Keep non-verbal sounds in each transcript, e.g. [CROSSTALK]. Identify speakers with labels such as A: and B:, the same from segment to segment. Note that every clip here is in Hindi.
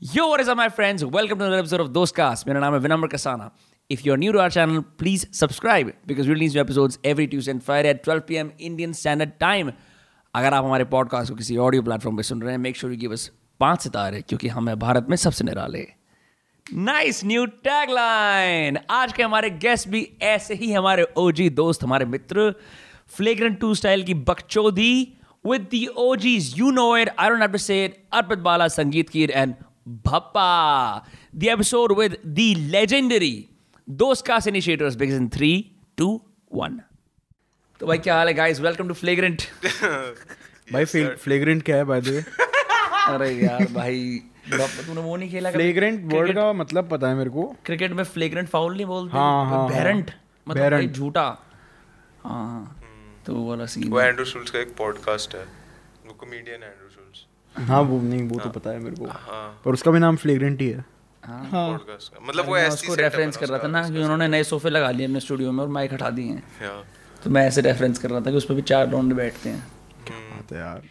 A: Yo, what is up, my friends? Welcome to another episode of Dostcast. My name is Vinamr Kasana. If you're new to our channel, please subscribe because we release new episodes every Tuesday and Friday at 12 p.m. Indian Standard Time. अगर आप हमारे पॉडकास्ट को किसी ऑडियो प्लेटफॉर्म पर सुन रहे हैं make sure you give us पांच सितारे क्योंकि हम हैं भारत में सबसे निराले नाइस न्यू टैगलाइन आज के हमारे गेस्ट भी ऐसे ही हमारे ओजी दोस्त हमारे मित्र फ्लेग्रेंट टू स्टाइल की बकचोदी with the OGs you know it I don't have to say it Arpit Bala Sangeet Keer and Bhappa the episode with the legendary दोस्त कास्ट इनिशिएटर्स बिगिंस इन 3 2 1 तो भाई क्या हाल है गाइस वेलकम टू फ्लेग्रेंट
B: भाई फ्लेग्रेंट क्या है बाय द वे
A: [LAUGHS] अरे यार [LAUGHS] भाई भप्पा, तूने वो नहीं खेला कभी?
B: फ्लेग्रेंट वर्ड का मतलब पता है मेरे को
A: क्रिकेट में फ्लेग्रेंट फाउल नहीं बोलते
B: हाँ, हाँ,
A: बेरंट मतलब भाई
B: Berrant.
A: झूठा हाँ हाँ तो वो वाला सीन
C: वो एंड्रू शुल्स का एक पॉडकास्ट है वो कॉमेडियन एंड्रू शुल्स
B: हाँ वो नहीं वो तो पता है मेरे को
C: हाँ
B: पर उसका भी नाम फ्लेग्रेंट ही है
C: पॉडकास्ट का मतलब वो
A: मैं
C: ऐसी
A: हाँ। उसको रेफरेंस कर रहा था ना कि उन्होंने नए सोफे लगा लिए अपने स्टूडियो में और माइक हटा दिए हैं
C: या
A: तो मैं ऐसे रेफरेंस कर रहा था कि उस पर भी चार राउंड बैठते हैं
B: बात है हाँ, यार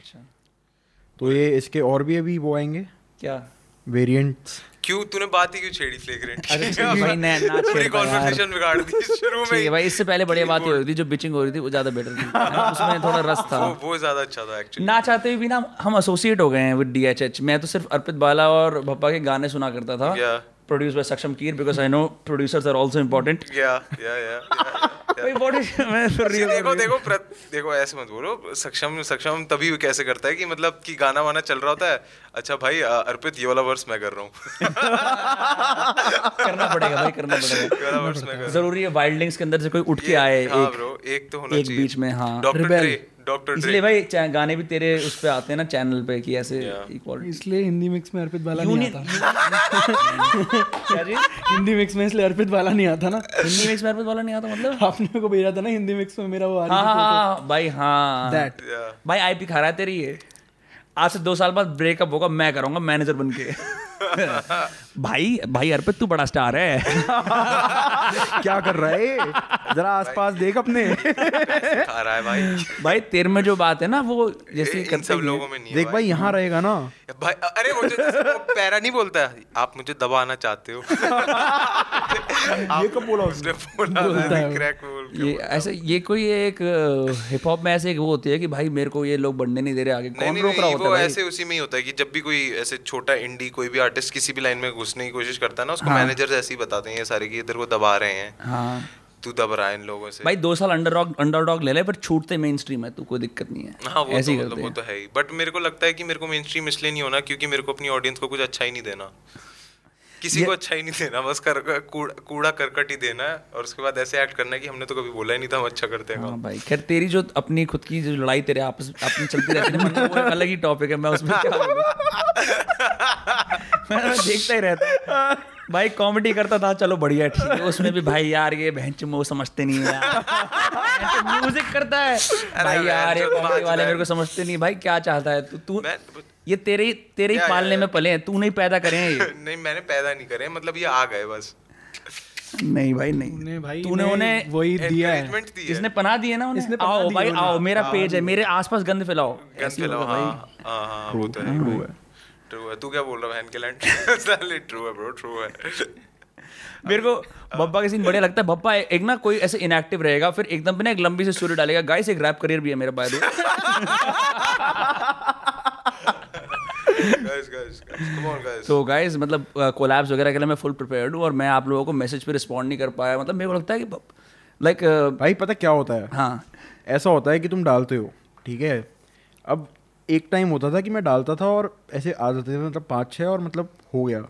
B: तो ये इसके और भी अभी वो आएंगे
A: क्या
C: तो
B: वेरिएंट्स
C: क्यों तूने बात ही क्यों छेड़ी फ्लेग्रेंट
A: अरे
C: [LAUGHS]
A: भाई ना ना
C: पूरी
A: छेड़ दो यार।
C: कॉन्वर्सेशन बिगाड़ दी शुरू में
A: ठीक है
C: ही।
A: भाई इससे पहले बढ़िया बात हो रही थी जो बिचिंग हो रही थी वो ज्यादा बेटर थी है ना? उसमें थोड़ा रस था [LAUGHS]
C: [LAUGHS] वो वो ज्यादा अच्छा था एक्चुअली
A: ना चाहते हुए भी ना हम एसोसिएट हो गए हैं विद डीएचएच मैं तो सिर्फ अर्पित बाला और भप्पा के गाने सुना करता था
C: Yeah.
A: Produce by Saksham Keer because I know producers are also important
C: या या या अच्छा,
A: भाई what is-
C: [LAUGHS]
A: मैं फिर [LAUGHS] real
C: देखो
A: बोल रही
C: देखो प्रत, देखो ऐसे मत बोलो सक्षम सक्षम तभी वो कैसे करता है कि मतलब कि गाना वाना चल रहा होता है अच्छा भाई अ, अर्पित ये वाला वर्स मैं कर रहा हूँ [LAUGHS]
A: हूँ। करना पड़ेगा भाई करना पड़ेगा
C: ये वाला वर्स मैं कर
A: जरूरी है वाइल्ड लिंग्स के अंदर से कोई उठ के आए
C: हाँ
A: एक
C: ब्रो एक तो होना
A: एक
C: चाहिए
A: बीच में, हाँ,
C: doctor
B: rebel.
C: Dre doctor Dre
A: इसलिए भाई चा- गाने भी तेरे उस पे आते हैं ना चैनल पे कि ऐसे इक्वालिटी
D: इसलिए हिंदी मिक्स में अर्पित बाला नहीं आता
A: यूनियन
D: हिंदी मिक्स में इसलिए अर्पित बाला नहीं आता ना
A: हिंदी [LAUGHS] मिक्स में अर्पित बाला नहीं आता मतलब
D: आपने मेरे को भेजा था ना हिंदी मिक्स में मेरा वो आ रही
A: हाँ हाँ हाँ भाई हाँ
D: दैट
C: Yeah.
A: भाई आईपी खा रहा है तेरी ये आज से दो साल बाद ब्रेकअप होगा मैं करूंगा मैनेजर बन के [LAUGHS] भाई भाई अर्पित तू बड़ा स्टार है [LAUGHS]
B: क्या कर रहा है ये? जरा आसपास देख अपने
C: खा रहा है भाई
A: भाई तेरे में जो बात है ना वो [LAUGHS]
C: ये
A: जैसे
C: इन सब लोगों में नहीं है
B: देख भाई यहाँ रहेगा ना
C: भाई अ- अरे वो जो जैसे वो पैरा नहीं बोलता है, आप मुझे दबाना चाहते हो ये कब बोला उसने बोला
D: बोलता है वो।
C: क्रैक बोल के
A: ये
C: बोला।
A: ऐसे ये कोई एक हिप हॉप में ऐसे एक वो होती है कि भाई मेरे को ये लोग बनने नहीं दे रहे आगे
C: नहीं
A: कौन
C: नहीं
A: रोक रहा
C: नहीं,
A: होता है
C: वो
A: भाई
C: ऐसे उसी में ही होता है कि जब भी कोई ऐसे छोटा इंडी कोई भी आर्टिस्ट किसी भी लाइन में घुसने की कोशिश करता है ना उसको मैनेजर्स ऐसे ही बताते हैं ये सारे कि ये तेरे को दबा रहे हैं
A: हाँ
C: तू दब रहा है इन लोगों से
A: भाई दो साल अंडर अंडर डॉग ले ले पर छूटते मेन स्ट्रीम है तू कोई दिक्कत नहीं है
C: हाँ वो
A: ऐसे
C: तो
A: ही
C: मतलब
A: करते
C: वो
A: हैं
C: तो है ही बट मेरे को लगता है कि मेरे को मेन स्ट्रीम इसलिए नहीं होना क्योंकि मेरे को अपनी ऑडियंस को कुछ अच्छा ही नहीं देना किसी को अच्छा ही नहीं देना बस कर कूड़ा कूड़ा करकट ही देना है और उसके बाद ऐसे एक्ट करना है कि हमने तो कभी बोला ही नहीं था हम अच्छा करते हैं काम।
A: हाँ भाई खैर तेरी जो अपनी खुद की जो लड़ाई तेरे आपस अपनी चलती रहती है ना, मतलब वो एक अलग ही टॉपिक है मैं उसमें क्या बोलूं? [LAUGHS] मैं मैं तो देखता ही रहता हूं। भाई कॉमेडी करता था चलो बढ़िया ठीक है उसमें भी भाई यार ये बहन चो वो समझते नहीं है म्यूजिक करता है भाई
C: बहन
A: यार ये
C: चो,
A: कॉमेडी
C: नाच
A: वाले
C: रहे।
A: मेरे को समझते नहीं भाई क्या चाहता है तू तू
C: मैं
A: ये तेरे ही- तेरे ही
C: या, या,
A: पालने
C: या।
A: में पले हैं तू नहीं पैदा करे हैं ये
C: नहीं मैंने पैदा नहीं करे मतलब ये आ गए बस
A: [LAUGHS] नहीं भाई
D: तूने
A: नहीं
D: भाई
A: तूने
D: ने
A: उन्हें
D: वही दिया है
C: एनकरेजमेंट दी है
A: जिसने पना दी है ना उन्हें
D: इसने पनाह
A: आओ
D: दी है
A: भाई
D: उन्हें।
A: आओ मेरा पेज है मेरे आसपास गंद फैलाओ
C: गन
A: ऐसे ही
C: चलाओ,
A: होगा
C: हाँ
A: भाई।
C: हाँ हाँ वो तो है
B: True है।
C: ट्रू है तू क्या बोल रहा है बहन के लैंड [LAUGHS] साले ट्रू है ब्रो
A: [LAUGHS]
C: ट्रू है
A: मेरे को बब्बा के सीन बढ़िया लगता है बब्बा एक ना कोई ऐसे इनएक्टिव रहेगा फिर एकदम पे ना एक लंबी से स्टोरी डालेगा गाइस एक रैप करियर भी है मेरा by the
C: [LAUGHS]
A: way
C: guys guys come on guys
A: तो गाइस मतलब कोलैब्स वगैरह के लिए मैं फुल प्रिपेयर्ड हूँ और मैं आप लोगों को मैसेज पे रिस्पॉन्ड नहीं कर पाया मतलब मेरे को लगता है कि लाइक
B: भाई पता क्या होता है
A: हाँ
B: ऐसा होता है कि तुम डालते हो ठीक है अब एक टाइम होता था कि मैं डालता था और ऐसे आ जाते थे मतलब पाँच छः और मतलब हो गया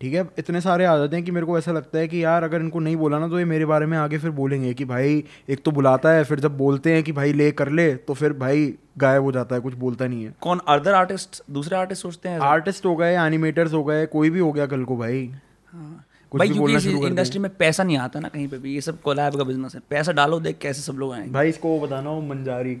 B: ठीक है अब इतने सारे आ जाते हैं कि मेरे को ऐसा लगता है कि यार अगर इनको नहीं बोला ना तो ये मेरे बारे में आगे फिर बोलेंगे कि भाई एक तो बुलाता है फिर जब बोलते हैं कि भाई ले कर ले तो फिर भाई गायब हो जाता है कुछ बोलता नहीं है
A: कौन अदर आर्टिस्ट दूसरे आर्टिस्ट सोचते हैं ऐसा?
B: आर्टिस्ट हो गए एनिमेटर्स हो गए कोई भी हो गया कल को भाई कुछ
A: हाँ। भाई
B: भी बोलना
A: क्योंकि
B: शुरू कर
A: इंडस्ट्री में पैसा नहीं आता ना कहीं पे भी ये सब कोलैब का बिजनेस है पैसा डालो देख कैसे सब लोग आएंगे
B: भाई इसको बताना वो मंजारी
A: हम्म।
C: ओ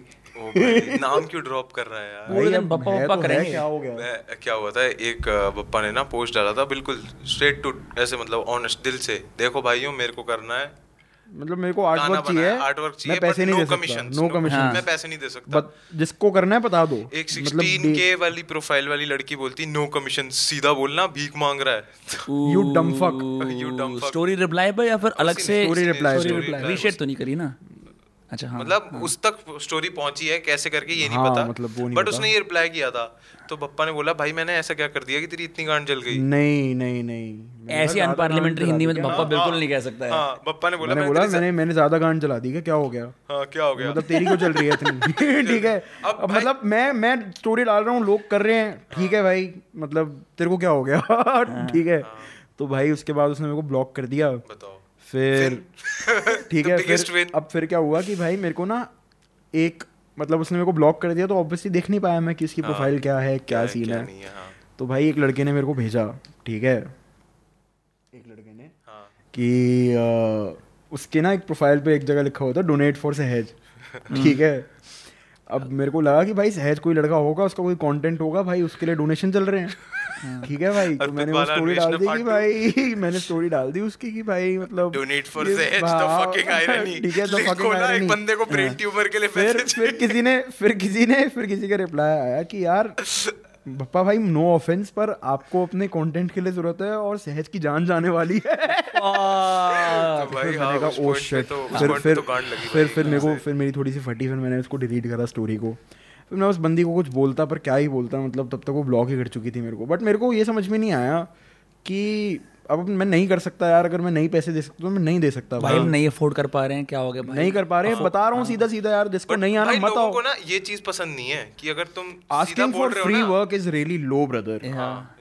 C: भाई Oh, नाम क्यों ड्रॉप कर रहा है यार
A: पूरे
B: भाई,
A: दिन
B: अब
A: बप्पा
B: है
A: बप्पा
B: तो है,
A: करेंगे।
B: क्या हो गया
C: मैं क्या हुआ था एक अ, पप्पा ने ना पोस्ट डाला था बिल्कुल स्ट्रेट टू ऐसे मतलब ऑनेस्ट दिल से देखो भाइयों मेरे को करना है
B: मतलब मेरे को आर्ट
C: गाना
B: वर्क
C: बनाया,
B: चाहिए
C: artwork चाहिए
B: मैं पैसे
C: but
B: नहीं
C: no
B: दे सकता
C: commissions,
B: नो
C: no-
B: कमीशन
C: मैं पैसे नहीं दे सकता
B: बट जिसको करना है बता दो मतलब
C: एक 16 के वाली प्रोफाइल वाली लड़की बोलती नो कमीशन सीधा बोलना भीख मांग रहा है
B: You dumb fuck.
C: You dumb fuck.
A: Story reply पर या फिर अलग से
B: story
C: उसने
B: reply
C: story
B: story
C: reply
A: रीशेड तो नहीं करी ना अच्छा हाँ
C: मतलब उस तक स्टोरी पहुंची है कैसे करके ये नहीं
B: हाँ,
C: पता
B: मतलब वो नहीं
C: बट
B: पता।
C: उसने ये रिप्लाई किया था तो पप्पा ने बोला भाई मैंने ऐसा क्या कर दिया कि तेरी इतनी गांड जल गई
B: नहीं नहीं नहीं
A: ऐसी अनपार्लियामेंट्री हिंदी में तो पप्पा बिल्कुल नहीं कह सकता है
C: हाँ पप्पा ने बोला
B: मैंने
C: "मैंने
B: बोला
C: तेरी
B: मैंने मैंने ज्यादा गांड चला दी क्या क्या हो गया
C: हाँ क्या हो गया
B: मतलब तेरी क्यों चल रही है
C: [LAUGHS]
B: इतनी ठीक है
C: अब हाँ।
B: अब मतलब मैं मैं स्टोरी डाल रहा हूँ लोग कर रहे हैं ठीक है भाई मतलब तेरे को क्या हो गया [LAUGHS] ठीक है
C: हाँ।
B: तो भाई उसके बाद उसने मेरे को ब्लॉक कर दिया
C: बताओ
B: फिर ठीक
C: [LAUGHS] The
B: है
C: तो biggest
B: फिर
C: win.
B: अब फिर क्या हुआ कि भाई मेरे को ना एक मतलब उसने मेरे को ब्लॉक कर दिया तो ऑब्वियसली देख नहीं पाया मैं कि इसकी प्रोफाइल क्या है क्या
C: है,
B: सीन
C: हाँ। क्या
B: है
C: नहीं है हाँ
B: तो भाई एक लड़के ने मेरे को भेजा ठीक है एक लड़के ने
C: हाँ
B: कि अ, उसके ना एक प्रोफाइल पे एक जगह लिखा हुआ था डोनेट फॉर
C: [LAUGHS]
B: सहज ठीक है अब मेरे को लगा कि भाई सहज कोई लड़का होगा उसका कोई कंटेंट होगा भाई उसके लिए डोनेशन चल रहे हैं ठीक है भाई तो
C: अर्पित
B: मैंने वो
C: हाँ। बाला
B: स्टोरी डाल दी
C: अन्वेषण
B: कि
C: part
B: भाई [LAUGHS] मैंने स्टोरी डाल दी उसकी कि भाई मतलब
C: Donate for
B: ये
C: Sahaj, the
B: भाव-
C: fucking irony.
B: [LAUGHS] ठीक
C: [LAUGHS]
B: है तो
C: लिखो
B: फकिंग
C: ना, एक
B: आयरनी
C: बंदे को brain tumor के लिए
B: हाँ। फिर
C: message
B: फिर किसी ने फिर किसी ने फिर किसी का रिप्लाई आया कि
C: [LAUGHS]
B: यार पप्पा भाई नो ऑफेंस पर आपको अपने कंटेंट के लिए जरूरत है और सहज की जान जाने वाली है
C: मतलब- तो भाई
B: फिर
C: हाँ
B: मैंने
C: उस
B: कहा ओ
C: point पे
B: शिट
C: तो
B: फिर
C: उस point पे
B: फिर
C: तो गांड लगी
B: फिर
C: भाई,
B: फिर मेरे को
C: ऐसे।
B: फिर मेरी थोड़ी सी फटी फिर मैंने उसको डिलीट करा स्टोरी को फिर मैं उस बंदी को कुछ बोलता पर क्या ही बोलता मतलब तब तक वो ब्लॉक ही कर चुकी थी मेरे को बट मेरे को ये समझ में नहीं आया कि अब मैं नहीं कर सकता यार अगर मैं नहीं पैसे दे सकता तो मैं नहीं दे सकता
A: [LAUGHS] भाई
B: भाई
C: हाँ।
A: हम नहीं अफोर्ड कर पा रहे हैं क्या हो गया भाई
B: नहीं कर पा रहे बता रहा हूँ सीधा सीधा यार जिसको
C: But
B: नहीं आना
C: भाई,
B: मत
C: लोगों
B: आओ
C: को ना ये चीज पसंद नहीं है कि अगर तुम सीधा
B: आस्किंग
C: बोल
B: फॉर
C: रहे
B: फ्री
C: हो ना
B: work is really low brother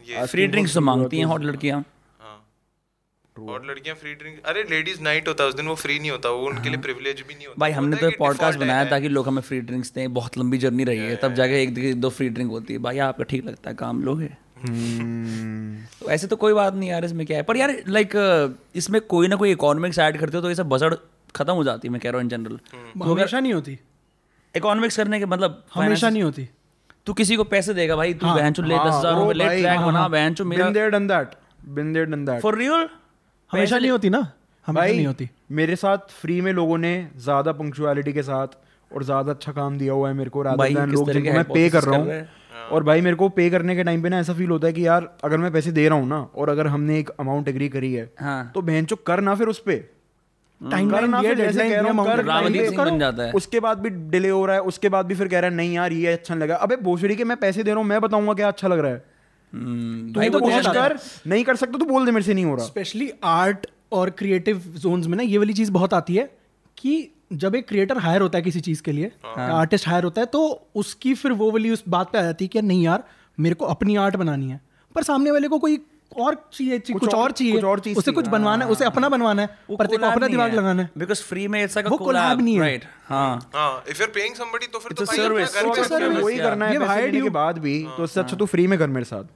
C: ये
A: फ्री ड्रिंक्स तो मांगती हैं हॉट लड़कियां
C: हाँ। और लड़कियां फ्री ड्रिंक अरे लेडीज नाइट होता है उस दिन वो फ्री नहीं होता वो उनके
B: हाँ।
C: लिए प्रिविलेज भी नहीं होता
A: भाई हमने
C: होता
A: तो
C: है कि
A: पॉडकास्ट
C: default
A: बनाया
C: है।
A: ताकि लोग हमें फ्री ड्रिंक्स दें बहुत लंबी जर्नी रही है तब जाके एक एक दो फ्री ड्रिंक होती है भाई आपको ठीक लगता है काम लोगे
B: Hmm.
A: तो ऐसे तो कोई बात नहीं यार इसमें क्या है पर यार लाइक इसमें कोई ना कोई इकोनॉमिक्स ऐड करते हो तो ये सब बसड़ खत्म हो जाती है मैं कह रहा हूँ इन जनरल
C: हम्म।
D: हमेशा नहीं होती
A: इकोनॉमिक्स करने के मतलब
D: हमेशा
A: finance-
D: नहीं होती
A: तू किसी को पैसे देगा भाई
D: हाँ,
A: तू बहन ले दस हजार रुपए ले ट्रैक
B: हाँ,
A: बना बहन मेरा
B: been there done that been there done that
A: for real
D: हमेशा नहीं होती ना हमेशा
B: भाई
D: नहीं होती
B: मेरे साथ फ्री में लोगों ने ज्यादा पंक्चुअलिटी के साथ और ज्यादा अच्छा काम दिया हुआ है मेरे को rather
A: भाई,
B: than
A: किस
B: लोग
A: तरह के
B: जिनको मैं पे कर
A: hypothesis
B: रहा
A: कर रहे
B: हूँ और भाई मेरे को पे करने के टाइम पे ना ऐसा फील होता है कि यार अगर मैं पैसे दे रहा हूँ ना और अगर हमने एक अमाउंट एग्री करी है
A: हाँ।
B: तो बहन चो कर ना फिर उस पे कर
D: टाइमलाइन
B: ना
D: दिया
B: फिर जैसे
D: डेडलाइन
B: कह रहा हूँ, कर
A: रावण
B: time
A: जीत
B: पे
A: सिंह बन
B: करो।
A: जाता है।
B: उसके बाद भी डिले हो रहा है उसके बाद भी फिर कह रहा है नहीं यार ये अच्छा नहीं लगा अबे भोसड़ी के मैं पैसे दे रहा हूँ मैं बताऊंगा क्या अच्छा लग रहा है
A: भाई
B: तू तो
A: वो अच्छा
B: कोशिश
A: बहुत-
B: कर नहीं कर सकता तो बोल दे मेरे से नहीं हो रहा
D: स्पेशली आर्ट और क्रिएटिव जोन्स में ना ये वाली चीज बहुत आती है कि जब एक क्रिएटर हायर होता है किसी चीज के लिए आर्टिस्ट हायर होता है तो उसकी फिर वो वाली उस बात पे आ जाती है कि नहीं यार मेरे को अपनी आर्ट बनानी है पर सामने वाले को कोई और चाहिए कुछ,
B: और-
D: और चाहिए
B: कुछ और चीज़
D: उसे कुछ बनवाना है उसे अपना बनवाना है
A: वो
D: पर तेरे को
A: collab
D: अपना
A: नहीं
D: दिमाग
A: है।
D: लगाना है
A: Because free में ऐसा का
D: वो collab नहीं है।
A: राइट हाँ
C: हाँ if you are paying somebody तो फिर
A: It's
C: तो
A: a
C: भाई अपना
A: service.
C: घर
A: It's
C: पे
A: a
C: रखो।
A: service.
B: वही करना है
D: ये
B: पैसे
D: hired
B: देने के
D: you.
B: बाद भी तो
C: हाँ,
B: उससे अच्छा तू फ्री में कर मेरे साथ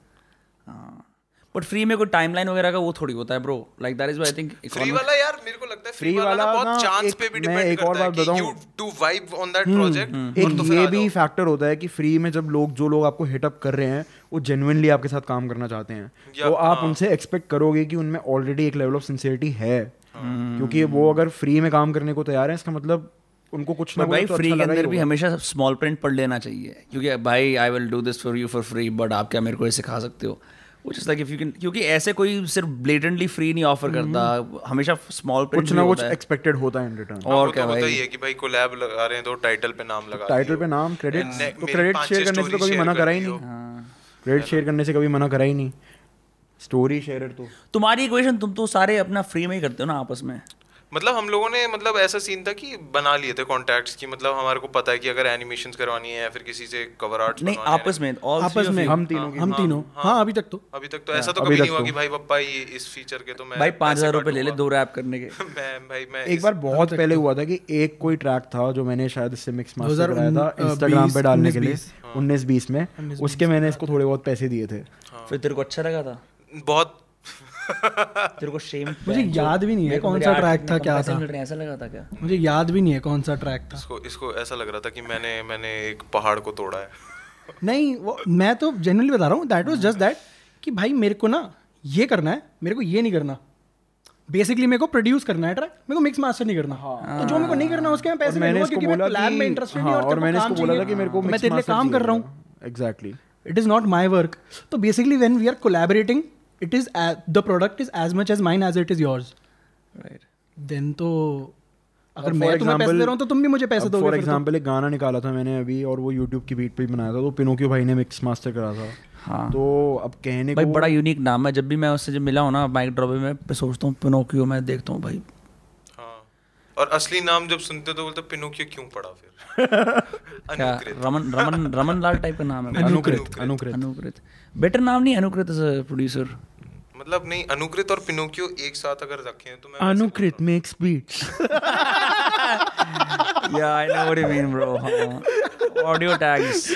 A: बट फ्री हाँ। में कोई टाइमलाइन वगैरह का वो थोड़ी होता है bro like that is why I think
C: free वाला यार मेरे को लगता है फ्री
B: Free
C: वाला ना
B: वाला
C: बहुत
B: ना
C: चांस
B: एक-
C: पे भी
B: मैं
C: डिपेंड
B: एक और
C: करता है
B: बात
C: कि
B: बताऊं।
C: You do vibe on that project और
B: एक
C: तो
B: ये
C: फिर
B: भी फैक्टर होता है कि फ्री में जब लोग जो लोग आपको हिट अप कर रहे हैं वो जेनुइनली आपके साथ काम करना चाहते हैं
C: या- हाँ।
B: तो आप उनसे एक्सपेक्ट करोगे कि उनमें ऑलरेडी एक लेवल ऑफ सिंसियरिटी है
C: हाँ।
B: क्योंकि वो अगर फ्री में काम करने को तैयार है इसका मतलब उनको कुछ ना
A: पर
B: कुछ
A: भाई
B: तो
A: फ्री
B: अच्छा
A: के
B: लगा ही
A: अंदर भी
B: होगा।
A: हमेशा स्मॉल प्रिंट पढ़ लेना चाहिए क्योंकि भाई I will do this for you for free but आप क्या मेरे को ये सिखा सकते हो वो just like if you can क्योंकि ऐसे कोई सिर्फ ब्लेटेंटली फ्री नहीं ऑफर
D: हम्म।
A: करता हमेशा स्मॉल प्रिंट
B: कुछ ना कुछ एक्सपेक्टेड होता है इन रिटर्न
A: और
C: और
A: क्या
C: क्या तो होता
A: भाई?
C: ही है कि भाई कोलैब लगा रहे हैं तो टाइटल पे नाम लगा
B: टाइटल
C: दियो।
B: पे नाम क्रेडिट
C: And ne-
B: तो
C: मेरी
B: क्रेडिट
C: पाँच
B: शेयर
C: छह
B: करने से तो
C: story
B: कभी
C: share
B: मना
C: कर
B: करा ही
C: दियो।
B: नहीं क्रेडिट शेयर करने से कभी मना करा ही नहीं स्टोरी शेयर तो
A: तुम्हारी इक्वेशन तुम तो सारे अपना फ्री में ही करते हो ना आपस में
C: मतलब हम लोगों ने मतलब ऐसा सीन था कि बना लिए थे कॉन्टैक्ट्स की मतलब हमारे को पता है कि अगर एनिमेशंस करवानी है या फिर किसी से कवर आर्ट्स
A: नहीं आपस में all
D: आपस
A: three of
D: में
A: you।
B: हम तीनों
D: हम तीनों हाँ अभी तक तो
C: अभी तक तो ऐसा तो
B: अभी
C: कभी
B: तक
C: नहीं हुआ
B: तो।
C: कि भाई पप्पा ये इस फीचर के तो मैं
A: भाई पाँच
C: पैसे
A: हजार रुपए ले ले
C: काटूंगा।
A: दो रैप करने के
C: [LAUGHS] मैं भाई मैं
B: एक
C: इस-
B: बार बहुत पहले हुआ था कि एक कोई ट्रैक था जो मैंने शायद इससे मिक्स मास्टर
D: 2019,
B: कराया था इंस्टाग्राम पे डालने के लिए
D: 19,
A: हाँ।
B: उन्नीस बीस में उसके मैंने इसको थोड़े बहुत पैसे दिए थे
C: हाँ।
A: फिर तेरे को अच्छा
C: [LAUGHS]
A: लगा था
C: बहुत
A: तेरे को शेम
D: मुझे याद भी नहीं है कौन सा ट्रैक था क्या था
A: ऐसा लगा था क्या
D: मुझे याद भी नहीं है कौन सा ट्रैक
A: हाँ।
D: था
C: इसको इसको ऐसा लग रहा था कि मैंने मैंने एक पहाड़ को तोड़ा है [LAUGHS]
D: नहीं वो मैं तो जेनुअली बता रहा हूँ दैट वाज जस्ट दैट कि भाई मेरे को ना ये करना है मेरे को ये नहीं करना बेसिकली मेरे को प्रोड्यूस करना है ट्रैक मेरे को मिक्स मास्टर नहीं करना तो जो मेरे को नहीं करना उसके मैं
B: हाँ। और
D: पैसे नहीं
B: मैंने
D: लूंगा
B: इसको
D: क्योंकि
B: बोला
D: मैं लैब में
B: कि-
D: इंटरेस्टेड
B: हाँ,
D: नहीं
B: और मैंने इसको बोला
D: चाहिए।
B: कि मेरे को
D: तो मैं तेरे लिए काम कर रहा हूँ
B: exactly
D: it is not my work so basically when we are collaborating it is a the product is as much as mine as it is yours
A: right
D: then तो अगर
B: अब for
D: मैं तुम्हें पैसे
B: example-
D: दे रहा हूँ तो तुम भी मुझे पैसे दोगे
B: फॉर
D: फिर तो-
B: एग्जाम्पल एक गाना निकाला था मैंने अभी और वो यूट्यूब की बीट पे ही बनाया था तो पिनोकियो भाई ने मिक्स मास्टर करा था
A: हाँ।
B: तो अब कहने
A: भाई
B: को
A: बड़ा यूनिक नाम है जब भी मैं उससे जब मिला हूँ ना माइक ड्रॉबे में मैं सोचता हूँ पिनोकियो मैं देखता हूँ भाई
C: हाँ और असली नाम जब सुनते हो तो बोलते पिनोकियो क्यों पड़ा फिर [LAUGHS]
A: क्या
C: अनुकृत
A: रमन
C: [LAUGHS]
A: रमन रमन लाल टाइप का नाम है
B: अनुकृत अनुकृत
A: अनुकृत बेटर नाम नहीं अनुकृत
C: [LAUGHS]
A: प्रोड्यूसर
C: मतलब नहीं अनुकृत और पिनोकियो एक साथ अगर रखें तो मैं वैसे
B: अनुकृत मेक्स बीट्स
A: या I know what you mean bro
C: [LAUGHS]
A: audio tags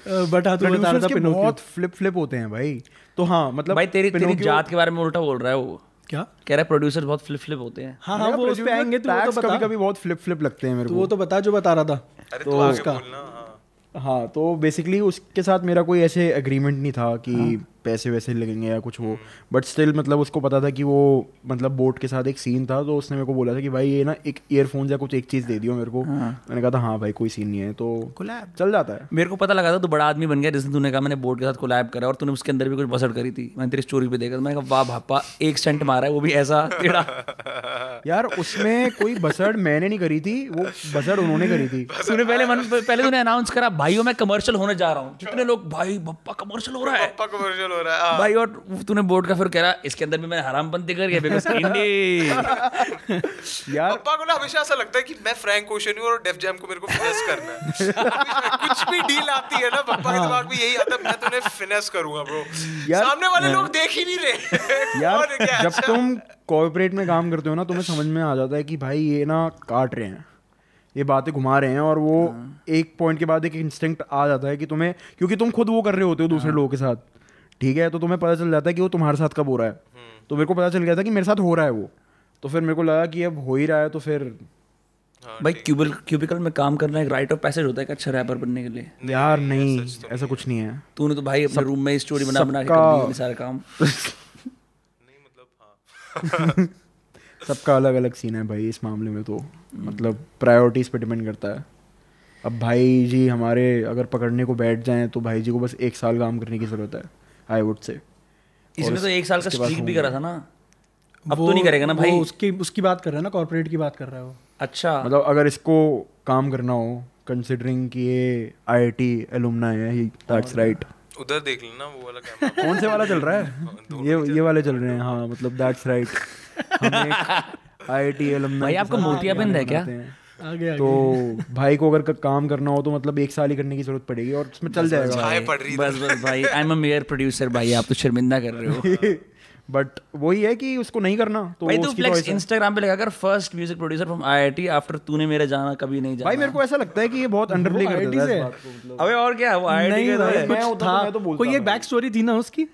D: Uh, but हाँ तू बता रहा
B: Producers
D: था
B: के
D: Pinocchio।
B: बहुत फ्लिप फ्लिप होते हैं भाई तो हाँ मतलब
A: भाई तेरी तेरी
B: Pinocchio-
A: जात के बारे में उल्टा बोल रहा है वो
D: क्या
A: कह रहा है प्रोड्यूसर बहुत फ्लिप फ्लिप होते हैं
D: हाँ हाँ
B: मेरा
D: वो उस पे
B: producer
D: आएंगे तो वो तो
B: tags
D: बता
B: कभी-कभी बहुत फ्लिप फ्लिप लगते हैं मेरे
D: तो
B: को
D: वो तो बता जो बता रहा था
C: अरे तो आगे बोलना [LAUGHS] हाँ
B: हाँ तो बेसिकली उसके साथ मेरा कोई ऐसे एग्रीमेंट नहीं था कि पैसे वैसे लगेंगे या कुछ हो बट स्टिल मतलब उसको पता था कि वो मतलब बोट के साथ एक सीन था तो उसने मेरे को बोला था कि भाई ये ना एक ईयरफोन या कुछ एक चीज़ दे दियो मेरे को मैंने कहा था हाँ भाई कोई सीन नहीं है तो
D: Collab।
B: चल जाता है
A: मेरे को पता लगा था तू बड़ा आदमी बन गया जिसने तूने कहा मैंने बोर्ड के साथ कोलैब करा और तूने उसके अंदर भी कुछ बसड़ करी थी मैंने तेरी स्टोरी पे देखा तो मैंने कहा वाह भापा एक सेंट मारा है वो भी ऐसा
D: [LAUGHS]
A: टेढ़ा हाँ।
B: यार उसमें कोई बसड़ मैंने नहीं करी थी वो बसड़ उन्होंने करी
A: [LAUGHS]
B: थी
A: तूने पहले मन पहले तूने अनाउंस करा भाइयों मैं कमर्शियल होने जा रहा हूँ जितने लोग भाई बप्पा कमर्शियल हो रहा है
C: पक्का commercial हो रहा है हाँ।
A: भाई और तूने बोर्ड का फिर कह रहा इसके अंदर भी मैंने हरामपंती करी है
D: [LAUGHS]
A: बिकॉज
D: हाँ,
B: यार
C: पप्पा को ना हमेशा ऐसा लगता है कि मैं फ्रैंक ओशन हूँ और डेफ जैम को मेरे को फिनेस करना है कुछ भी डील आती है ना पप्पा के दिमाग में यही आता है मैं तुम्हें फिनेस करूंगा ब्रो
B: यार-
C: सामने वाले लोग देख ही नहीं रहे
B: [LAUGHS] यार
C: और क्या,
B: जब
C: अच्छा।
B: तुम कॉर्पोरेट में काम करते हो ना तुम्हें समझ में आ जाता है कि भाई ये ना काट रहे हैं ये बातें घुमा रहे हैं और वो एक पॉइंट के बाद एक इंस्टिंक्ट आ जाता है कि तुम्हें क्योंकि तुम खुद वो कर रहे होते हो दूसरे लोगों के साथ ठीक है तो तुम्हें पता चल जाता है कि वो तुम्हारे साथ कब हो रहा है तो मेरे को पता चल गया था कि मेरे साथ हो रहा है वो तो फिर मेरे को लगा कि अब हो ही रहा है तो फिर
A: भाई क्यूबिल क्यूबिकल में काम करना एक राइट ऑफ पैसेज होता है एक अच्छा रैपर बनने के लिए
B: यार नहीं ऐसा कुछ तो नहीं है
A: तूने तो भाई अपने रूम में स्टोरी बना बना के कर
B: सबका-
A: दी ये सारा काम
C: नहीं मतलब हाँ
B: सबका अलग अलग सीन है भाई इस मामले में तो मतलब प्रायोरिटीज पे डिपेंड करता है अब भाई जी हमारे अगर पकड़ने को बैठ जाएं तो भाई जी को बस एक साल काम करने की ज़रूरत है आई वुड से
A: इसने तो एक साल का
B: उसके बाद
A: स्ट्रीक भी
B: होंगे।
A: करा था ना अब
D: वो-
A: तो नहीं करेगा ना भाई
D: वो उसकी उसकी बात कर रहा है ना कॉर्पोरेट की बात कर रहा है वो
A: अच्छा
B: मतलब अगर इसको काम करना हो कंसिडरिंग कि ये आई आई टी एलुमना है दैट्स राइट
C: उधर देख लेना वो वाला कैमरा
B: [LAUGHS] कौन से वाला चल रहा है ये ये हाँ, वाले चल रहे हैं हाँ मतलब that's right I I T alumna
A: भाई, आपको मोतियाबिंद है क्या?
D: आगे
B: तो भाई को अगर क- काम करना हो तो मतलब एक साल ही करने की जरूरत पड़ेगी और उसमें चल जाएगा
C: छाए पड़ रही
A: बस बस भाई I am a mayor producer भाई आप तो शर्मिंदा कर
D: [LAUGHS]
A: रहे
D: तो
A: हो
B: बट वही है कि उसको नहीं करना तो
A: भाई तू
B: उसकी
A: फ्लेक्स
B: choice है।
A: इंस्टाग्राम पे लगा कर first music producer from IIT after तूने मेरे जाना कभी नहीं
B: भाई
A: जाना
B: मेरे को ऐसा लगता है कि ये बहुत अंडरप्ले कर
D: IIT
B: देता है
D: से
B: इस
D: है।
B: बात को।
A: [LAUGHS] अबे और क्या वो आईआईटी का
D: नहीं
A: तो
D: भाई
A: है।
B: मैं
D: कुछ
B: होता
D: था
B: तो मैं तो बोलता
D: कोई एक
B: भाई।
D: बैक स्टोरी थी ना
B: [LAUGHS]
D: उसकी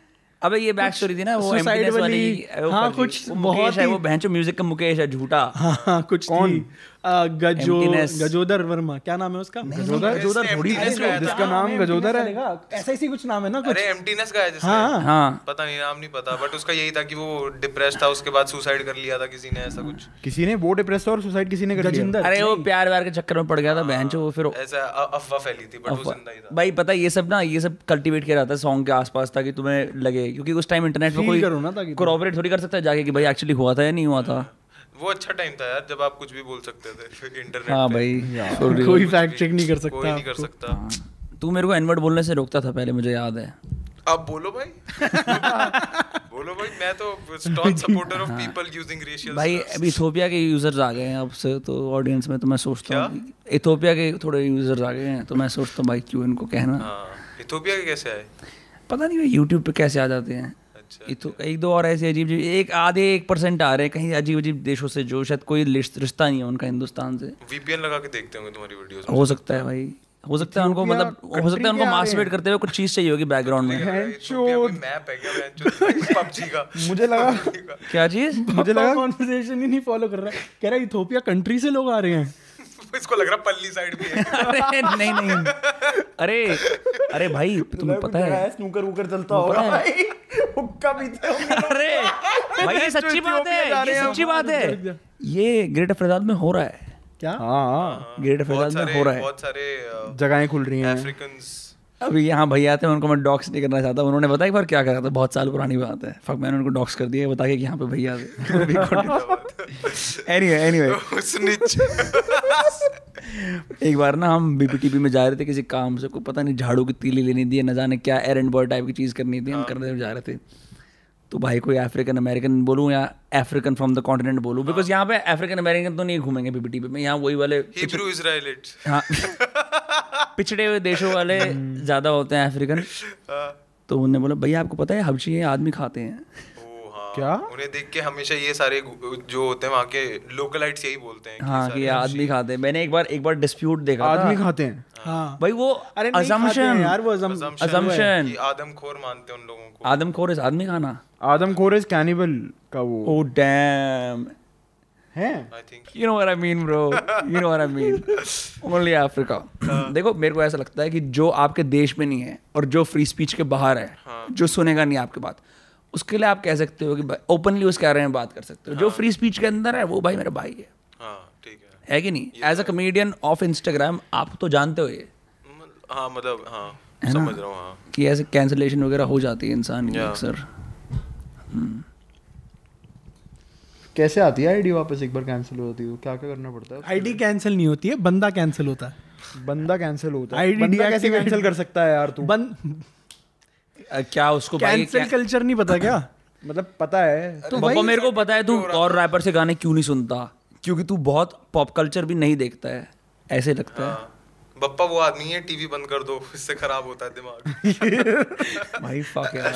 A: अबे ये बैक स्टोरी थी ना वो
D: suicide
A: एमडीएस वाली
D: वाली,
A: वो
D: हाँ,
A: कर ली।
D: कुछ
A: वो मुकेश
D: बहुत
A: है
D: ही-
A: वो बहनचो म्यूजिक का मुकेश है झूठा
D: हाँ हाँ कुछ
B: कौन?
D: थी आ, गजो
A: Emptiness.
D: गजोदर वर्मा क्या नाम है उसका
B: गजोदर गजोदर
C: ऐसे
B: थोड़ी है
C: emptiness का
A: हाँ,
B: जिसका नाम गजोदर है
D: चलेगा। ऐसा ही कुछ नाम है ना कुछ
C: अरे एम्प्टीनेस का है जिसका
D: हाँ
A: हाँ
C: पता नहीं नाम नहीं पता बट उसका यही था कि वो डिप्रेस था उसके बाद सुसाइड कर लिया था किसी ने ऐसा कुछ
B: किसी ने वो डिप्रेस और सुसाइड किसी ने कर लिया
D: [LAUGHS] गजिंदर
A: अरे वो प्यार व्यार के चक्कर में पड़ गया था बहनचो वो तो फिर
C: ऐसा अ- अफवाह फैली थी बट वो जिंदा ही था
A: भाई पता है ये सब ना ये सब कल्टीवेट किया जाता है सॉन्ग के आसपास ताकि तुम्हें लगे क्योंकि उस टाइम इंटरनेट पे
D: Feel
A: कोई
D: करो ना ताकि तुम-
A: कोऑपरेट थोड़ी कर सकता है जाके कि भाई एक्चुअली हुआ था या नहीं हुआ था
C: वो अच्छा टाइम था यार जब आप कुछ भी बोल सकते थे इंटरनेट
A: हाँ
C: पे।
A: भाई
D: कोई फैक्ट चेक नहीं कर
C: कोई
D: सकता
C: नहीं कर सकता
A: तू मेरे को एनवर्ड बोलने से रोकता था पहले मुझे याद है
C: आप बोलो
A: [LAUGHS]
C: भाई बोलो भाई मैं
A: [LAUGHS]
C: तो stock supporter of people using racial
A: हाँ। भाई अभी इथोपिया के यूजर्स आ गए हैं अब से तो ऑडियंस में तो मैं सोचता
C: क्या?
A: हूँ इथोपिया के थोड़े यूजर्स आ गए हैं तो मैं सोचता हूँ भाई क्यों इनको कहना
C: हाँ इथोपिया के कैसे आए
A: पता नहीं भाई यूट्यूब पे कैसे आ जाते हैं
C: अच्छा
A: इथो तो एक दो और ऐसे अजीब अजीब एक आधे एक परसेंट आ रहे हैं कहीं अजीब अजीब देशों से जो शायद कोई रिश्त- रिश्ता नहीं है उनका हिंदुस्तान से
C: वीपीएन लगा के देखते होंगे तुम्हारी वीडियोस
A: हो सकता है भाई हो सकता है उनको मतलब हो सकता है उनको मास्टरबेट करते हुए कुछ चीज चाहिए होगी बैकग्राउंड में
C: मैप है
A: [LAUGHS]
C: क्या पबजी का
B: मुझे लगा
A: क्या चीज
B: मुझे
A: [LAUGHS]
B: लगा
D: कॉन्वर्सेशन ही नहीं फॉलो कर रहा है कह रहा है इथोपिया कंट्री से लोग आ रहे हैं
C: [LAUGHS] इसको लग रहा पल्ली साइड भी है
A: अरे नहीं नहीं अरे अरे भाई तुम्हें पता है
B: स्नूकर वूकर चलता होगा
A: है।
B: भाई [LAUGHS] हुक्का पीते होंगे
A: अरे भाई ये सच्ची बात है
B: जा
A: ये
B: रहे हैं
A: सच्ची बात है ये ग्रेटर फैजाद में हो रहा है
D: क्या
B: हाँ
A: ग्रेटर
C: बहुत
A: फैजाद में
C: सारे
A: हो रहा है
C: बहुत सारे uh,
B: जगहें खुल रही हैं
C: अफ्रीकन
A: [LAUGHS]
C: [LAUGHS]
A: अभी यहाँ भैया आते हैं उनको मैं डॉक्स नहीं करना चाहता उन्होंने बताया एक बार क्या करा था बहुत साल पुरानी बात है फक मैंने उनको डॉक्स कर दिया बता के कि यहाँ पे भैया [LAUGHS] एनी एनीवे
C: स्निच
A: [LAUGHS] एक बार ना हम बीपीटीपी में जा रहे थे किसी काम से कोई पता नहीं झाड़ू की तीली लेनी थी या न जाने क्या एरेंड बॉय टाइप की चीज़ करनी थी हम करने जा रहे थे तो भाई कोई अफ्रीकन अमेरिकन बोलूँ या अफ्रीकन फ्रॉम द कॉन्टिनेंट बोलूँ बिकॉज यहाँ पे अफ्रीकन अमेरिकन तो नहीं घूमेंगे बीपीटीपी में यहाँ वही वाले
C: हिब्रू इजराइलिट
A: हाँ [LAUGHS] पिछड़े हुए देशों वाले ज़्यादा होते हैं अफ्रीकन तो उन्होंने बोला भैया आपको पता है हबशी ये आदमी खाते हैं
C: ओ हाँ
B: क्या?
C: उन्हें देख के हमेशा ये सारे गु- जो होते हैं वहाँ के लोकलाइट्स यही बोलते हैं कि
A: हाँ कि
C: सारे
A: ये आदमी खाते हैं मैंने एक बार एक बार डिस्प्यूट देखा था
B: आदमी खाते हैं
D: हाँ
A: भाई वो
D: अरे नहीं खाते हैं
A: assumption
D: यार वो assumption-
C: assumption
A: assumption।
C: कि आदमखोर मानते हैं उन लोगों को
A: आदम खोर इस आदमी खाना
B: आदम खोर कैनिबल का वो
A: Oh damn.
B: है
C: I think
A: You know what I mean, bro. You know what I mean. Only Africa. हाँ। देखो मेरे को ऐसा लगता है कि जो आपके देश में नहीं है और जो फ्री स्पीच के बाहर है जो सुनेगा नहीं आपकी बात उसके लिए आप कह सकते हो कि ओपनली उसके बारे में बात कर सकते हो जो फ्री स्पीच के अंदर है वो भाई मेरा भाई है
C: हाँ ठीक है
A: है कि नहीं as a comedian of Instagram आप तो जानते हो ये
C: मत- हाँ मतलब हाँ समझ रहा हूँ हाँ
A: कि ऐसे कैंसलेशन वगैरह हो जाती है इंसान की
C: Yeah.
A: अक्सर
B: कैसे आती है आईडी वापस एक बार कैंसिल हो जाती है तो क्या क्या करना पड़ता है
D: आईडी कैंसिल नहीं होती है बंदा कैंसिल होता है
B: बंदा कैंसिल होता है
D: ID
B: बंदा कैसे
D: deactivate-
B: कैंसिल कर सकता है यार तू
D: बंद
A: तो क्या तो उसको
D: कैंसिल कल्चर नहीं पता
A: [LAUGHS]
D: क्या
B: मतलब पता है
A: तो पापा मेरे को पता है तू और रैपर से गाने क्यों नहीं सुनता क्योंकि तू बहुत पॉप कल्चर भी नहीं देखता है ऐसे लगता है
C: हाँ। बप्पा वो आदमी है टीवी बंद कर दो इससे खराब होता
B: [LAUGHS]
C: है
A: [LAUGHS]
C: दिमाग
A: भाई fuck यार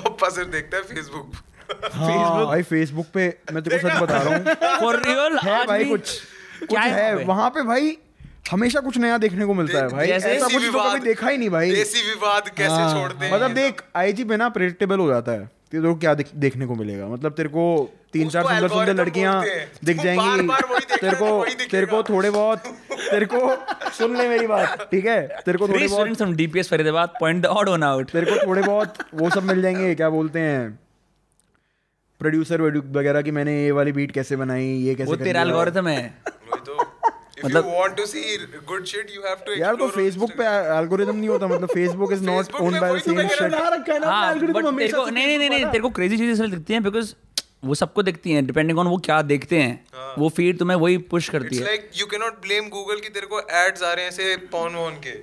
C: बप्पा सिर्फ देखता है फेसबुक
B: फेसबुक हाँ, भाई फेसबुक पे मैं तेरे को सच बता रहा हूँ
A: फॉर रियल
B: है भाई कुछ कुछ है वहां पे भाई हमेशा कुछ नया देखने को मिलता है भाई
A: जैसे
B: ऐसा
A: देसी
B: कुछ तो कभी देखा ही नहीं भाई
C: देसी विवाद कैसे छोड़ते हैं
B: मतलब देख आईजी बिना प्रेडिक्टेबल हो जाता है तेरे को क्या देख- देखने को मिलेगा मतलब तेरे को तीन
C: उसको
B: चार सुंदर सुंदर
C: algorithm
B: लड़कियां
C: बोलते हैं।
B: दिख
C: वो
B: जाएंगी
C: बार-बार वही देखेगा,
B: तेरे को
C: वही दिखेगा।
B: तेरे को थोड़े बहुत तेरे को सुन ले मेरी बात ठीक है तेरे को थोड़े बहुत
A: students from DPS Faridabad point the odd one out
B: तेरे को थोड़े बहुत वो सब मिल जाएंगे क्या बोलते हैं प्रोड्यूसर वगैरह की मैंने ये वाली बीट कैसे बनाई ये कैसे
A: वो
B: करनी
A: तेरा
B: है।
A: एल्गोरिथम है
C: वही तो if you want to see good shit you have to
B: मतलब- यार तो फेसबुक पे एल्गोरिदम नहीं होता मतलब Facebook is not
C: Facebook
B: own
C: पे
B: बाय
C: वही तो
B: सेम
C: मैं कह रहा
B: शिट
D: रखा है
A: हाँ but तेरे को नहीं नहीं नहीं नहीं, तेरे को क्रेजी चीजें इसलिए दिखती हैं बिकॉज वो सबको दिखती हैं डिपेंडिंग ऑन वो क्या देखते हैं वो फीड तुम्हें वही पुश करती
C: इट्स
A: है
C: like you can not blame Google कि तेरे को एड्स आ रहे हैं ऐसे पॉन वॉन के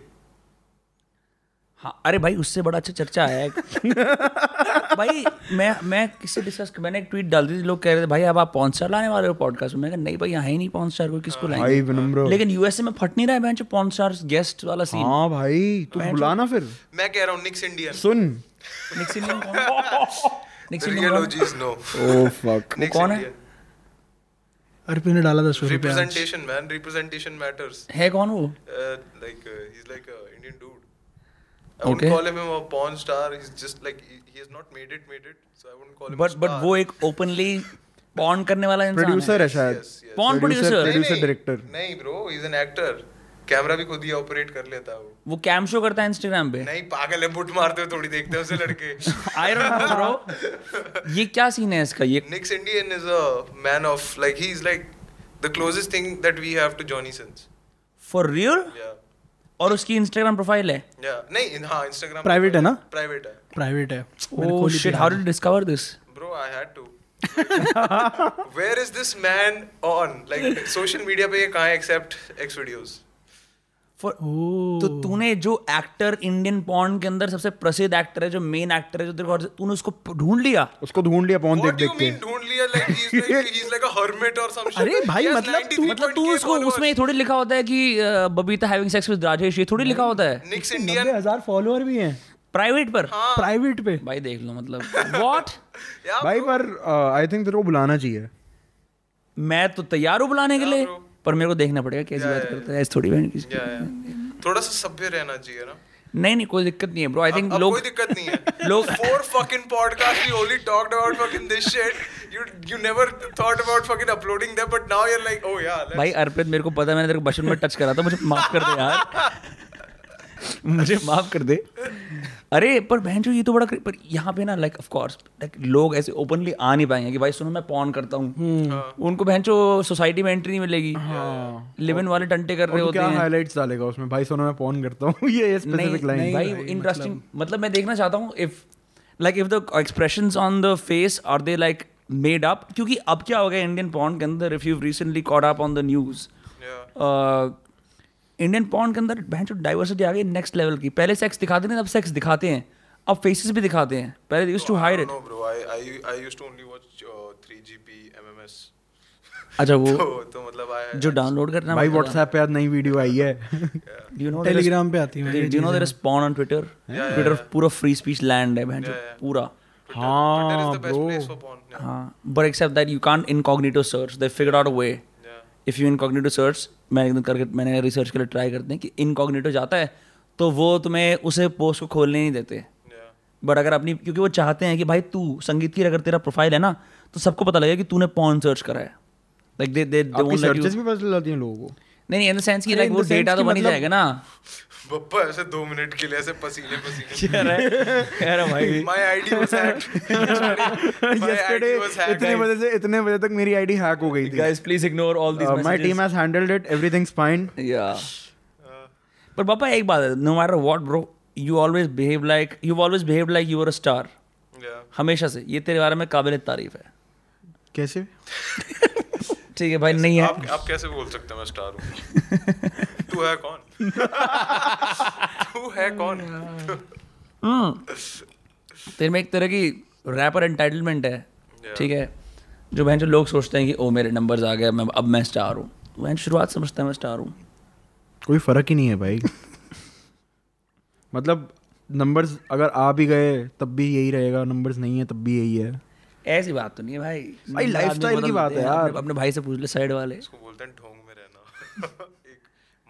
A: हाँ अरे भाई उससे बड़ा अच्छा चर्चा आया है
B: [LAUGHS]
A: भाई मैं मैं किससे डिस्कस मैंने एक ट्वीट डाल दी थी लोग कह रहे थे भाई अब आप पॉन स्टार लाने वाले हो पॉडकास्ट में मैं कहा नहीं भाई यहाँ ही नहीं पॉन स्टार को किसको
B: भाई
A: लाएंगे
B: विनम्र
A: लेकिन यूएसए में फट नहीं रहा है बेंच पॉन स्टार गेस्ट वाला सीन
B: हाँ भाई तू
A: तो-
B: बुलाना फिर
C: मैं कह रहा हूँ निक्स इंडियन
B: सुन
A: निक्सिन
B: [LAUGHS]
A: निक्सिन
C: रियलॉजीज नो
A: [LAUGHS]
B: ओ फक
C: निक्स
A: Oh, कौन है?
C: इंडियन
D: अर्पिन ने डाला था सौ रुपया
C: रिप्रेजेंटेशन मैन रिप्रेजेंटेशन मैटर्स
A: है कौन वो
C: like uh, he's like an Indian dude. I wouldn't
A: Okay.
C: call him a porn star. He's just like he, he has not made it, made it. So I wouldn't call him.
A: But
C: a
A: but
C: star.
A: वो एक ओपनली पॉन करने वाला इंसान
B: प्रोड्यूसर है शायद
C: Yes, yes.
A: Porn producer
B: producer-
C: नहीं,
B: director.
C: नहीं bro, he's an actor. Camera भी खुद ही ऑपरेट कर लेता है वो
A: वो कैम शो करता है इंस्टाग्राम पे
C: नहीं पागल है बुट मारते हुए थोड़ी देखते हैं उसे लड़के
A: [LAUGHS] आई डोंट नो ब्रो ये क्या सीन है इसका ये
C: निक्स Indian is a man of like he is like the closest thing that we have to Johnny Sins
A: for real
C: या
A: और उसकी इंस्टाग्राम प्रोफाइल है
C: या नहीं इन- हाँ इंस्टाग्राम
D: Private है ना?
C: प्राइवेट है
D: प्राइवेट है
A: Oh shit, how did you discover this?
C: Bro, I had to. [LAUGHS] Where is this man on? Like social media पे ये कहाँ except X videos?
A: For,
D: Oh.
A: तो तूने जो एक्टर इंडियन पॉन्ड के अंदर सबसे प्रसिद्ध एक्टर है जो मेन एक्टर है जो तेरे को और- तूने उसको प- ढूंढ लिया
B: उसको ढूंढ लिया पौन
C: What
B: देख
C: do you
B: देख के
C: mean ढूंढ लिया like he's like he's like a hermit or some shit.
D: अरे भाई,
C: He has
D: मतलब तू-
C: 93.k
A: मतलब तू उसको
C: followers.
A: उसमें ये थोड़ी लिखा होता है कि अ, Babita having sex with Rajesh ये थोड़ी लिखा होता है
C: Nick's
D: नब्बे
C: Indian.
D: हजार फॉलोअर भी हैं
A: प्राइवेट पर
D: हाँ।
B: हाँ।
D: प्राइवेट पे
A: भाई देख लो मतलब व्हाट
C: Yeah,
B: भाई पर आई थिंक तेरे को बुलाना चाहिए
A: मैं तो तैयार हूँ बुलाने के लिए पर मेरे को देखना पड़ेगा कैसी बात करता है ऐसे थोड़ी बहन की
C: yeah, yeah. थोड़ा सा सभ्य रहना चाहिए ना.
A: नहीं नहीं कोई दिक्कत नहीं है ब्रो आई थिंक
C: अब
A: लोग
C: कोई दिक्कत नहीं है
A: [LAUGHS] लोग-
C: four fucking podcasts you only talked about fucking this shit you you never thought about fucking uploading them but now you're like oh yeah let's-
A: भाई अर्पित मेरे को पता है मैंने तेरे को बचपन में टच करा था मुझे माफ कर दे यार [LAUGHS] मुझे माफ कर दे अरे पर बहन जो ये तो बड़ा पर यहाँ पे ना लाइक ऑफ कोर्स लाइक लोग ऐसे ओपनली आ नहीं पाएंगे कि भाई सुनो मैं पॉन करता
B: हम्म।
A: हूँ
C: हाँ।
A: उनको बहन सोसाइटी में एंट्री नहीं मिलेगी लिवन वाले टंटे कर रहे
B: हाँ। और
A: होते
B: तू क्या
A: हैं
B: हाइलाइट्स डालेगा उसमें भाई सोना मैं फोन करता हूँ [LAUGHS] ये स्पेसिफिक
A: नहीं
B: लाइन
A: नहीं भाई इंटरेस्टिंग मतलब मैं देखना चाहता हूँ if like if the expressions on the face are they like made up क्योंकि अब क्या हो गया इंडियन पॉन्ड के अंदर if you recently caught up on the news Indian pond uh, के अंदर बहन डाइवर्सिटी आ गई नेक्स्ट लेवल की पहले सेक्स दिखाते नहीं अब सेक्स दिखाते हैं अब फेसेस भी दिखाते हैं पहले use to hide it
C: no bro I I I used to only watch 3gp mms
A: अच्छा वो
C: [LAUGHS] तो तो मतलब आई
A: जो डाउनलोड करना
B: भाई व्हाट्सएप पे आज नई वीडियो आई है
A: डू यू नो
D: टेलीग्राम पे आती है भाई ये
A: do you know there is porn on Twitter Twitter पूरा फ्री स्पीच लैंड है बहन पूरा
C: Twitter
B: हाँ,
C: is the best place for porn. Yeah.
A: हाँ but except that you can't incognito search they figure out way if you incognito search मैंने एकदम करके मैंने रिसर्च के लिए ट्राई करते हैं कि इनकॉग्निटो जाता है तो वो तुम्हें उसे पोस्ट को खोलने नहीं देते
C: Yeah.
A: बट अगर अपनी क्योंकि वो चाहते हैं कि भाई तू संगीत की अगर तेरा प्रोफाइल है ना तो सबको पता लगेगा कि तूने पॉन सर्च करा है लाइक दे दे
B: आपकी सर्चेस
A: नहीं
B: भी बदल जाती हैं लोगों
C: [LAUGHS]
B: को
A: नहीं इन द सेंस कि
D: अरे,
A: लाइक
D: in
A: वो
D: the sense
A: डेटा तो
D: कि
A: बन ही
D: मतलब-
A: जाएगा
D: [LAUGHS]
A: ना
C: बप्पा ऐसे दो मिनट के लिए ऐसे पसीने
A: [LAUGHS]
C: पसीने
D: [LAUGHS]
A: अरे भाई
C: my ID was hacked my
B: Yesterday,
C: ID was hacked
B: इतने बजे से इतने बजे तक मेरी आईडी हैक हो गई थी Uh,
A: guys please ignore all this
B: my team has handled it everything's fine
A: या
C: Uh,
A: पर पापा एक बात है no matter what bro you always behave like you always behave like you are a star
C: या
A: हमेशा से ये तेरे बारे में काबिल तारीफ है
B: कैसे
A: ठीक है भाई नहीं है
C: आप आप कैसे बोल सकते हैं मैं स्टार हूँ
A: [LAUGHS]
C: तू है कौन तू है कौन
A: हम्म। तेरे में एक तरह की रैपर एंटाइटलमेंट है
C: Yeah.
A: ठीक है जो बहन जो लोग सोचते हैं कि ओ मेरे नंबर्स आ गए मैं अब मैं स्टार हूँ बहन शुरुआत समझता है मैं स्टार हूँ
B: कोई फर्क ही नहीं है भाई [LAUGHS] मतलब नंबर्स अगर आ भी गए तब भी यही रहेगा नंबर्स नहीं है तब भी यही है
A: ऐसी बात तो नहीं है भाई
B: भाई,
A: नंबर आदमी
B: lifestyle की
A: बदल
B: बात है
A: देते हैं।
B: यार।
A: अपने- अपने भाई से पूछ ले साइड वाले
C: इसको बोलते हैं ढोंग में रहना [LAUGHS] एक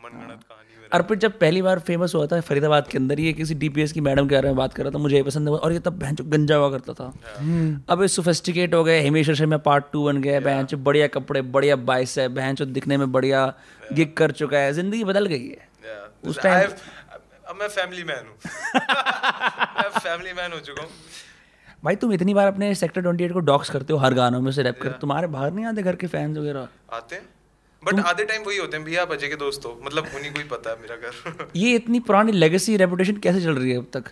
C: मनगढ़ंत कहानी में
A: अर्पित जब पहली बार फेमस हुआ था फरीदाबाद के अंदर ये किसी डीपीएस की मैडम के बारे में बात कर रहा था मुझे ये पसंद है और ये तब बहन गंजा हुआ करता था अब ये सोफेस्टिकेट हो गए Himesh Reshammiya part two बन गया बहन बढ़िया कपड़े बढ़िया बाइस है बहन दिखने में बढ़िया गिग कर चुका है जिंदगी बदल गई है
C: Yeah.
A: उस time-
C: I have- अब मैं फैमिली मैन हूँ [LAUGHS] मैं फैमिली मैन हो चुका हूँ
A: भाई तुम इतनी बार अपने सेक्टर ट्वेंटी को डॉक्स करते हो हर गानों में से रैप कर तुम्हारे बाहर नहीं आते घर के फैंस वगैरह
C: आते हैं बट आधे टाइम वही होते हैं भैया आप अजय के दोस्त हो मतलब उन्हीं को ही पता है मेरा घर [LAUGHS]
A: ये इतनी पुरानी लेगेसी रेपुटेशन कैसे चल रही है अब तक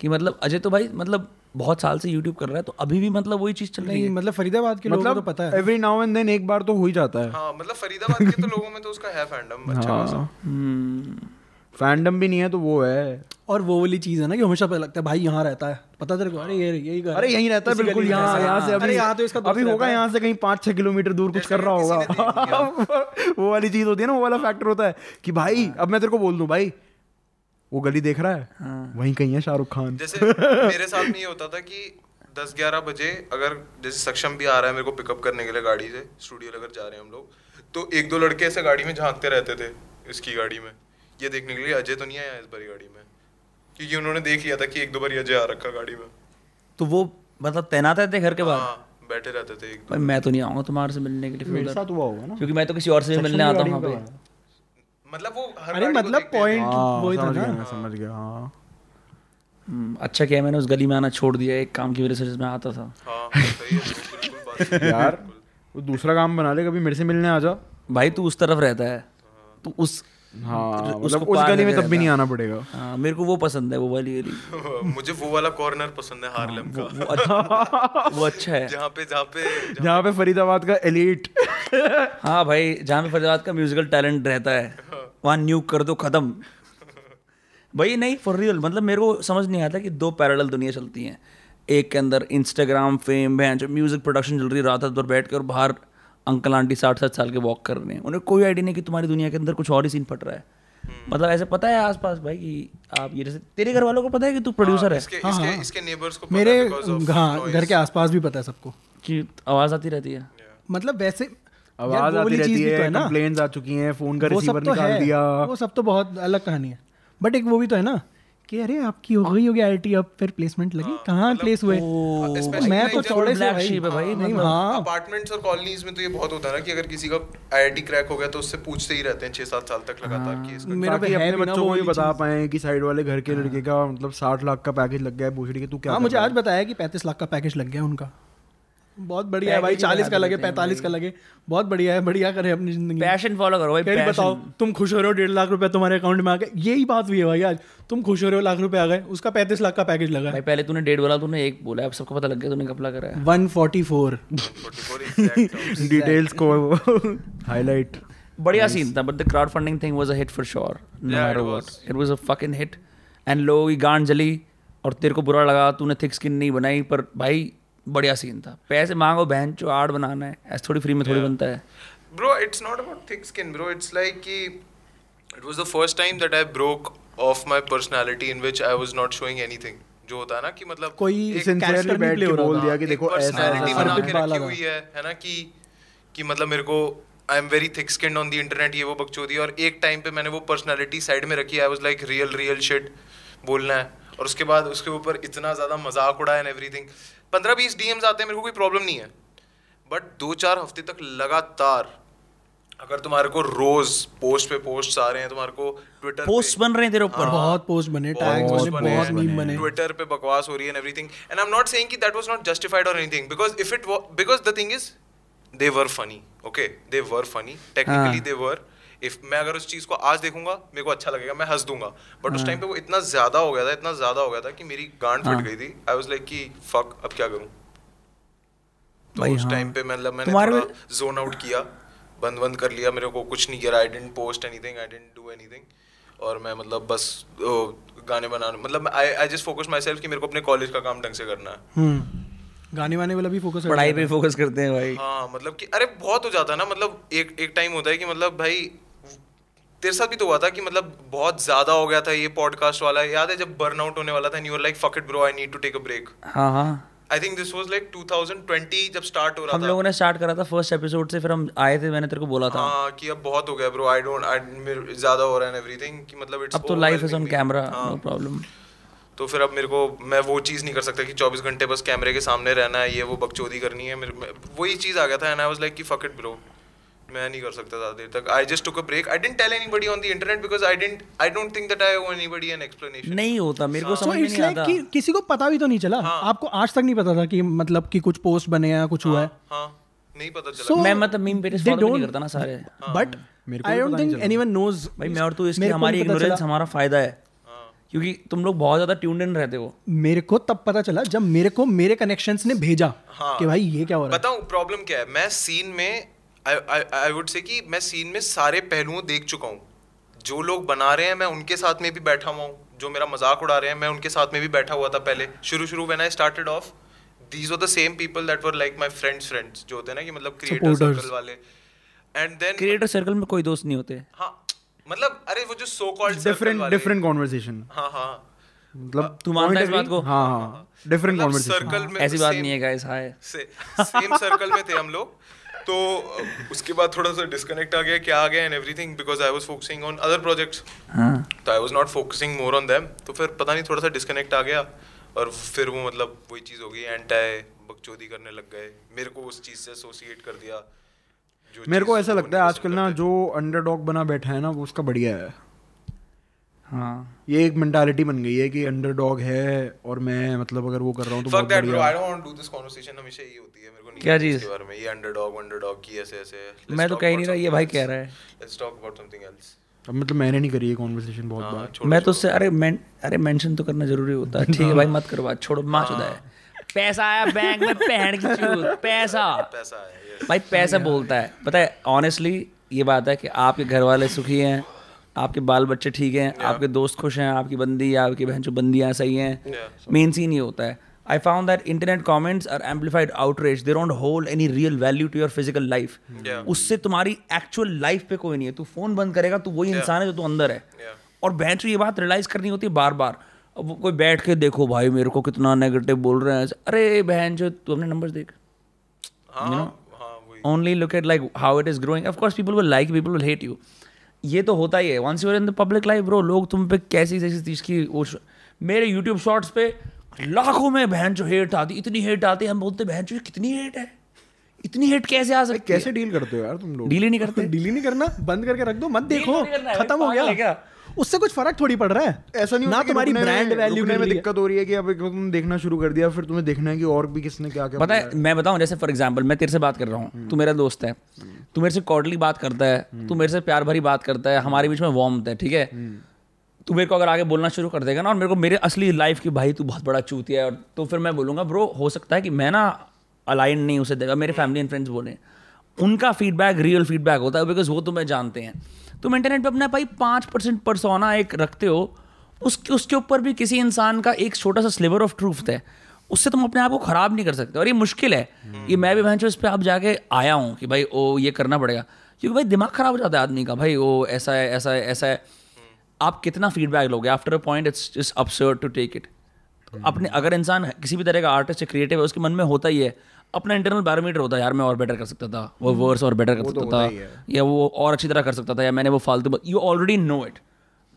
A: कि मतलब अजय तो भाई मतलब बहुत साल से यूट्यूब कर रहा है तो अभी भी मतलब वही चीज़ चल रही है
D: नहीं मतलब फरीदाबाद के लोगों को तो
B: मतलब
D: पता है
B: एवरी नाउ एंड देन एक बार तो हो ही जाता है
C: हाँ मतलब फरीदाबाद के तो लोगों में तो उसका है फैंडम अच्छा खासा
A: हम्म।
B: फैंडम भी नहीं है तो वो है
D: और वो वाली चीज है ना कि हमेशा पता लगता है भाई यहाँ रहता है पता तेरे को अरे ये यही घर है।
B: अरे यहीं रहता है
D: इसी
B: बिल्कुल
D: गली में
B: यहाँ
D: रहता है।
B: यहाँ से अभी
D: अरे यहाँ तो इसका दोस्त
B: अभी
D: रहता
B: होगा
D: है।
B: यहाँ से कहीं पाँच छह किलोमीटर दूर कुछ कर रहा होगा [LAUGHS] वो वाली चीज होती है ना वो वाला फैक्टर होता है कि
D: हाँ।
B: भाई अब मैं तेरे को बोल दूं भाई वो गली देख रहा
D: हाँ।
B: है वहीं कहीं है शाहरुख खान
C: जैसे मेरे साथ में ये होता था कि 10 11 बजे अगर जैसे सक्षम भी आ रहा है मेरे को पिकअप करने के लिए गाड़ी से स्टूडियो अगर जा रहे हैं हम लोग तो एक दो लड़के ऐसे गाड़ी में झांकते रहते थे इसकी गाड़ी में ये देखने के लिए अजय तो नहीं आया इस बारी गाड़ी में क्योंकि उन्होंने देख लिया था कि एक दो बार अजय आ रखा गाड़ी में
A: तो वो मतलब तैनात रहते हैं घर के बाहर
C: हाँ बैठे रहते थे एक
A: भाई मैं तो नहीं आऊंगा तुम्हारे से मिलने के लिए फिर
B: मेरे
A: उधर।
B: साथ हुआ होगा ना अच्छा,
A: क्योंकि मैं तो किसी और से भी मिलने आता हूँ वहाँ पे
C: मतलब वो हर
D: अरे
C: गाड़ी को
D: मतलब
C: देखते थे।
D: पॉइंट
B: हाँ,
D: वही था
B: समझ गया
D: ना
B: मैं समझ गया हाँ
A: हम्म, अच्छा किया मैंने उस गली में आना छोड़ दिया एक काम की वजह से जिसमें आता था
C: हाँ सही है बिल्कुल बात सही है।
B: यार वो दूसरा काम बना ले कभी मेरे से मिलने आ जा
A: भाई तू उस तरफ रहता है तू उस
D: तो
B: हाँ
A: उसको
B: मतलब उस
A: पार
B: गली में
A: करके
B: तब भी नहीं
A: रहता।
B: आना पड़ेगा
A: हाँ, मेरे को वो पसंद है वो वाली गली
C: [LAUGHS] मुझे वो वाला कॉर्नर पसंद है हार्लम का
A: वो
B: [LAUGHS]
A: अच्छा वो अच्छा है
C: जहाँ पे जहाँ पे जहाँ-
B: जहाँ पे फरीदाबाद का
D: [LAUGHS]
B: एलिट
A: हाँ भाई जहाँ पे फरीदाबाद का म्यूजिकल टैलेंट रहता है वहाँ न्यूक कर दो खत्म भाई नहीं फॉर रियल मतलब मेरे को समझ नहीं आता कि दो पैरेलल दुनिया चलती हैं एक के अंदर इंस्टाग्राम फेम भैन जो म्यूजिक प्रोडक्शन चल रही है रात रात भर बैठ के और बाहर अंकल आंटी साठ साठ साल के वॉक कर रहे हैं उन्हें कोई आइडिया नहीं कि तुम्हारी दुनिया के अंदर कुछ और ही सीन फट रहा है मतलब ऐसे पता है आसपास भाई कि आप ये जैसे तेरे घर वालों को पता है कि तू प्रोड्यूसर है
C: हाँ, इसके इसके इसके नेबर्स को पता
D: मेरे
C: है because of
D: हाँ
C: noise.
D: घर के आसपास भी पता है सबको
A: कि आवाज़ आती रहती है
D: मतलब वैसे यार,
B: आवाज
D: वो
B: आती
D: वाली चीज़
B: रहती
D: भी तो
B: है
D: ना
B: कंप्लेन्स आ चुकी हैं फोन का
D: वो
B: रिसीवर
D: सब तो
B: निकाल
D: है
B: दिया
D: वो सब तो बहुत अलग कहानी है बट एक वो भी तो है ना कि अरे आपकी हो गई होगी आई अब फिर प्लेसमेंट लगी
A: हाँ,
D: कहाँ
A: मतलब
D: प्लेस हुए
C: especially
D: मैं
C: like
D: तो
C: जब
D: चौड़े से
A: black sheep है भाई,
D: नहीं,
A: मतलब-
D: हाँ
C: अपार्टमेंट्स और कॉलोनीज में तो ये बहुत होता है ना कि अगर किसी का आईआईटी क्रैक हो गया तो उससे पूछते ही रहते हैं छह सात साल तक लगातार कि इसका
D: मेरा
B: ताकि
D: भी है
B: अपने
D: भी ना
B: बच्चों
D: वो
B: को भी
D: वाली
B: बता पाए कि साइड वाले घर के लड़के का मतलब साठ लाख का पैकेज लग गया है पूछ रही कि तू क्या
D: हाँ
B: कर
D: मुझे
B: रहा
D: आज बताया कि पैंतीस लाख का पैकेज लग गया उनका बहुत बढ़िया है भाई
A: Package ही
D: चालीस का
A: लगा
D: लगे
A: देते हैं
D: पैंतालीस का लगे बहुत बढ़िया है बढ़िया करे अपनी जिंदगी में।
A: पैशन फॉलो करो भाई
D: कहीं
A: passion।
D: बताओ तुम खुश हो रहे हो डेढ़ लाख रुपए तुम्हारे अकाउंट में आ गए यही बात हुई है भाई आज तुम खुश हो रहे हो लाख रुपए आ गए उसका पैंतीस लाख का पैकेज लगा
A: भाई पहले तूने डेढ़ बोला तूने एक बोला अब सबको पता लग गया तूने कपला करा है
D: one forty four
C: 44
D: [LAUGHS]
C: exact terms.
B: है डिटेल्स को [LAUGHS] हाईलाइट
A: बढ़िया सीन था but the crowdfunding thing was a hit for sure no
C: Yeah,
A: matter
C: it
A: what it was a fucking hit and लोगों की गांड जली और तेरे को बुरा लगा तूने थिक स्किन नहीं बनाई पर भाई बढ़िया सीन था पैसे मांगो बहन चो आर्ट बनाना है ऐसे थोड़ी फ्री में थोड़ी बनता है
C: bro it's not about thick skin bro it's like ki, it was the first time that i broke off my personality in which i was not showing anything जो होता है ना कि मतलब
D: कोई
C: एक-
D: sincere
B: सिंसियरली
D: character नहीं
B: बैठ
D: play
B: के
D: हो रहा
B: बोल
D: था।
B: दिया कि
C: एक
B: देखो ऐसा
C: personality
B: ऐसा
C: बना
B: ऐसा।
C: के
D: Arpit Bala
C: रखी
D: का।
C: हुई है है ना कि कि मतलब मेरे को I am very thick skin on the internet ये वो बकचोदी और एक टाइम पे मैंने वो पर्सनालिटी साइड में रखी I was like real real shit बोलना है और उसके बाद उसके ऊपर इतना ज्यादा मजाक उड़ा एंड एवरीथिंग 15 20 डीएम्स आते हैं मेरे को कोई प्रॉब्लम नहीं है बट दो चार हफ्ते तक लगातार अगर तुम्हारे को रोज पोस्ट पे पोस्ट आ रहे हैं तुम्हारे को ट्विटर
A: पोस्ट बन रहे हैं तेरे ऊपर
D: हाँ। बहुत पोस्ट बने टैग्स बने बहुत मीम बने
C: ट्विटर पे बकवास हो रही है and everything and I am not saying कि दैट वाज नॉट जस्टिफाइड और anything because if it because the thing is they were funny okay they were funny technically they were if मैं अगर उस चीज को आज देखूंगा मेरे को अच्छा लगेगा मैं हंस दूंगा बट उस टाइम पे वो इतना ज्यादा हो गया था इतना ज्यादा हो गया था कि मेरी गांड फट गई थी आई वाज लाइक कि फक अब क्या करूं तो
A: भाई
C: उस
A: हाँ।
C: टाइम पे मतलब मैंने
A: तुम्हारे
C: थोड़ा जोन आउट किया बंद बंद कर लिया मेरे को कुछ नहीं किया I didn't post anything I didn't do anything और मैं मतलब बस ओ, गाने बनाने मतलब I I just focus my self कि मेरे को अपने कॉलेज का काम ढंग से करना है
D: हम्म। गाने वाने वाला भी फोकस
A: पढ़ाई पे फोकस करते हैं भाई
C: हाँ मतलब कि अरे बहुत हो जाता है ना मतलब एक एक टाइम होता है कि मतलब भाई तेरे साथ भी तो हुआ था कि मतलब बहुत ज्यादा हो गया था ये पॉडकास्ट वाला याद है जब बर्नआउट होने वाला था and you like fuck it bro I need to take a break
A: हाँ हाँ
C: I think this was like 2020 जब स्टार्ट हो रहा
A: हम
C: था
A: लोगों ने स्टार्ट करा था फर्स्ट एपिसोड से फिर हम आए थे मैंने तेरे को बोला था
C: हाँ कि अब बहुत हो गया ब्रो आई डोंट आई ज्यादा हो रहा है एवरीथिंग कि मतलब इट्स
A: अब तो life is on camera no problem
C: हाँ, तो फिर अब मेरे को मैं वो चीज़ नहीं कर सकता कि 24 घंटे बस कैमरे के सामने रहना है ये वो बकचोदी करनी है मेरे मैं- वही चीज़ आ गया था एंड आई वाज लाइक कि फक इट ब्रो मैं नहीं कर सकता ज़्यादा देर तक I just took a break I didn't tell anybody on the internet because I didn't I don't think that I owe anybody an explanation
A: नहीं होता मेरे को
D: सो
A: समझ में
D: इट्स
A: नहीं
D: लाइक
A: आता
D: अच्छा, कि किसी को पता भी तो नहीं चला आपको आज तक नहीं पता था कि मतलब कि कुछ पोस्ट बने हैं कुछ हुआ है
C: हाँ नहीं पता चला
D: So,
A: मैं मतलब मीम पेजेस
D: they
A: फॉलो नहीं
D: don't-
A: करता ना सारे
D: बट
B: मेरे को
D: आई
B: भी
D: डोंट
B: पता नहीं
D: थिंक एनीवन नोज
A: भाई मैं और तू इसकी हमारी इग्नोरेंस हमारा फायदा है
C: हाँ।
A: क्योंकि तुम लोग बहुत ज्यादा ट्यून्ड इन रहते हो
D: मेरे को तब पता चला जब मेरे को मेरे कनेक्शंस ने भेजा कि भाई ये क्या हो रहा है
C: बताऊं प्रॉब्लम क्या है मैं सीन में आई वुड से कि मैं सीन में सारे पहलुओं देख चुका हूं जो लोग बना रहे हैं मैं उनके साथ में भी बैठा हुआ हूं जो मेरा मजाक उड़ा रहे हैं मैं उनके साथ में भी बैठा हुआ था पहले शुरू शुरू when I started off these were the same people that were like my friends friends जो होते हैं ना कि मतलब क्रिएटर
D: Supporters.
C: सर्कल वाले एंड देन
A: क्रिएटर सर्कल में कोई दोस्त नहीं होते
C: हां मतलब अरे वो जो so called
B: different different conversation
C: हां हां
B: मतलब
A: तू मानता है इस बात
B: point of
A: को? मतलब
B: view- हाँ हाँ डिफरेंट कॉन्वर्सेशन
C: सर्कल मतलब
A: हाँ।
C: में तो
A: ऐसी बात
C: same-
A: नहीं है गाइस हाय
C: सेम सर्कल में थे हम लोग तो अ, उसके बाद थोड़ा सा डिस्कनेक्ट आ गया क्या आ गया and everything because I was focusing on other projects तो I was not focusing more on them तो फिर पता नहीं थोड़ा सा डिस्कनेक्ट आ गया और फिर वो मतलब वही चीज़ हो गई एंटाई बकचोदी करने लग गए मेरे को उस चीज़ से एसोसिएट कर दिया जो
B: मेरे को
C: चीज़
B: ऐसा
C: वो
B: लगता है
C: नहीं
B: आजकल ना जो अंडरडॉग बना बैठा है ना वो उसका बढ़िया है
A: हाँ
B: ये एक मेंटालिटी बन गई है कि अंडरडॉग है और मैं मतलब अगर वो कर रहा हूँ तो
C: पसंद करते।
B: बहुत
C: Fuck that bro,
B: बढ़िया
C: I don't want to do this conversation, हमेशा यही होती है मेरे को नहीं
A: क्या
C: लगता
A: चीज़?
C: इसके बारे में ये अंडरडॉग अंडरडॉग की ऐसे ऐसे Let's
A: मैं तो
C: talk
A: कह ही नहीं
C: about
A: रहा, ये
C: something
A: भाई
C: else.
A: कह रहा है।
C: Let's talk about something else.
B: अब मतलब मैंने नहीं करी ये कॉन्वर्सेशन बहुत
C: हाँ,
B: बार
C: छोड़ो,
A: मैं तो उससे अरे मैं अरे मेंशन तो करना जरूरी होता है ठीक है भाई मत करो बात छोड़ो माँ चुदा
C: हाँ।
A: है पैसा आया बैंक में पहन की चूत, पैसा
C: [LAUGHS] पैसा है yes.
A: भाई पैसा बोलता है पता है ऑनेस्टली ये बात है कि आपके घर वाले सुखी हैं आपके बाल बच्चे ठीक हैं आपके दोस्त खुश हैं आपकी बंदी आपकी बहन जो बंदियाँ सही हैं मेन सीन ये होता है I found that internet comments are amplified outrage they don't hold any real value to your physical life उससे तुम्हारी एक्चुअल लाइफ पे कोई नहीं है तू फोन बंद करेगा तू वही इंसान है जो तू अंदर है और बहन ये बात रियलाइज करनी होती है बार बार अब वो कोई बैठ के देखो भाई मेरे को कितना नेगेटिव बोल रहे हैं अरे बहन जो तू अपने नंबर्स देख
C: हाँ हाँ वही
A: only look at like how it is growing of course people will like you, people will hate you ये तो होता ही है once you're in the public life bro लोग तुम पे कैसी कैसी चीज की वो श- मेरे यूट्यूब शॉर्ट्स पे लाखों में बहन जो हेट आती इतनी हेट आती हम बोलते बहन जो कितनी हेट है इतनी हेट कैसे आ सकती
B: कैसे डील करते हो यार तुम लोग
A: डील ही नहीं करते
D: डिली नहीं करना बंद करके रख दो मत देखो
A: नहीं करना है,
D: खत्म हो
A: पागल है
D: गया
A: क्या?
D: उससे कुछ फर्क थोड़ी पड़ रहा है
B: ऐसा नहीं
D: ना
B: होता कि
D: तुम्हारी
B: रुकने
D: ब्रांड
B: में-
D: वैल्यू
B: रुकने में दिक्कत हो रही है कि अब एक बार तुम देखना शुरू कर दिया फिर तुम्हें देखना है कि और भी किसने क्या क्या
A: पता
B: बोला
A: है मैं बताऊं जैसे फॉर एग्जाम्पल मैं तेरे से बात कर रहा हूँ तू मेरा दोस्त है तू मेरे से कॉडली बात करता है तू मेरे से प्यार भरी बात करता है हमारे बीच में वार्म है ठीक है तू मेरे को अगर आगे बोलना शुरू कर देगा ना और मेरे को मेरे असली लाइफ की भाई तू बहुत बड़ा चूतिया है और तो फिर मैं बोलूंगा ब्रो हो सकता है कि मैं ना अलाइन नहीं उसे देगा मेरे फैमिली एंड फ्रेंड्स बोले उनका फीडबैक रियल फीडबैक होता है बिकॉज वो तुम्हें जानते हैं तुम इंटरनेट पर अपना भाई पाँच परसेंट परसोना एक रखते हो उसके उसके ऊपर भी किसी इंसान का एक छोटा सा स्लिवर ऑफ ट्रूथ है उससे तुम अपने आप को खराब नहीं कर सकते और ये मुश्किल है ये मैं भी भैंसो इस पर आप जाके आया हूँ कि भाई ओ ये करना पड़ेगा क्योंकि भाई दिमाग खराब हो जाता है आदमी का भाई वो ऐसा है ऐसा है ऐसा है आप कितना फीडबैक लोगे after a point it's just absurd to take it अपने अगर इंसान है- किसी भी तरह का आर्टिस्ट या क्रिएटिव है उसके मन में होता ही है अपना इंटरनल बैरोमीटर होता है यार मैं और बेटर कर सकता था वो वर्स और बेटर कर सकता था या वो और अच्छी तरह कर सकता था या मैंने वो फालतू यू ऑलरेडी नो इट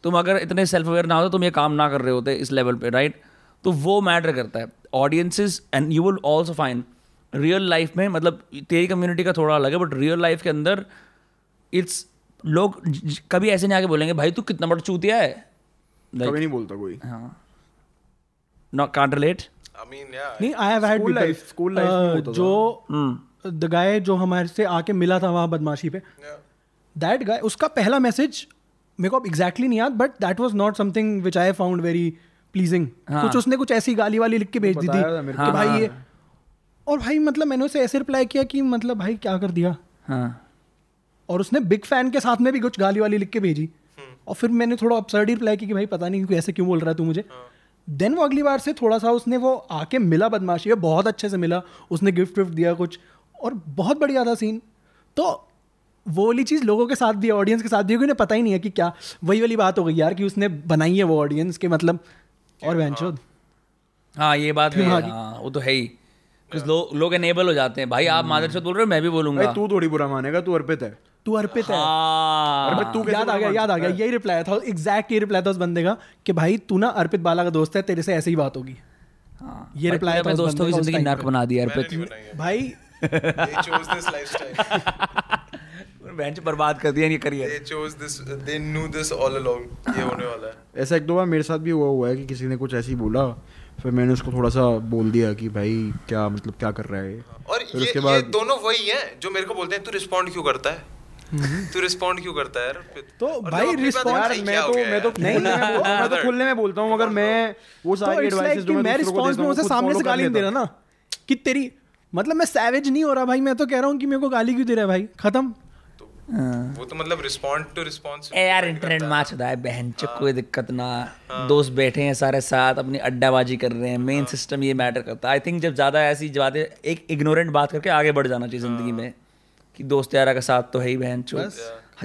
A: तुम अगर इतने सेल्फ अवेयर ना हो तो तुम ये काम ना कर रहे होते इस लेवल पे राइट तो वो मैटर करता है audiences and you will also find real life में मतलब तेरी कम्युनिटी का थोड़ा अलग है बट रियल लाइफ के अंदर इट्स लोग ज- ज- कभी ऐसे नहीं आके बोलेंगे भाई तू कितना बड़ा चूतिया है हाँ।
B: कभी नहीं बोलता कोई
A: not can't relate
C: I mean या
D: नहीं I have had
B: School life- school life में होता था।
D: uh, जो द गाय जो हमारे से आके मिला था वहां बदमाशी पे दैट गाय उसका पहला मैसेज मेरे को अब एग्जैक्टली नहीं याद but that was not something which I found very pleasing
A: हाँ।
D: कुछ उसने कुछ ऐसी गाली वाली लिख के भेज दी थी
B: बताया था मेरे
D: कि भाई ये और भाई मतलब मैंने उसे ऐसे रिप्लाई किया कि मतलब भाई क्या कर दिया
A: हाँ
D: और उसने बिग फैन के साथ में भी कुछ गाली वाली लिख के भेजी
A: हम्म।
D: और फिर मैंने थोड़ा अपसर्ड ही रिप्लाई की कि भाई पता नहीं कि ऐसे क्यों बोल रहा है तू मुझे
A: हाँ।
D: देन वो अगली बार से थोड़ा सा उसने वो आके मिला बदमाशी है बहुत अच्छे से मिला उसने गिफ्ट विफ्ट दिया कुछ और बहुत बढ़िया था सीन तो वो वाली चीज़ लोगों के साथ भी ऑडियंस के साथ भी है, कि उन्हें पता ही नहीं है कि क्या वही वाली बात हो गई यार कि उसने बनाई है वो ऑडियंस के मतलब और वैनचोद
A: हाँ ये बात भी है,
D: दिमागी।
A: हाँ वो तो है ही कुछ लोग लोग एनेबल हो जाते हैं भाई
D: हम्म।
A: आप मादर बोल रहे हो मैं भी बोलूंगा
B: भाई तू थोड़ी बुरा मानेगा तू अर्पित है
D: तू अर्पित तो है
A: हाँ
B: अर्पित तू कैसे हाँ।
D: याद आ
B: बुरा
D: गया
B: मान
D: याद आ
B: सकता
D: गया
B: है?
D: यही रिप्लाई था एग्जैक्ट ये रिप्लाई था उस बंदे का कि भाई तू ना अर्पित बाला का दोस्त है तेरे से ऐसे ही बात होगी
A: हाँ।
D: ये
A: भाई,
D: reply
A: तूने अपने
D: था उस
A: दोस्तों की
D: बंदे का उस
A: जिंदगी
D: time
A: नर्क
D: पे।
A: बना दी
C: मैंने नहीं
A: अर्पित
C: बनाई है
D: भाई [LAUGHS]
C: they chose this lifestyle
A: [LAUGHS] bench बर्बाद कर दिया ये career
C: they chose this they knew this all along ये होने वाला है
B: ऐसा एक दो बार मेरे साथ भी हुआ हुआ है कि किसी ने कुछ ऐसी बोला फिर मैंने उसको थोड़ा सा बोल दिया कि भाई क्या मतलब क्या कर रहा है ये?
C: और
B: फिर
C: ये,
B: उसके
C: ये
B: बाद
C: दोनों वही हैं जो मेरे को बोलते हैं तू रिस्पोंड क्यों करता
B: हम्म।
C: है तू रिस्पोंड क्यों करता है यार अर्पित?"
D: तो
C: और जब
D: भाई
C: अपनी बात
D: respond-
C: है,
B: यार
C: "भाई,
B: मैं
C: क्या हो
B: तो
C: गया
B: मैं तो खुलने
C: यार?"
B: में बोलता हूँ, मैं तो
C: Brother,
B: खुलने में बोलता हूँ अगर मैं वो
D: तो
B: सारी
D: इट्स
B: एडवाइसेस
D: लाइक
B: जो
D: कि मैं
B: मैं दूसरों को
D: रिस्पॉन्स
B: देता
D: में
B: हूँ
D: उसे
B: खुद
D: सामने
B: follow
D: से
B: कर
D: गाली नहीं
B: लेता
D: दे रहा
B: हूँ।
D: ना कि तेरी मतलब मैं सैवेज नहीं हो रहा भाई मैं तो कह रहा हूँ कि मेरे को गाली क्यों दे रहा है भाई खत्म
C: तो वो तो मतलब रिस्पोंड टू रिस्पॉन्स
A: ए यार इंटरनेट मैच होता है बहन चो कोई दिक्कत ना दोस्त बैठे हैं सारे साथ अपनी अड्डाबाजी कर रहे हैं मेन सिस्टम ये मैटर करता है आई थिंक जब ज़्यादा ऐसी बातें एक इग्नोरेंट बात करके आगे बढ़ जाना चाहिए ज़िंदगी में कि दोस्त यारा का साथ तो है ही बहन चो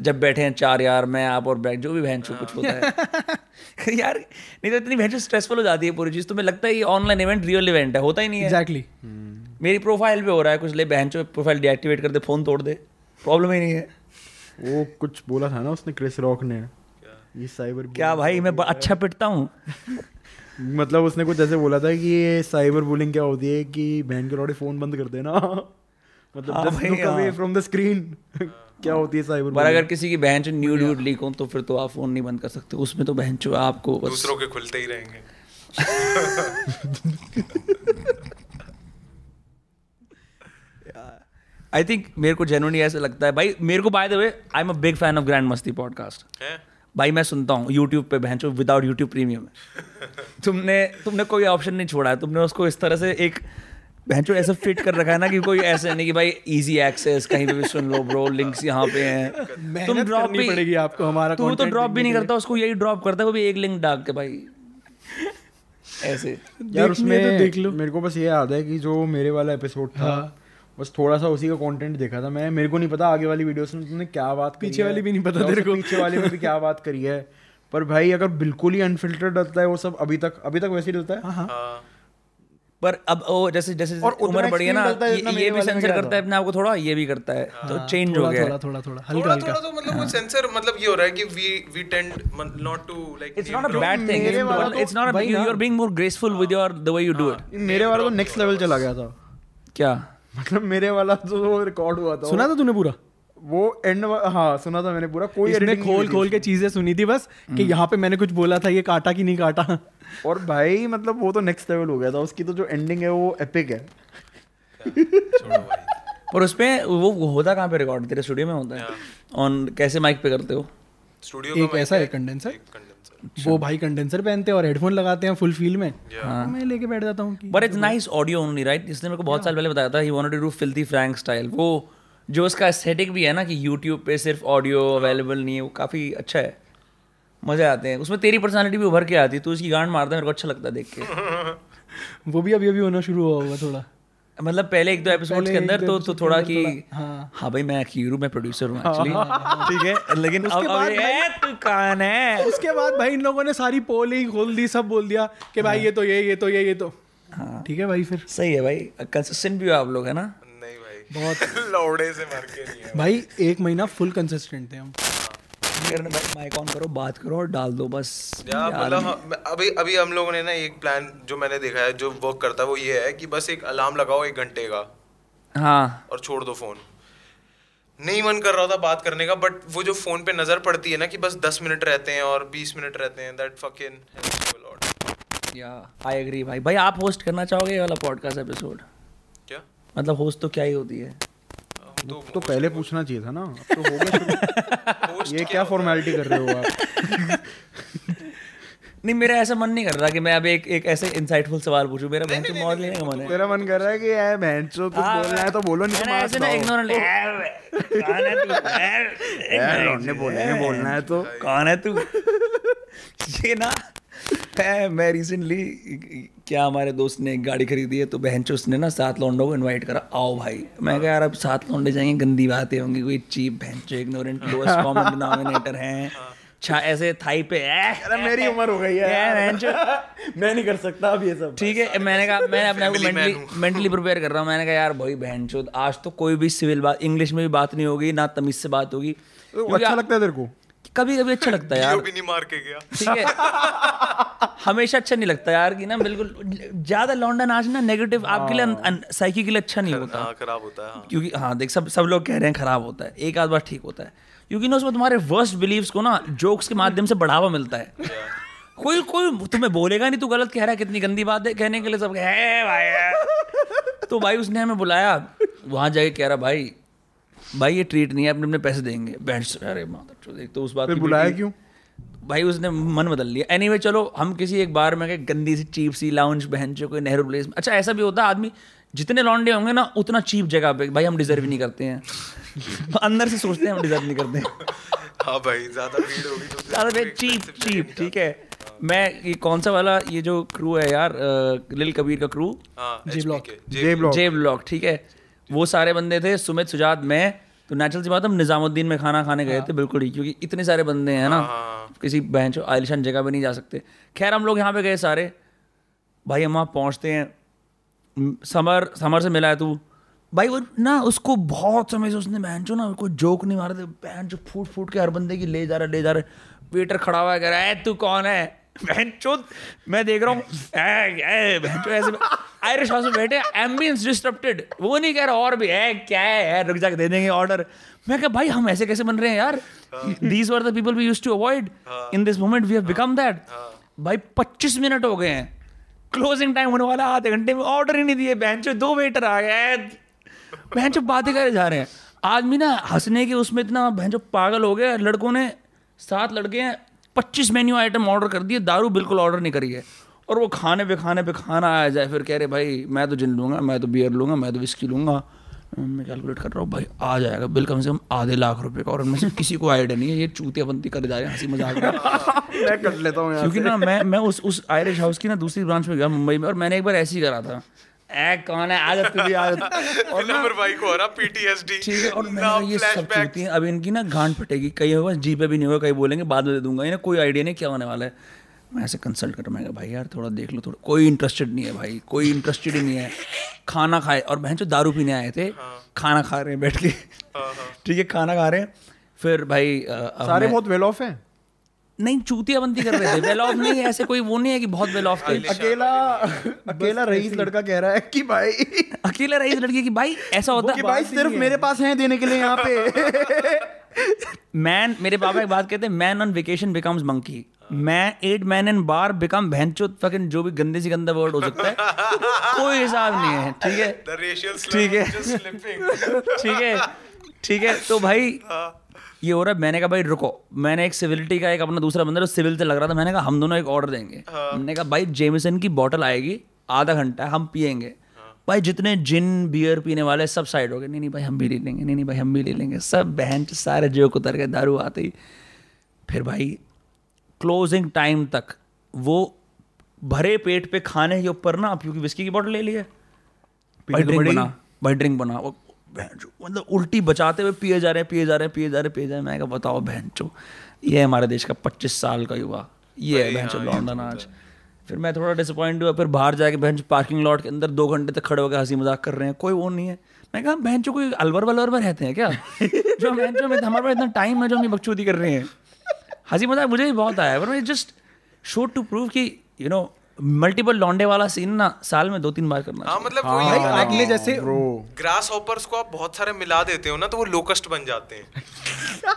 A: जब बैठे हैं चार यार मैं आप और बैठ जो भी बहन चो कुछ होता है [LAUGHS] यार नहीं तो इतनी बहन स्ट्रेसफुल हो जाती है पूरी चीज़ तो मैं लगता है ये ऑनलाइन इवेंट रियल इवेंट है होता ही नहीं है
D: एग्जैक्टली
A: मेरी प्रोफाइल पे हो रहा है कुछ ले बहन चो प्रोफाइल डीएक्टिवेट कर दे फ़ोन तोड़ दे प्रॉब्लम ही नहीं है
B: वो कुछ बोला था ना उसने क्रिस रॉक ने ये साइबर
A: क्या भाई मैं ब- अच्छा पिटता हूँ
B: मतलब उसने कुछ ऐसे बोला था कि ये साइबर बुलिंग क्या होती है कि बहन के लौटे फोन बंद कर देना मतलब
A: हाँ
B: just
A: भाई,
B: look away
A: हाँ।
B: from the screen [LAUGHS] क्या होती है साइबर
A: पर अगर किसी की बहन न्यू ड्यूड लीक हो तो फिर तो आप फोन नहीं बंद कर सकते उसमें तो बहन आपको बस
C: दूसरों के खुलते ही रहेंगे
A: आई थिंक मेरे को जेनुअनली ऐसा लगता है भाई मेरे को by the way I am a big fan of Grand Masti podcast
C: हैं
A: भाई मैं सुनता हूँ यूट्यूब पे बहन विदाउट यूट्यूब प्रीमियम [LAUGHS] तुमने तुमने कोई ऑप्शन नहीं छोड़ा है तुमने उसको इस तरह से एक बहन ऐसे फिट कर रखा है ना कि कोई ऐसे नहीं कि भाई इजी एक्सेस कहीं पे भी सुन लो ब्रो लिंक्स यहाँ पे हैं
D: मेहनत करनी पड़ेगी आपको हमारा
A: तू तो
D: content
A: ड्रॉप भी
D: देखने
A: नहीं
D: के
A: करता उसको यही ड्रॉप करता है वो भी एक लिंक डाल के
D: [LAUGHS]
A: भाई ऐसे
B: यार
D: देखनी है
B: उसमें
D: तो देख लो। हाँ।
B: मेरे को बस ये याद है कि जो मेरे वाला एपिसोड था बस थोड़ा सा उसी का कंटेंट देखा था मैं मेरे को नहीं पता आगे वाली वीडियोस में तुमने क्या बात करी
D: पीछे
B: है।
D: वाली भी नहीं पता
B: या
D: तेरे
B: उससे
D: को।
B: पीछे वाले में भी
D: [LAUGHS]
B: क्या बात करी है पर भाई अगर बिल्कुल ही अनफिल्टर्ड रहता है वो सब अभी तक अभी तक वैसे ही रहता है
D: हाँ हाँ
C: हाँ
A: पर अब वो जैसे जैसे
B: और उतना
A: उम्र बढ़ी है ना
B: experience लगता है जितना
A: ये, ये भी
B: मेरे वाले हाँ, में
A: सेंसर
B: गया
A: करता है अपने आप को थोड़ा ये भी करता है तो चेंज हो
D: हाँ, थोड़ा
A: गया
D: थोड़ा
A: है
D: थोड़ा थोड़ा हल्का
C: थोड़ा
D: हल्का
C: थोड़ा तो मतलब
A: हाँ।
C: वो सेंसर मतलब ये हो रहा है कि we we tend not to like
A: it's not a bad thing
B: मेरे वाला तो
A: इट्स नॉट
D: वही
A: यू
D: ना।
A: Are being more graceful with your the way you do it
B: मेरे वाला तो नेक्स्ट लेवल चला गया था
A: क्या
B: मतलब मेरे वाला तो वो रिकॉर्ड हुआ था
D: सुना था तूने पूरा
B: वो एंड हाँ सुना था मैंने पूरा कोई
D: इसने
B: editing नहीं
D: खोल
B: हुई थी
D: खोल के चीजें सुनी थी बस कि यहाँ पे मैंने कुछ बोला था ये काटा कि नहीं काटा
B: उसमें। और भाई मतलब वो तो नेक्स्ट लेवल हो गया था उसकी तो जो एंडिंग है वो एपिक है
C: छोड़ो भाई
A: पर उसमें वो वो होता कहाँ पे रिकॉर्ड तेरे स्टूडियो में होता है ऑन कैसे माइक पे करते हो
C: स्टूडियो
D: एक ऐसा है कंडेंसर
C: कंडेंसर
D: वो भाई कंडेंसर पहनते हैं और हेडफोन लगाते हैं फुल फील में तो मैं लेके बैठ जाता हूँ कि
A: but it's nice audio only right इसने मेरे को बहुत साल पहले बताया था he wanted to do Filthy Frank style वो जो उसका एस्थेटिक भी है ना कि यूट्यूब पे सिर्फ ऑडियो अवेलेबल नहीं है वो काफ़ी अच्छा है मज़े आते हैं उसमें तेरी पर्सनालिटी भी उभर के आती है तो उसकी गांड मारता है मेरे को अच्छा लगता है देख के [LAUGHS]
D: वो भी अभी अभी होना शुरू हुआ होगा थोड़ा
A: मतलब पहले एक दो एपिसोड के
D: एक
A: अंदर
D: दो
A: तो तो
D: episode के
A: थोड़ा
D: अंदर
A: कि
D: थोड़ा, हाँ।
A: हाँ भाई मैं अखीरू मैं प्रोड्यूसर हूँ एक्चुअली [LAUGHS] ठीक है लेकिन अब
D: उसके
A: अब
D: बाद
A: ये, "ए, तू कान है
D: [LAUGHS] उसके बाद भाई इन लोगों ने सारी पोल ही खोल दी सब बोल दिया कि भाई ये तो ये ये तो ये ये तो ठीक है भाई फिर
A: सही है भाई कंसिस्टेंट भी हो आप लोग है ना
C: नहीं भाई [LAUGHS] बहुत से मार के नहीं है
D: भाई एक महीना फुल कंसिस्टेंट थे हम
A: हाँ, करने भाई माइक ऑन करो बात करो और डाल दो बस
C: या मतलब हम- मैं- अभी अभी हम लोगों ने ना एक प्लान जो मैंने देखा है जो वर्क करता है वो ये है कि बस एक अलार्म लगाओ एक घंटे का
A: हाँ
C: और छोड़ दो फोन नहीं मन कर रहा था बात करने का बट वो जो फोन पे नजर पड़ती है ना कि बस 10 मिनट रहते हैं और 20 मिनट रहते हैं दैट फकिंग
A: या आई एग्री भाई भाई आप होस्ट करना चाहोगे ये वाला पॉडकास्ट एपिसोड
C: क्या
A: मतलब होस्ट तो क्या ही होती है
C: हम तो
B: तो पहले पूछना चाहिए था ना अब तो हो
C: [LAUGHS]
B: गया शुरू। ये क्या फॉर्मेलिटी कर रहे हो आप
A: नहीं मेरा ऐसा मन नहीं कर रहा कि मैं अब एक एक ऐसे इंसाइटफुल सवाल पूछूं मेरा बहन से मौज लेने का मन है
B: तेरा मन कर रहा है कि यार बहन चो कुछ
A: हाँ,
B: बोलना है तो बोलो नहीं तो
A: मैंने
B: मार
A: ऐसे ना ignorant [LAUGHS] ले- "ऐ, कौन है तू? ऐ,
B: यार रोने बोलना है बोलना है तो
A: कौन है तू ये ना मैं- मैं रिसेंटली क्या हमारे दोस्त ने एक गाड़ी खरीदी है तो बहन चो उसने ना सात लौंडों को इनवाइट करा आओ भाई मैं कहा यार अब सात लौंडे जाएंगे गंदी बातें होंगी कोई चीप बहन चो इग्नोरेंट [LAUGHS] लोएस्ट कॉमन डिनोमिनेटर हैं छा ऐसे थाई पे
B: अरे [LAUGHS] [LAUGHS] मेरी उम्र हो गई है
A: यार,
B: यार।
A: बहन चो [LAUGHS]
B: मैं नहीं कर सकता अब ये [LAUGHS] सब
A: ठीक है मैंने कहा मैंने अपने आप को
C: Family man
A: mentally mentally prepare कर रहा हूँ मैंने कहा यार भाई बहन चो आज तो कोई भी सिविल बात इंग्लिश में भी बात नहीं होगी ना तमीज से बात होगी
B: तो
A: क्योंकि
B: अच्छा
A: आ-
B: लगता है तेरे को
A: कभी कभी अच्छा लगता है यार
C: [LAUGHS] यार भी नहीं मार के गया
A: ठीक है हमेशा अच्छा नहीं लगता यार कि ना बिल्कुल ज्यादा लौंडा नाच ना नेगेटिव आपके लिए साइकी के लिए अच्छा नहीं होता
C: हाँ खराब होता है हाँ
A: क्योंकि हाँ देख सब सब लोग कह रहे हैं खराब होता है एक आध बार ठीक होता है क्योंकि ना उसमें तुम्हारे वर्स्ट बिलीव्स को ना जोक्स के माध्यम से बढ़ावा मिलता है कोई कोई तुम्हें बोलेगा नहीं तू गलत कह रहा है कितनी गंदी बात है कहने के लिए सब कहे, "ए, भाई तो भाई उसने हमें बुलाया वहां जाके कह रहा भाई भाई ये ट्रीट नहीं है अपने अपने पैसे देंगे बैंड अरे माता चो, देख तो उस बात
B: फिर
A: की
B: बुलाया
A: पीटी-
B: क्यों
A: भाई उसने मन बदल लिया एनीवे anyway, चलो हम किसी एक बार में गए, गंदी सी चीप सी लाउंज बहन जो कोई नेहरू प्लेस में अच्छा ऐसा भी होता है आदमी जितने लॉन्डे होंगे ना उतना चीप जगह पे भाई हम डिजर्व ही नहीं करते हैं [LAUGHS] अंदर से सोचते हैं हम डिजर्व नहीं करते हैं
C: [LAUGHS] हाँ भाई ज्यादा भीड़ होगी तो
A: अरे भाई चीप चीप ठीक है मैं ये कौन सा वाला ये जो क्रू है यार अ, लिल कबीर का क्रू
C: हाँ
D: जी block.
B: J block
A: J block ठीक है वो सारे बंदे थे सुमित सुजात मैं तो नेचुरल सी बात है, हम निजामुद्दीन में खाना खाने गए थे बिल्कुल ही क्योंकि इतने सारे बंदे हैं ना किसी बहन चो आलिशान जगह पे नहीं जा सकते खैर हम लोग यहाँ पे गए सारे भाई हम वहाँ पहुँचते हैं म, समर समर से मिला है तू भाई वो ना उसको बहुत समय से उसने बहन चो ना कोई जोक नहीं मारा था बहन चो फूट फूट के हर बंदे की ले जा रहा ले जा रहा वेटर खड़ा हुआ है कह रहा है "ए, तू कौन है बहन चो मैं देख रहा हूँ बहन चो ऐसे आयरिश हाउस में बैठे एम्बियंस डिस्टर्बटेड वो नहीं कह रहा और भी है क्या है यार रुक जाके दे देंगे ऑर्डर मैं कहा भाई हम ऐसे कैसे बन रहे हैं यार these were the people we used to avoid in this moment we have become that भाई पच्चीस मिनट हो गए हैं क्लोजिंग टाइम होने वाला है, आधे घंटे में ऑर्डर ही नहीं दिए बहन चो दो वेटर आ गए बहन चो बातें करे जा रहे हैं आदमी ना हंसने के उसमें इतना बहन चो पागल हो गया लड़कों ने सात लड़के हैं पच्चीस मेन्यू आइटम ऑर्डर कर दिए दारू बिल्कुल ऑर्डर नहीं करी है और वो खाने पे खाने पे खाना आया जाए फिर कह रहे भाई मैं तो जिन लूंगा मैं तो बियर लूंगा मैं तो विस्की लूंगा मैं कैलकुलेट कर रहा हूँ भाई आ जाएगा बिल कम से कम आधे लाख रुपए का और उनमें से किसी को आइडिया नहीं है ये चूतियाबंदी कर जा रहे हैं हंसी मजाक में।
B: मैं कट लेता हूँ यहाँ
A: क्योंकि ना मैं मैं उस उस आयरिश हाउस की ना दूसरी ब्रांच में गया मुंबई में और मैंने एक बार ऐसे ही करा था ए कौन है आदत तुझे आदत
C: [LAUGHS] और नंबर भाई को हो रहा पीटीएसडी
A: ठीक है और मैंने कहा, ये सब चूती हैं अब इनकी ना गांड फटेगी कई होगा जी पे भी नहीं होगा कई बोलेंगे बाद में दे दूंगा इन्हें कोई आइडिया नहीं क्या होने वाला है मैं ऐसे कंसल्ट कर रहा हूं, मैं कहा, भाई यार थोड़ा देख लो थोड़ा कोई इंटरेस्टेड नहीं है भाई कोई इंटरेस्टेड ही नहीं है खाना खाए और बहन जो दारू पीने आए थे खाना खा रहे हैं बैठ के ठीक है खाना खा रहे हैं फिर भाई अ, अब
B: सारे
A: मैं-
B: बहुत वेल ऑफ हैं
A: नहीं चूतियाबंदी कर रहे थे वेल ऑफ नहीं है ऐसे कोई वो नहीं है कि बहुत वेल ऑफ थे
B: अकेला [LAUGHS] अकेला रईस लड़का कह रहा है कि भाई
A: [LAUGHS] अकेला रही इस लड़की की भाई ऐसा होता
B: कि भाई सिर्फ मेरे पास हैं देने के लिए यहाँ
C: [LAUGHS]
B: पे [LAUGHS]
A: मैन मेरे पापा एक बात कहते हैं man on vacation becomes monkey मैं at man and bar becomes भैंचो फकिंग जो भी गंदे से गंदा वर्ड हो सकता है कोई हिसाब नहीं है ठीक है
C: The racial slur
A: ठीक है
C: just
A: [LAUGHS]
C: slipping.
A: ठीक है ठीक है तो भाई ये हो रहा है मैंने कहा भाई रुको मैंने एक सिविलिटी का एक अपना दूसरा बंदा जो सिविल से लग रहा था मैंने कहा हम दोनों एक ऑर्डर देंगे मैंने कहा भाई जेमिसन की बॉटल आएगी आधा घंटा हम पियेंगे भाई जितने जिन बियर पीने वाले सब साइड हो गए नहीं नहीं भाई हम भी ले लेंगे नहीं नहीं भाई हम भी ले लेंगे सब बहन के सारे जो उतर गए दारू आते ही फिर भाई क्लोजिंग टाइम तक वो भरे पेट पे खाने के ऊपर ना क्योंकि विस्की की बॉटल ले ली है भाई
B: तो
A: ड्रिंक
B: बड़ी-
A: बना भाई ड्रिंक बना वो बहन चो, मतलब उल्टी बचाते हुए पिए जा रहे हैं पिए जा रहे हैं पिए जा रहे हैं पिए जा रहे हैं मैं कहा बताओ बहन चो ये है हमारे देश का पच्चीस साल का युवा हाँ, ये तो है बहन चो लॉन्डन आज फिर मैं थोड़ा डिसअपॉइंट हुआ फिर बाहर जाके बहन पार्किंग लॉट के अंदर दो घंटे तक खड़े होकर हंसी मजाक कर रहे हैं कोई वो नहीं है मैं कहा बहन चो कोई अलवर वलवर में रहते हैं [LAUGHS] क्या जो बहन चो में हमारे पास इतना टाइम है जो हम ये बकचोदी कर रहे हैं हंसी मजाक मुझे भी बहुत आया पर मैं जस्ट शो टू प्रूव कि यू नो मल्टीपल लॉन्डे वाला सीन ना साल में दो तीन बार करना
C: हाँ
A: चाहिए।
C: मतलब वही होता है
A: हाँ,
D: अगले जैसे
C: ग्रास हॉपर्स को आप बहुत सारे मिला देते हो ना तो वो लोकस्ट बन जाते हैं [LAUGHS]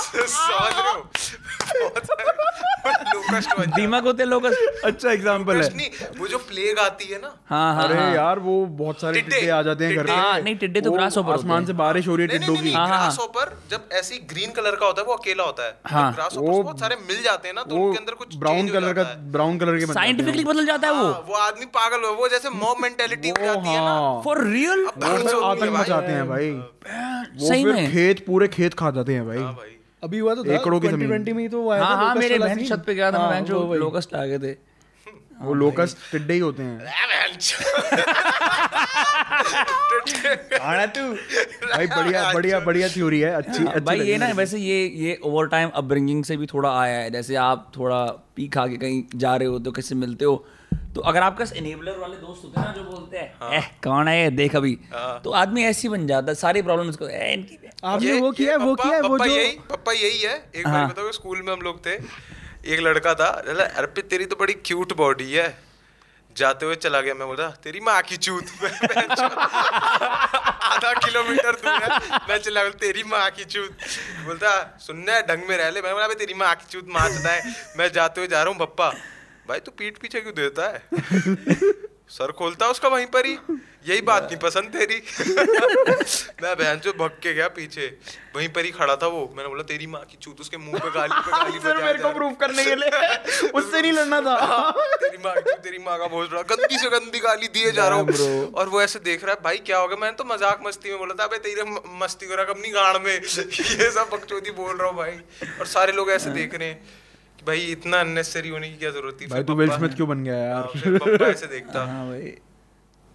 C: समझ रहे हो बहुत सारे
A: [LAUGHS]
C: लोकस्ट बन जाते हैं
A: दीमक होते लोग
B: अच्छा एग्जाम्पल
C: Locust नहीं वो जो प्लेग आती है ना
A: हाँ हाँ
B: अरे यार वो बहुत सारे
C: टिड्डे,
B: टिड्डे आ जाते हैं घर
C: टिड्डे।
A: हाँ, नहीं, टिड्डे तो
B: वो
A: grasshopper होते
B: आसमान
A: हैं।
B: से बारिश हो रही है
C: नहीं नहीं
B: टिड्डों
C: नहीं
A: हाँ,
B: की
C: ग्रास हॉपर जब ऐसी ग्रीन कलर का होता है वो अकेला होता है
A: हाँ।
C: ग्रास
B: वो-
C: हॉपर बहुत सारे मिल जाते हैं ना तो उनके अंदर कुछ
B: ब्राउन
C: change हो
B: कलर का
C: जाता है।
B: ब्राउन कलर के बन जाते हैं
A: साइंटिफिकली बदल जाता है
C: हाँ,
A: वो
C: वो आदमी पागल हो वो जैसे मॉब मेंटेलिटी हो
B: वो,
C: जाती है ना
B: हाँ।
A: फॉर रियल
B: वो
C: अब
D: तो
C: भाग
B: फिर
C: जाओगे
B: आतंक
C: भाई।
B: मचाते हैं भाई वो
A: तो सही
B: फिर
A: में
B: खेत पूरे खेत खा जाते हैं भाई
C: हाँ भाई
D: अभी हुआ तो था,
B: एकड़ों की जमीन।
D: 2020 में ही तो वो आया
A: हाँ
D: था
A: हाँ
D: locust
A: मेरे
D: वाला
A: बहन
D: scene।
A: छत पे गया था
D: हाँ,
A: मैं
D: वो
A: जो
D: वही।
A: लोकस्ट आ गए थे हाँ
B: वो लोकस टिड्डे ही होते हैं भाई बढ़िया बढ़िया बढ़िया थ्योरी है अच्छी अच्छी
A: अच्छा। हाँ, भाई
B: लगी
A: ये ना
B: मुझे।
A: वैसे ये ये ओवर टाइम अपब्रिंगिंग से भी थोड़ा आया है जैसे आप थोड़ा पी खा के कहीं जा रहे हो तो किसी मिलते हो तो अगर आपके पास एनेबलर वाले दोस्त होते हैं ना जो बोलते हैं
B: हाँ।
A: "एह, कौन है ये? देख अभी तो आदमी ऐसे ही बन जाता है सारी प्रॉब्लम उसको "एह, इनकी
D: आपने
C: ये-
D: वो
C: ये
D: किया है, वो
C: पप्पा-
D: किया है, वो
C: पप्पा
D: जो हाँ।
C: यही पप्पा यही है एक बार बताओ स्कूल में हम लोग थे एक लड़का था बोला, अर्पित तेरी तो बड़ी क्यूट बॉडी है जाते हुए चला गया मैं बोला तेरी माँ की चूत मैं- [LAUGHS] मैं आधा किलोमीटर दूर है मैं चला गया तेरी माँ की चूत बोलता सुनना है ढंग में रह ले मैं बोला "अबे, तेरी माँ की चूत माँ चुदा है मैं जाते हुए जा रहा हूँ पप्पा भाई तू पीठ पीछे क्यों देता है सर खोलता उसका वहीं पर ही यही बात नहीं पसंद तेरी
B: [LAUGHS]
C: मैं बहन जो भग के गया पीछे वहीं पर ही खड़ा था वो मैंने बोला तेरी माँ की चूत उसके मुंह पे गाली पे
B: [LAUGHS]
C: गाली
B: फिर
C: बजा
B: मेरे को
C: जा- हाँ,
B: प्रूव करने के लिए उससे नहीं लड़ना था
C: तेरी माँ की चूत, तेरी माँ का भोज रहा गंदी से गंदी गाली दिए जा रहा हूँ और वो ऐसे देख रहा है भाई क्या हो गया मैंने तो मजाक मस्ती में बोला था अबे तेरे म- मस्ती हो रहा है अपनी गाड़ में [LAUGHS] ये सब बकचोदी बोल रहा हूँ भाई और सारे लोग ऐसे देख रहे हैं कि भाई इतना अननेसेसरी होने की क्या जरूरत थी
B: भाई
C: फिर
B: तू विल
C: पप्पा-
B: स्मिथ क्यों बन गया
C: हाँ,
B: यार
C: फिर पप्पा ऐसे देखता
A: हाँ भाई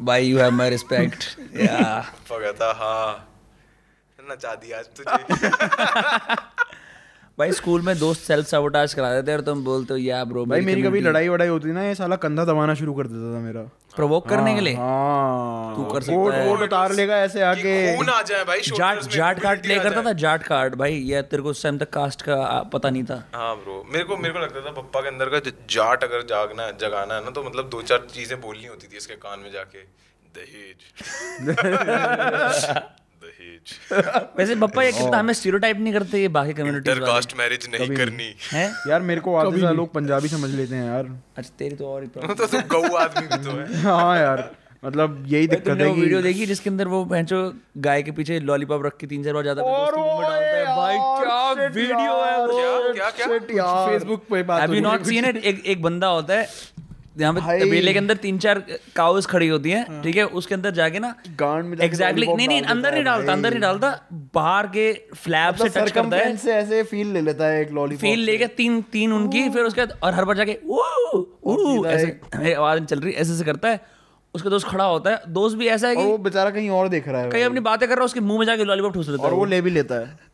A: भाई यू हैव माय
B: [LAUGHS]
A: रिस्पेक्ट या
C: पकड़ता हाँ नचा दिया आज तुझे
A: भाई स्कूल में दोस्त सेल्फ साबोटाज करा देते हैं और तुम बोलते हो या ब्रो
B: भाई मेरी कभी लड़ाई वड़ाई होती ना ये साला कंधा दबाना शुरू कर देता था मेरा
A: प्रोवोक करने के लिए
B: हाँ
A: तू कर सकता
B: कोट
A: है।
B: कोट उतार लेगा ऐसे
C: कि
B: आके
C: खून आ जाए भाई
A: जाट
C: shoulders में,
A: जाट तो कार्ड
C: immunity
A: प्ले
C: आ
A: करता था
C: जाए।
A: जाट कार्ड भाई या तेरे को उस टाइम तक कास्ट का आ, पता नहीं
B: [LAUGHS]
A: था
C: हाँ ब्रो मेरे को मेरे को लगता था पप्पा के अंदर का ज- जाट अगर जागना है- जगाना है ना तो मतलब दो चार चीजें बोलनी होती थी इसके कान में जाके दहेज दहेज
A: वैसे पप्पा ये
B: हाँ।
A: कितना हमें स्टीरियोटाइप नहीं करते ये बाकी कम्युनिटीज वाले
C: इंटरकास्ट मैरिज नहीं करनी [LAUGHS]
A: हैं
B: यार मेरे को आधे सारे लोग पंजाबी समझ लेते हैं यार
A: अच्छा तेरी तो और ही
B: [LAUGHS]
A: प्रॉब्लम
C: तो तू गऊ आदमी भी तो है
B: हाँ यार मतलब यही दिक्कत
A: तुमने
B: है
A: वो
B: कि
A: वीडियो देखी जिसके अंदर वो भैंचो गाय के पीछे लॉलीपॉप रख के तीन चार बार ज्यादा
B: और ओए
A: भाई
B: यार,
A: क्या
B: shit
A: वीडियो है
B: यार,
A: वो
C: क्या क्या क्या
B: shit यार।
D: Facebook पे बात
A: हैव
D: हो
A: यू
D: रही है
A: नॉट
D: कुछ।
A: सीन इट एक एक बंदा होता है यहाँ पे
B: भाई। हाँ।
A: तबेले के अंदर तीन चार काउस खड़ी होती हैं ठीक है उसके अंदर जाके ना
B: गांड में जाके
A: एग्जैक्टली
B: lollipop
A: नहीं नहीं
B: डाल
A: अंदर नहीं
B: देता है
A: डालता अंदर नहीं डालता बाहर के फ्लैप से
B: मतलब
A: टच करता है
B: circumference से ऐसे फील ले लेता है एक लॉलीपॉप
A: फील लेके तीन तीन उनकी फिर उसके बाद और हर बार जाके "वो, वो", ऐसे मेरी आवाज नहीं चल रही ऐसे ऐसे करता है उसका दोस्त खड़ा होता है दोस्त भी ऐसा है
B: और
A: कि
B: वो बेचारा कहीं और देख रहा है
A: कहीं अपनी बातें कर रहा है उसके मुंह में जाके लॉलीपॉप ठूस लेता
B: और
A: है
B: वो ले भी लेता है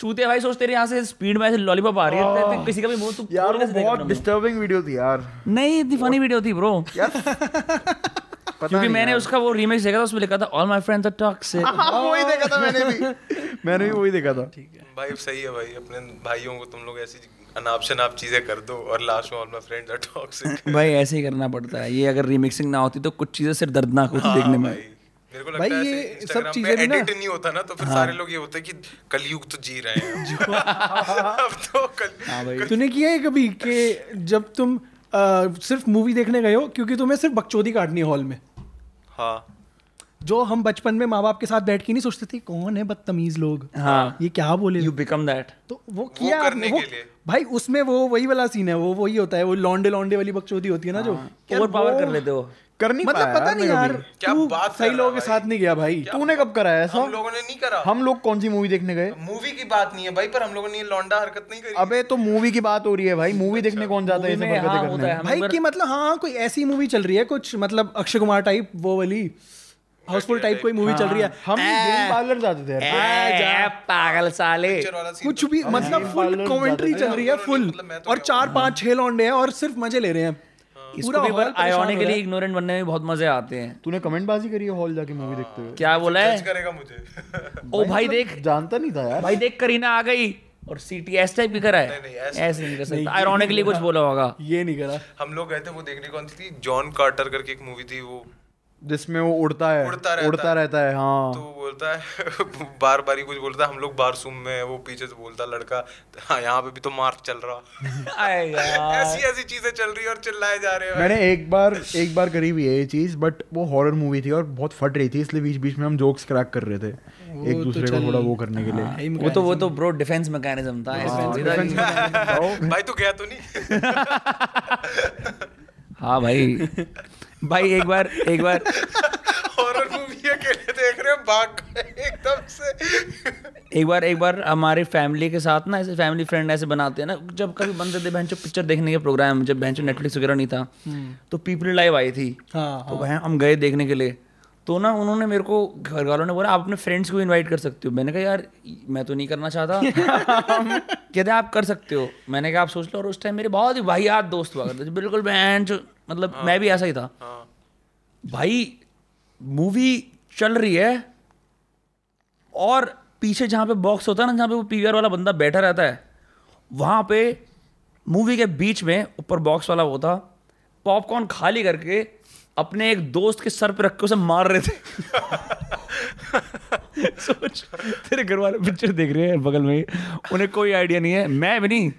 A: चूते भाई सोचते रहे यहाँ से स्पीड में ऐसे लॉलीपॉप आ रही है तो- तो किसी का भी मुंह तो
B: Ah। यार
A: खोल
B: वो
A: कैसे देगा
B: बहुत
A: अपना मुंह?
B: डिस्टर्बिंग वीडियो थी यार
A: नहीं इतनी फनी वीडियो थी ब्रो [LAUGHS]
B: यार पता
A: क्योंकि
B: नहीं
A: मैंने
B: यार।
A: उसका वो रीमेक्स देखा था उसमें लिखा था all my friends are toxic
B: [LAUGHS] हाँ, वही देखा था मैंने भी [LAUGHS] मैंने भी वही देखा था
C: भाई सही है भाई अपने भाइयों को तुम लोग ऐसी अनाप शनाप चीजें कर दो और लास्ट में all my friends are toxic
A: भाई ऐसे ही करना पड़ता है ये अगर रीमिक्सिंग ना होती तो कुछ चीजें सिर्फ दर्दनाक होती देखने में
C: हाँ मेरे को
D: भाई,
C: लगता है
D: ये
C: ऐसे
D: सब
C: Instagram पे
D: चीजें भी ना- हाँ।
C: edit नहीं होता ना तो फिर सारे लोग ये होते हैं कि कलयुग तो जी रहे
D: [LAUGHS]
C: हैं [LAUGHS] अब तो कल
D: तूने किया है कभी कि जब तुम अ, सिर्फ मूवी देखने गए हो क्योंकि तुम्हें सिर्फ बकचोदी काटनी है हॉल में
C: हाँ
D: जो हम बचपन में माँ बाप के साथ बैठ के नहीं सोचते थे कौन है बदतमीज लोग
A: हाँ।
D: ये क्या बोले
A: यू बिकम दैट
D: तो वो किया
C: वो करने
D: आपने, वो,
C: के लिए।
D: भाई उसमें वो वही वाला सीन है वो वही होता है वो लौंडे लौंडे वाली बकचोदी होती है ना जो यार
A: ओवर पावर
D: वो-
A: कर लेते हो
B: कर नहीं
D: मतलब
B: पाया
D: पता
B: यार
D: नहीं
B: मैं
D: यार
B: कभी।
C: क्या
D: तू
C: बात कर
D: सही
C: रहा
D: लोगों के
C: भाई।
D: साथ नहीं गया भाई
B: तूने कब कराया ऐसा
C: हम लोगों ने नहीं करा
B: हम लोग कौन सी मूवी देखने गए
C: मूवी की बात नहीं है भाई पर हम लोगों ने ये लौंडा हरकत नहीं करी
B: अबे तो मूवी की बात हो रही है भाई मूवी देखने कौन जाता है
A: Movie
B: ऐसे
A: में हाँ
B: हरकतें
A: होता है हम
B: करने
D: भाई
A: एक बार-
D: की मतलब हाँ कोई ऐसी मूवी चल रही है कुछ मतलब अक्षय कुमार टाइप वो वाली हाउसफुल टाइप कोई मूवी चल रही है
B: हाँ, हम गेम पार्लर जाते थे यार।
A: ए, ए, पागल साले
C: पिक्चर वाला तो- सीन
D: कुछ भी मतलब फुल
B: parlor
D: कमेंट्री
B: ज्यादा
D: चल रही है
C: नहीं,
D: फुल
C: मतलब मैं तो हाँ।
D: और
C: क्या
D: चार पांच छह लौंडे हैं और सिर्फ मजे ले रहे हैं
A: इसको
D: पूरा
A: भी
D: hall
A: पर
D: परेशान हो रहा
A: आयोनिकली
D: है।
A: इग्नोरेंट बनने में बहुत मजे आते हैं
B: तूने कमेंट बाजी करी है हॉल जाके मूवी देखते हुए
A: क्या बोला
C: जज
A: है
C: करेगा मुझे [LAUGHS] नहीं
A: ओ भाई देख
B: जानता नहीं था यार
A: भाई देख करीना आ गई और सीटीएस टाइप भी करा है
C: नहीं ऐसा
A: ऐसे नहीं कर सकता आयरोनिकली कुछ बोला होगा
D: ये नहीं करा
C: हम लोग गए थे वो देखने कौन सी थी जॉन कार्टर करके एक मूवी थी वो
B: जिसमें वो उड़ता है
C: उड़ता रहता
B: उड़ता
C: है।
B: रहता है
C: तो
B: हाँ
C: वो बोलता है [LAUGHS] बार बार ही कुछ बोलता है हम लोग बारसूम में है, वो पीछे से बोलता लड़का हाँ यहाँ पे भी तो मार्च चल
D: [LAUGHS]
C: रहा [LAUGHS]
A: आए [LAUGHS] यार
C: ऐसी ऐसी चीजें चल रही है और चिल्लाए जा रहे हैं
B: मैंने एक बार एक बार करी भी है ये चीज बट वो हॉरर मूवी थी और बहुत फट रही थी इसलिए बीच बीच में हम जोक्स क्रैक कर रहे थे
D: तो
B: एक दूसरे को थोड़ा वो करने के
D: हाँ।
B: लिए
A: वो तो वो तो ब्रो डिफेंस मैकेनिज्म हाँ, था ऐसे सीधा ही-
C: भाई तू गया तो नहीं
A: हाँ भाई [LAUGHS] भाई एक बार एक बार
C: हॉरर मूवी अकेले देख रहे हैं भाग गए एकदम से
A: एक बार एक बार हमारी फैमिली के साथ ना ऐसे फैमिली फ्रेंड ऐसे बनाते हैं ना जब कभी बनते थे बहन पिक्चर देखने के प्रोग्राम जब बहन नेटफ्लिक्स वगैरह नहीं था तो पीपल लाइव आई थी
D: हाँ
A: तो भाई हम गए देखने के लिए तो ना उन्होंने मेरे को घर वालों ने बोला आप अपने फ्रेंड्स को इनवाइट कर सकते हो मैंने कहा यार मैं तो नहीं करना [LAUGHS] चाहता कहते आप कर सकते हो मैंने कहा आप सोच लो और उस टाइम मेरे बहुत ही वाहियात दोस्त हुआ करते थे बिल्कुल बहन जो- मतलब मैं भी ऐसा ही था
C: हाँ,
A: भाई मूवी चल रही है और पीछे जहाँ पे बॉक्स होता है ना जहाँ पे वो पीवीआर वाला बंदा बैठा रहता है वहाँ पे मूवी के बीच में ऊपर बॉक्स वाला वो था पॉपकॉर्न खाली करके अपने एक दोस्त के सर पे रख के उसे मार रहे थे [LAUGHS] सोच तेरे घर वाले पिक्चर देख रहे हैं बगल में ही। उन्हें कोई आइडिया नहीं है मैं भी नहीं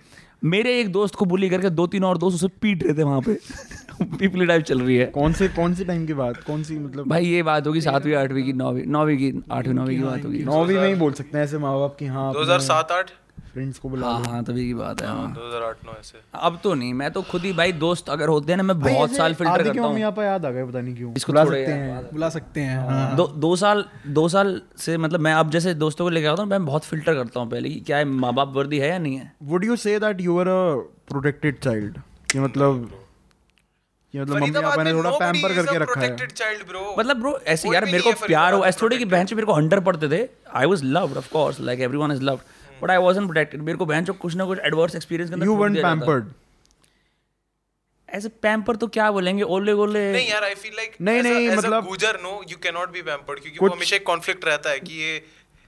A: मेरे एक दोस्त को बुली करके दो तीन और दोस्त उसे पीट रहे थे वहाँ पे [LAUGHS] पीपली टाइप चल रही है
B: कौन से कौन सी टाइम की बात कौन सी मतलब
A: भाई ये बात होगी सातवीं आठवीं की नौवीं नौवीं की आठवीं नौवीं की बात होगी
B: नौवीं में ही बोल सकते हैं ऐसे माँ बाप की हाँ
C: 2007 8
B: फ्रेंड्स को बुला
A: हाँ हाँ तभी की बात है हाँ
C: 2008 9
B: मतलब
C: ऐसे
A: अब तो नहीं मैं तो खुद ही भाई दोस्त अगर होते हैं ना मैं बहुत साल फिल्टर
B: आदि के
A: करता
B: मम्मी
A: हूँ
B: यहाँ पर याद आ गए पता नहीं क्यों
A: इसको
B: बुला
A: थोड़े
B: सकते
A: यार
B: हैं
D: बुला सकते हैं हाँ
A: दो दो साल दो साल से मतलब मैं अब जैसे दोस्तों को लेकर आता हूँ मैं बहुत फिल्टर करता हूँ पहले कि क्या है माँ बाप वर्दी है या नहीं है
B: would you say that you are a protected child कि मतलब कि मतलब मम्मी
C: फरीदाबाद
B: पापा ने
C: में
B: थोड़ा
C: nobody
B: पैम्पर
C: is a
B: करके रखा है
C: protected child, bro.
A: मतलब ब्रो ऐसे
C: कोई
A: यार
C: भी
A: मेरे को
C: नहीं है तो
A: प्यार हो
C: फरीदाबाद
A: ऐसे थोड़ी कि बहन मेरे को हंडर पढ़ते थे I was loved of course like every one is loved but I was protected मेरे को बहन कुछ ना कुछ एडवर्स एक्सपीरियंस के अंदर
B: यू
A: छोड़
B: वन
A: दिया जाता।
B: पैम्पर्ड
A: ऐसे पैम्पर तो क्या बोलेंगे ओले गोले
C: नहीं यार आई फील लाइक
B: नहीं, नहीं,
C: मतलब
B: मतलब-
C: गुजर no you can not be pampered क्योंकि वो हमेशा एक कॉन्फ्लिक्ट रहता है कि ये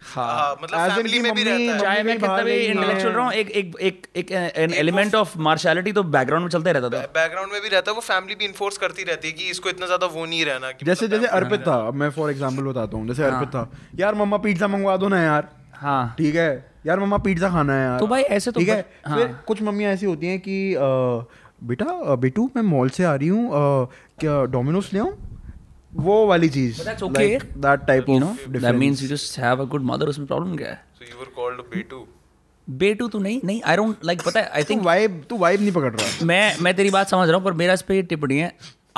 C: हाँ, मतलब
B: As in
C: फैमिली
B: कि
C: में भी
B: मम्मी-
C: रहता है
A: चाहे
B: तो मम्मी
A: मैं
B: भी
A: कितना
B: बाहर
A: भी
B: गई हाँ। हैं।
A: इंटेलेक्चुअल रहा हूँ एक एक एक एक एन एलिमेंट ऑफ मार्शलिटी तो बैकग्राउंड में चलता ही रहता था
C: बैकग्राउंड में भी रहता है वो फैमिली भी इन्फोर्स करती रहती है कि इसको इतना ज्यादा वो नहीं रहना कि
B: जैसे
C: मतलब
B: जैसे अर्पित था अब मैं फॉर एग्जांपल बताता हूँ जैसे अर्पित था यार मम्मा पिज्जा मंगवा दो ना यार
A: हाँ
B: ठीक है यार मम्मा पिज्जा खाना है यार
A: तो भाई ऐसे तो
B: ठीक है
A: बच- हाँ।
B: फिर कुछ मम्मियाँ ऐसी होती हैं कि अ, बेटा अ, बेटू मैं मॉल से आ रही हूँ अ, क्या डोमिनोज ले आऊँ वो वाली चीज
A: But that's okay.
B: That type
A: you know
B: of
A: that means you just have a good mother उसमें प्रॉब्लम क्या है
C: सो यू वर कॉल्ड बेटू
A: बेटू तो नहीं नहीं आई डोंट लाइक पता है I
B: too
A: think
B: vibe to vibe नहीं पकड़ रहा
A: मैं मैं तेरी बात समझ रहा हूँ पर मेरा इस पर टिप्पणी है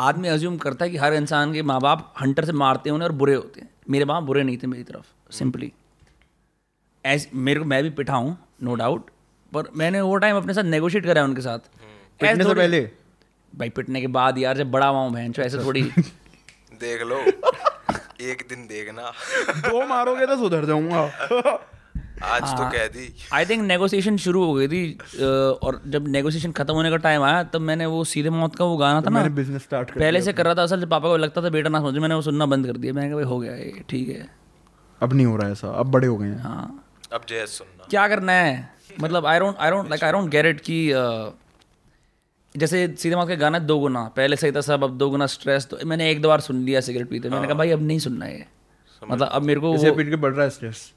A: आदमी अज्यूम करता है कि हर इंसान के माँ बाप हंटर से मारते हैं उन्हें और बुरे होते हैं मेरे माँ बुरे नहीं थे मेरी तरफ सिंपली ऐसे मेरे को मैं भी पिटा हूँ नो डाउट पर मैंने वो टाइम अपने साथ नेगोशिएट करा है उनके साथ ऐसे
B: पिटने से
A: थोड़ी-
B: पहले?
A: भाई पिटने के बाद यार जब बड़ा हुआ हूँ बहन चो ऐसे थोड़ी
B: [LAUGHS]
C: देख
A: [LAUGHS]
C: लो एक दिन देखना
B: दो मारोगे तो सुधर जाऊंगा
C: आज
A: हाँ।
C: तो कह दी
A: आई थिंक नेगोशिएशन शुरू हो गई थी अ, और जब नेगोशिएशन खत्म होने का टाइम आया तब मैंने वो सीधे मौत का वो गाना था ना
B: मैंने बिजनेस स्टार्ट कर
A: पहले से कर रहा था असल जब पापा को लगता था बेटा ना समझो मैंने वो सुनना बंद कर दिया मैंने कहा भाई हो गया ये ठीक है
B: अब नहीं हो रहा है ऐसा अब बड़े हो गए हैं
A: हाँ
C: अब जय सुनना
A: क्या करना है मतलब I don't I don't like I don't get it कि अ, जैसे सीधे मौत का गाना दो गुना पहले सही था सब अब दो गुना स्ट्रेस तो मैंने एक दो बार सुन लिया सिगरेट पीते मैंने कहा भाई अब नहीं सुनना है मतलब अब मेरे को
B: हाँ। जैसे
A: वो-
B: पीट के बढ़ रहा है स्ट्रेस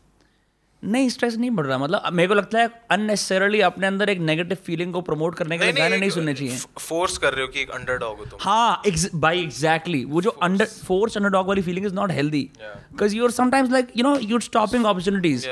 A: नहीं स्ट्रेस नहीं बढ़ रहा मतलब अब मेरे को लगता है अननेसेसरली अपने अंदर एक नेगेटिव फीलिंग को प्रमोट करने के लिए गाने नहीं सुनने चाहिए
C: फोर्स कर रहे हो कि एक अंडरडॉग हो तुम
A: हाँ ex- भाई एग्जैक्टली वो जो अंडर फोर्स अंडरडॉग वाली feeling is not healthy because you are sometimes like you know you stopping opportunities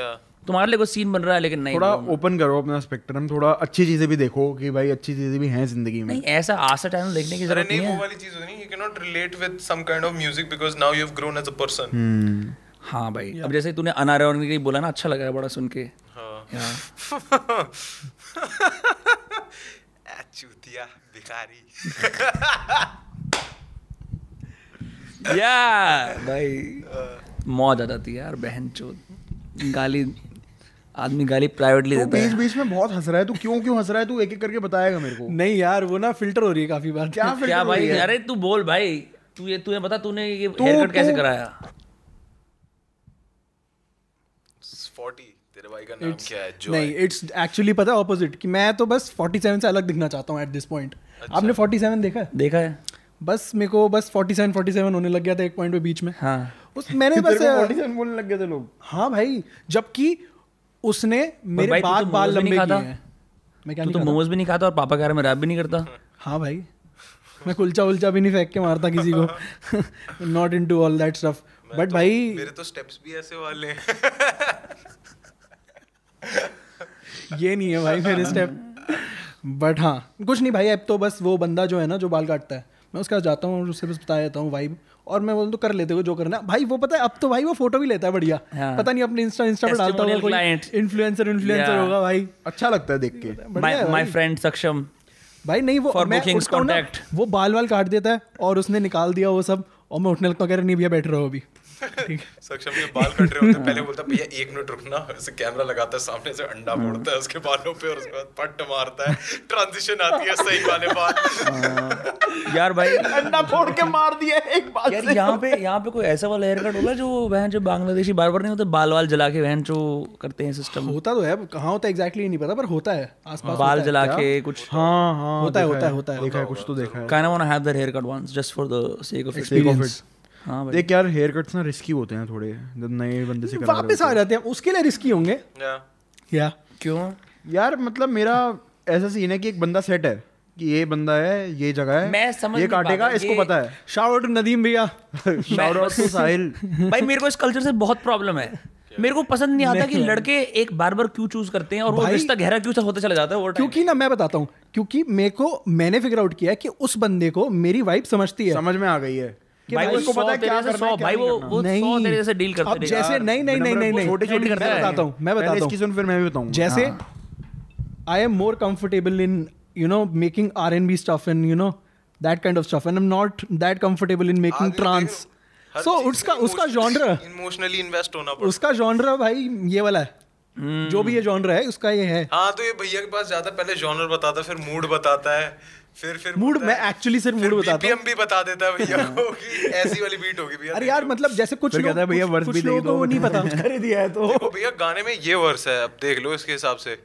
A: तुम्हारे लिए कोई सीन बन रहा है लेकिन नहीं
B: थोड़ा ओपन करो अपना स्पेक्ट्रम थोड़ा अच्छी चीजें भी देखो कि भाई अच्छी चीजें भी हैं जिंदगी में
A: नहीं ऐसा आशा टाइम देखने की
C: अरे
A: जरूरत
C: नहीं
A: नहीं
C: वो
A: है
C: वाली चीज होती नहीं you can not relate with some kind of music because now you have grown as a person
B: hmm,
A: हाँ भाई अब जैसे तूने अनारोनिकली बोला ना अच्छा लगा है बड़ा सुन
C: [LAUGHS]
A: के हम्म।
C: हाँ। चूतिया
A: [LAUGHS]
C: भिखारी
A: या भाई मौज आ जाती है यार बहन चोद गाली आदमी गाली प्राइवेटली
B: तो
A: देता है
B: बीच बीच में बहुत हंस रहा है तू क्यों क्यों हंस रहा है तू एक एक करके बताएगा मेरे को
D: नहीं यार वो ना फिल्टर हो रही है काफी बार [LAUGHS]
B: क्या फिर
A: क्या भाई अरे तू बोल भाई तू ये तूने बता तूने ये
B: तू-
A: हेयरकट कैसे
B: तू-
A: कराया
C: 40 तेरे भाई का नाम क्या है जो
D: नहीं इट्स एक्चुअली पता ऑपोजिट कि मैं तो बस 47 से अलग दिखना चाहता हूँ एट दिस पॉइंट
A: अच्छा।
D: आपने 47 देखा है
A: देखा है
D: बस मेरे को बस 47 47 होने लग गया था एक पॉइंट पे बीच में
A: हाँ
D: उस
A: [LAUGHS]
D: मैंने
B: तेरे
D: बस
B: को ऑडिशन बोलने लग गए थे लोग
D: हाँ भाई जबकि उसने मेरे
A: भाई, तू
D: बाल
A: तो मोमोज भी
D: बाल लंबे
A: नहीं
D: किए
A: खाता।
D: हैं मैं क्या
A: तू
D: नहीं
A: तो
D: खाता?
A: मोमोज भी नहीं खाता और पापा के बारे में रैप भी नहीं करता
D: हाँ भाई मैं कुलचा उलचा भी नहीं फेंक के मारता किसी को
A: [LAUGHS]
D: [LAUGHS] not into all that stuff but भाई
C: मेरे तो स्टेप्स भी ऐसे वाले हैं
D: ये नहीं है भाई मेरे स्टेप बट हाँ कुछ नहीं भाई अब तो बस वो बंदा जो है ना जो बाल काटता है मैं उसके पास जाता हूँ और उससे बस बता देता हूँ वाइब और मैं बोलता तो कर लेते हो जो करना है। भाई वो पता है अब तो भाई वो फोटो भी लेता है बढ़िया
A: हाँ।
D: पता नहीं अपने इंस्टा इंस्टा पर डालता होगा
A: Testimonial
D: कोई
A: client.
D: Influencer influencer
A: Yeah.
D: होगा भाई
B: अच्छा लगता है देख के
D: बढ़िया
A: माय
D: है
A: माय
D: भाई।
A: फ्रेंड सक्षम
D: भाई नहीं वो
A: For
D: मैं
A: bookings,
D: उठता हूँ ना,
A: contact.
D: वो बाल वाल काट देता है और उसने निकाल दिया वो सब और मैं उठने लगता हूँ, कह रहा नहीं भैया बैठ रहो अभी [LAUGHS] ठीक है
C: सक्षम के बाल कट रहे होते हैं पहले बोलता है, भैया एक मिनट रुकना ऐसे कैमरा लगाता है सामने से अंडा
D: हाँ।
C: फोड़ता है उसके बालों पे और उसके बाद पट मारता है ट्रांजिशन आती है सही वाले
D: [LAUGHS]
C: बाल
A: यार भाई
B: अंडा फोड़ के मार दिया एक बार
D: [LAUGHS]
A: यार यहाँ पे यहाँ पे कोई ऐसा वाला हेयरकट होगा जो बहन जो बांग्लादेशी बार बार नहीं होते बाल वाल जला के बहन जो करते हैं सिस्टम
D: होता तो है अब कहाँ होता है एग्जैक्टली नहीं पता पर होता है आसपास
A: बाल जला के कुछ
B: हाँ हाँ
D: होता है,
B: देखा
D: होता है, होता है।
B: देखा है कुछ तो देखा है
A: kind of want to have that haircut once just for the sake of
B: Sake of
A: experience. हाँ
B: it.
A: भाई
B: देख यार हेयर कट्स ना रिस्की होते हैं थोड़े जब नए बंदे से करा रहे
D: वापस आ जाते हैं उसके लिए रिस्की होंगे या
A: क्यों
B: हो। यार मतलब मेरा ऐसा सीन है कि एक बंदा सेट है कि ये बंदा है ये जगह है
A: मैं समझ नहीं
B: ये काटेगा
A: पाता,
B: इसको
A: ये-
B: पता
D: शाउट नदीम
B: [LAUGHS]
D: भैया
B: है शाउट आउट
A: [LAUGHS]
B: टू साहिल
A: भाई मेरे को इस कल्चर से बहुत प्रॉब्लम है मेरे को पसंद नहीं आता कि लड़के एक बार बार क्यों चूज करते हैं और वो
D: भाई-
A: रिश्ता गहरा क्यों सा होता चला जाता है वो time
D: क्योंकि ना मैं बताता हूँ क्योंकि मेरे को मैंने फिगर आउट किया है कि उस बंदे को मेरी वाइब समझती है
B: समझ में आ गई है
A: पे। भाई वो
B: इसको
A: सौ
B: पता है
A: तेरे
B: क्या
A: से
B: करना
A: सौ
B: है, क्या
A: भाई वो वो
B: नहीं
D: नहीं।
A: सौ तेरे से डील
D: अब
A: करते रहेगा।
D: जैसे नहीं नहीं नहीं नहीं
B: छोटे
D: नहीं
B: छोटे
A: मैं
B: करता है।
A: बताता
D: हूँ, मैं
B: पहले
D: बताता
B: इसकी
D: हूँ।
B: सुन फिर मैं भी बताऊंगा हाँ।
D: जैसे I am more comfortable in you know making R N B stuff and you know that kind of stuff and am not that comfortable in making trance so उसका उसका जॉनर
C: इमोशनली इन्वेस्ट होना पड़ता
D: उसका जॉनर भाई ये वाला है
C: हम्म।
D: जो भी ये जॉनर है उसका ये है
C: है। हाँ तो ये भैया के पास जाता है, पहले जॉनर बताता है, फिर मूड बताता है फिर फिर
D: मूड
C: बोलता
D: मैं
C: है,
D: एक्चुअली सिर्फ
C: फिर
D: मूड बताता हूँ
C: BPM भी बता देता है
D: [LAUGHS]
C: भैया को कि ऐसी वाली बीट होगी भैया
D: अरे यार
C: देख
D: मतलब जैसे कुछ
B: फिर
D: लोग
B: कहता है भैया
D: कुछ-
B: वर्ष भी
D: कुछ
B: दे
D: लोगों को
B: दो
D: वो नहीं पता
B: कर ही दिया है तो
C: लो। भैया गाने में ये वर्स है अब देख लो इसके हिसाब
D: [LAUGHS]
C: से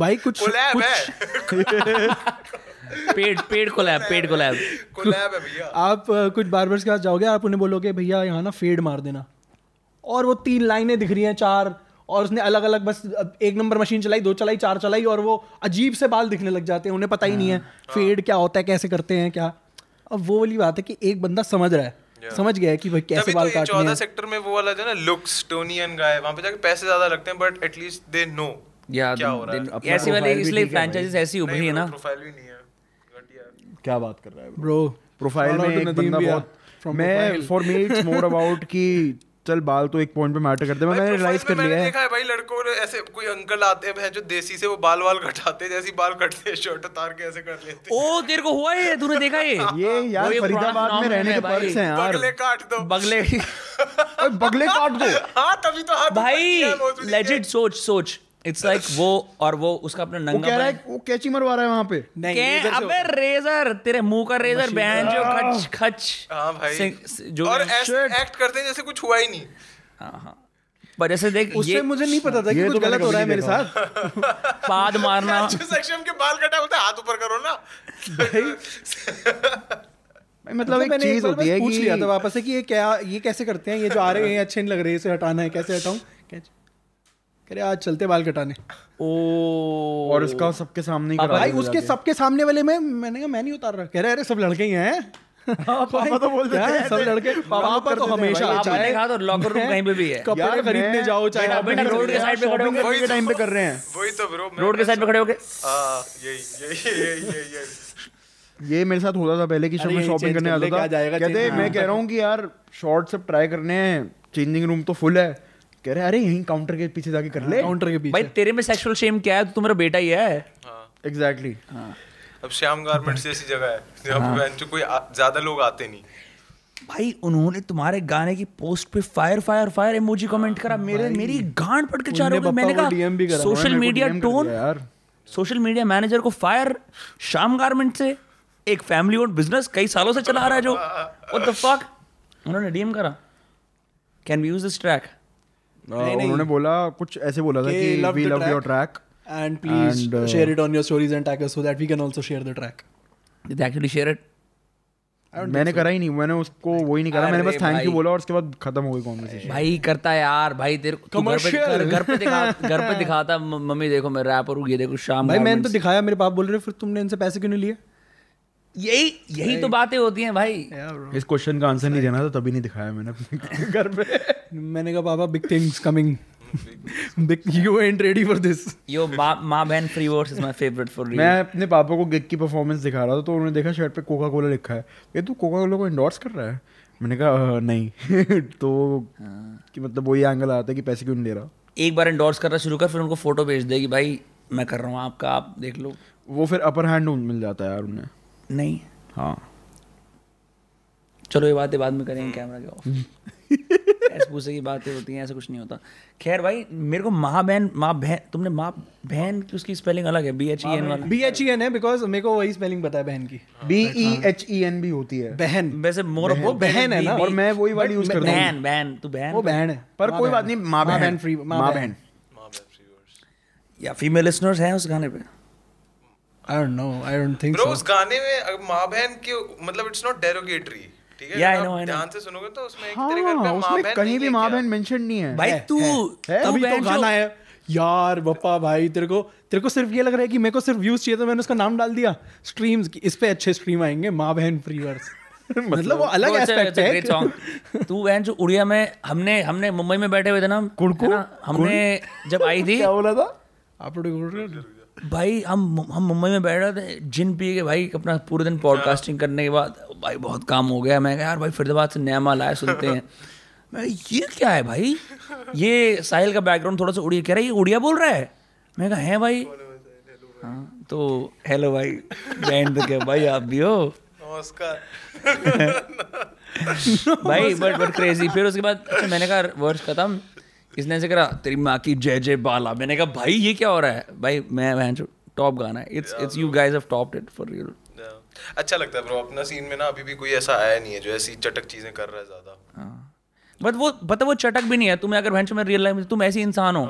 D: भाई कुछ
C: कोलैब
D: कुछ-
C: है
A: paid paid collab paid collab
C: collab है भैया
D: आप अ, कुछ बार्बर्स के पास जाओगे आप उन्हें बोलोगे भैया यहाँ ना फेड मार देना और वो तीन लाइनें दिख रही हैं चार और उसने अलग अलग बस अब एक नंबर मशीन चलाई दो चलाई चार चलाई और वो अजीब से बाल दिखने लग जाते हैं उन्हें पता ही नहीं है
C: हाँ।
D: फेड क्या होता है कैसे करते हैं क्या अब वो वाली बात है कि एक बंदा समझ रहा है समझ गया है कि भाई कैसे
C: तभी तो
D: बाल
C: ये
D: काटने
C: चौदह
D: हैं
C: सेक्टर में वो वाला जो है ना लुक्स टोनियन गाय वहां पे जाके पैसे ज्यादा लगते हैं बट एटलीस्ट दे नो
A: या
C: क्या हो रहा है
A: दिन- ऐसी वाली इसलिए फ्रेंचाइजीज ऐसी उभरी है ना
C: प्रोफाइल भी नहीं है घटिया है।
B: [LAUGHS] क्या बात कर रहा है
D: ब्रो
B: प्रोफाइल में एक बंदा बहुत मैं for me it's more about कि चल बाल तो एक पॉइंट पे मैटर करते हैं
C: भाई
B: मैंने
C: profile
B: रियलाइज
C: में
B: कर लिया
C: मैंने
B: है
C: देखा है भाई लड़कों ने ऐसे कोई अंकल आते हैं जो देसी से वो बाल वाल कटाते हैं, जैसे ही बाल कटते हैं शर्ट उतार के ऐसे कर लेते हैं।
A: ओ तेरे को हुआ ये तूने देखा ये
B: [LAUGHS] ये
A: वो
B: यार
A: एक पुराना
B: फरीदाबाद में
A: phenomenon
B: रहने
A: है
B: के
A: भाई।
B: पर्स हैं यार
C: बगले काट दो
A: बगले
C: [LAUGHS]
B: ओए, बगले काट दो
C: हाँ तभी तो हाथ
A: भाई
C: ऊपर किया, मोचड़ी के।
A: लेजिट सोच सोच इट्स लाइक वो और वो उसका अपना
B: वो
A: नंगा
B: कह रहा है वो कैची मरवा रहा है वहां पे
D: नहीं
A: के
D: razor से
A: अबे रेजर तेरे मुंह का रेजर बहन जो खच खच
C: हाँ भाई
A: सिंग- स- जो
C: और ऐसे
A: Shit.
C: एक्ट करते हैं जैसे कुछ हुआ ही नहीं
A: हाँ, हाँ। पर जैसे देख
D: उससे
A: ये
D: मुझे नहीं पता था
B: ये
D: कि
B: तो
D: कुछ
B: मैंने
D: गलत हो रहा है
B: कभी
D: मेरे
B: नहीं
D: साथ
A: पाद
C: [LAUGHS]
D: [LAUGHS]
A: मारना
C: सेक्शन के बाल कटा होता है हाथ ऊपर करो ना
B: भाई, मतलब एक
D: मैंने
B: चीज
D: बार
B: होती
D: बस
B: है
D: पूछ लिया था
B: कि
D: वापस से कि ये क्या ये कैसे करते हैं ये जो आ रहे हैं अच्छे नहीं लग रहे हैं, इसे हटाना है कैसे हटाऊं कह रहे आज चलते हैं बाल कटाने
A: ओ
B: और इसका सबके सामने ही
A: पापा
B: करा
D: भाई
B: दिया
D: उसके
B: जाके।
D: सबके सामने वाले में मैंने कहा मैं नहीं उतार रहा कह रहे अरे सब लड़के ही हैं [LAUGHS]
B: पापा तो बोल देते
D: यार,
B: हैं
D: सब
B: ऐसे।
D: लड़के
B: पापा
D: पापा
B: कर
D: तो
B: देते हैं
D: हमेशा
B: भाई।
A: पापा ने
D: चाहे-
A: कहा तो locker room कहीं पे भी है।
D: कपड़े
B: यार,
D: खरीदने
B: मैं-
D: जाओ
A: बेटा-
D: चाहे
A: बेटा
D: अपने
A: रोड के
D: खरीदने
A: साइड पे
D: जाओ,
A: खड़े
D: shopping
A: होके-
B: वही के टाइम पे कर रहे हैं
C: वही तो ब्रो
A: रोड के साइड पे खड़े हो गए
C: यही यही यही यही यही
B: ये मेरे साथ होता था पहले कि
D: अरे
B: सब मैं
D: यही
B: शॉपिंग
D: change
B: करने
D: कर
B: आता
D: ले,
B: था
D: क्या जाएगा
B: कहते
D: change
B: मैं कह रहा हूँ कि यार शॉर्ट सब ट्राई करने हैं चेंजिंग रूम तो फुल है कह रहे अरे यहीं काउंटर के पीछे जाके कर ले
D: काउंटर के
A: भाई
D: पीछे
A: तेरे में सेक्सुअल शेम क्या है तो तुम्हारा बेटा ही है
C: हाँ
B: एग्जैक्टली
C: अब श्याम गारमेंट्स जैसी जगह है
A: हाँ।
C: जहाँ पे बेंचो कोई आ- ज्यादा लोग आते नहीं
A: भाई उन्होंने तुम्हारे गाने की पोस्ट पे fire fire fire emoji comment करा मेरे मेरी गांड पट के चारों
D: उनने
A: ओर। मैंने
D: पापा को DM भी
A: कहा
D: करा।
A: सोशल मीडिया टोन
B: यार
A: सोशल मीडिया मैनेजर को फायर शाम गारमेंट से एक फैमिली ओन बिजनेस कई सालों से चला आ रहा है जो व्हाट द फक उन्होंने डीएम करा can we use this track
B: ah, हाँ, उन्होंने बोला कुछ ऐसे बोला था
D: कि
B: कि
D: love
B: we
D: the
B: love your
D: track.
B: Track
D: And please
B: And, uh,
D: share it on your stories and tag us so that we can also share the track.
A: Did actually share it
B: मैंने करा ही नहीं मैंने उसको वो ही नहीं करा मैंने बस
A: अरे
B: थैंक यू
A: भाई।
B: बोला और उसके बाद खत्म हो गई कॉन्वर्सेशन
A: भाई करता है यार भाई तेरे को तू घर पे
D: Commercial.
A: घर, घर पे दिखा घर पे दिखाता "म- मम्मी देखो मैं रैपर हूँ ये देखो शाम
D: भाई मैंने तो
A: garments."
D: दिखाया मेरे पाप बोल रहे फिर तुमने इनसे पैसे क्यों नहीं लिए
A: यही यही तो बातें होती हैं भाई
B: इस क्वेश्चन का आंसर नहीं देना था तभी नहीं दिखाया मैंने अपने घर पे
D: मैंने कहा पापा big things coming big you and ready for this
A: yo माँ माँ बहन free words is my favourite for
B: मैं अपने पापा को गिग की परफॉर्मेंस दिखा रहा था तो उन्होंने देखा शर्ट पे कोका कोला लिखा है ये तू कोका कोला को इंडोर्स कर रहा है मैंने कहा "अ, नहीं [LAUGHS] तो कि मतलब वही एंगल आता है कि पैसे क्यों नहीं ले रहा
A: एक बार एंडोर्स करना शुरू कर फिर उनको फोटो भेज देगी भाई मैं कर रहा हूँ आपका आप देख लो
B: वो फिर अपर हैंड मिल जाता है यार उन्हें
A: नहीं
B: हाँ
A: चलो ये बातें बाद में करेंगे
D: हम्म।
A: कैमरा के ऑफ ऐसे पूछे की बातें होती हैं ऐसा कुछ नहीं होता खैर भाई मेरे को माँ बहन माँ बहन तुमने माँ बहन की उसकी स्पेलिंग अलग है बी एच ई एन वाला
D: बी एच ई एन है बिकॉज मेरे को वही स्पेलिंग पता है बहन की
B: B E H E N भी E होती है
D: बहन
A: वैसे मोर
D: वो बहन है ना
B: और मैं वही वाली यूज करता हूँ
A: मतलब बहन बहन तू बहन
D: वो बहन है
B: पर
D: माँ
B: कोई बात
D: बहन।
B: नहीं तो माँ बहन
D: free
B: माँ बहन
C: माँ बाप viewers।
A: या फीमेल लिसनर्स हैं उस गाने पे
D: I don't know I don't think
C: bro उस गाने में अगर माँ बहन के मतलब इट्स नॉट डेरोगेटरी ठीक है
A: Yeah, I
C: अगर
A: know,
C: आप
A: I know.
C: ध्यान से सुनोगे तो उसमें एक तरह
B: हाँ
C: का माँ
B: उसमें
C: बहन
B: कहीं
C: नहीं
B: भी
C: है
B: माँ
C: क्या?
B: बहन मेंशन नहीं है
A: भाई तू
B: है,
A: तू
D: तभी तो
A: बहन जो-
D: गाना है यार बप्पा भाई तेरे को तेरे को सिर्फ ये लग रहा है कि मेरे को सिर्फ व्यूज चाहिए तो मैंने उसका नाम डाल दिया स्ट्रीम्स इस पे अच्छे स्ट्रीम आएंगे माँ बहन
B: [LAUGHS]
D: फ्रीवर्स मतलब वो अलग
A: वो अच्छा-
D: एस्पेक्ट
A: अच्छा
D: है
A: great song. तू बहन जो उड़िया में हमने हमने मुंबई में बैठे हुए थे ना हम, है ना हमने जब आई थी
B: क्या बोला था
D: [LAUGHS] आप लोग बोल रहे हो?
A: भाई हम हम मुंबई में बैठ रहे थे जिन पी के भाई अपना पूरे दिन पॉडकास्टिंग करने के बाद भाई बहुत काम हो गया मैं कहा यार भाई फरीदाबाद से नया माल आया सुनते हैं [LAUGHS] मैं कहा, ये क्या है भाई ये साहिल का बैकग्राउंड थोड़ा सा उड़िया कह रहा है ये उड़िया बोल रहा है मैं कहा है भाई हाँ तो हेलो भाई बैंड के भाई आप भी हो
C: नमस्कार
D: [LAUGHS]
A: भाई बट बट क्रेजी फिर उसके बाद अच्छा मैंने कहा वर्ड्स खत्म इसने ऐसे करा तेरी माँ की जय जय बाला मैंने कहा भाई ये क्या हो रहा है भाई मैं मैं टॉप गाना है it's it's you guys have topped it for real
C: [LAUGHS] Yeah. अच्छा लगता है ब्रो अपना सीन में ना अभी भी कोई ऐसा आया नहीं है जो ऐसी चटक चीजें कर रहा है ज्यादा
A: बट हाँ। वो पता वो चटक भी नहीं है तुम्हें अगर भैंस में रियल लाइफ में तुम ऐसे इंसान हो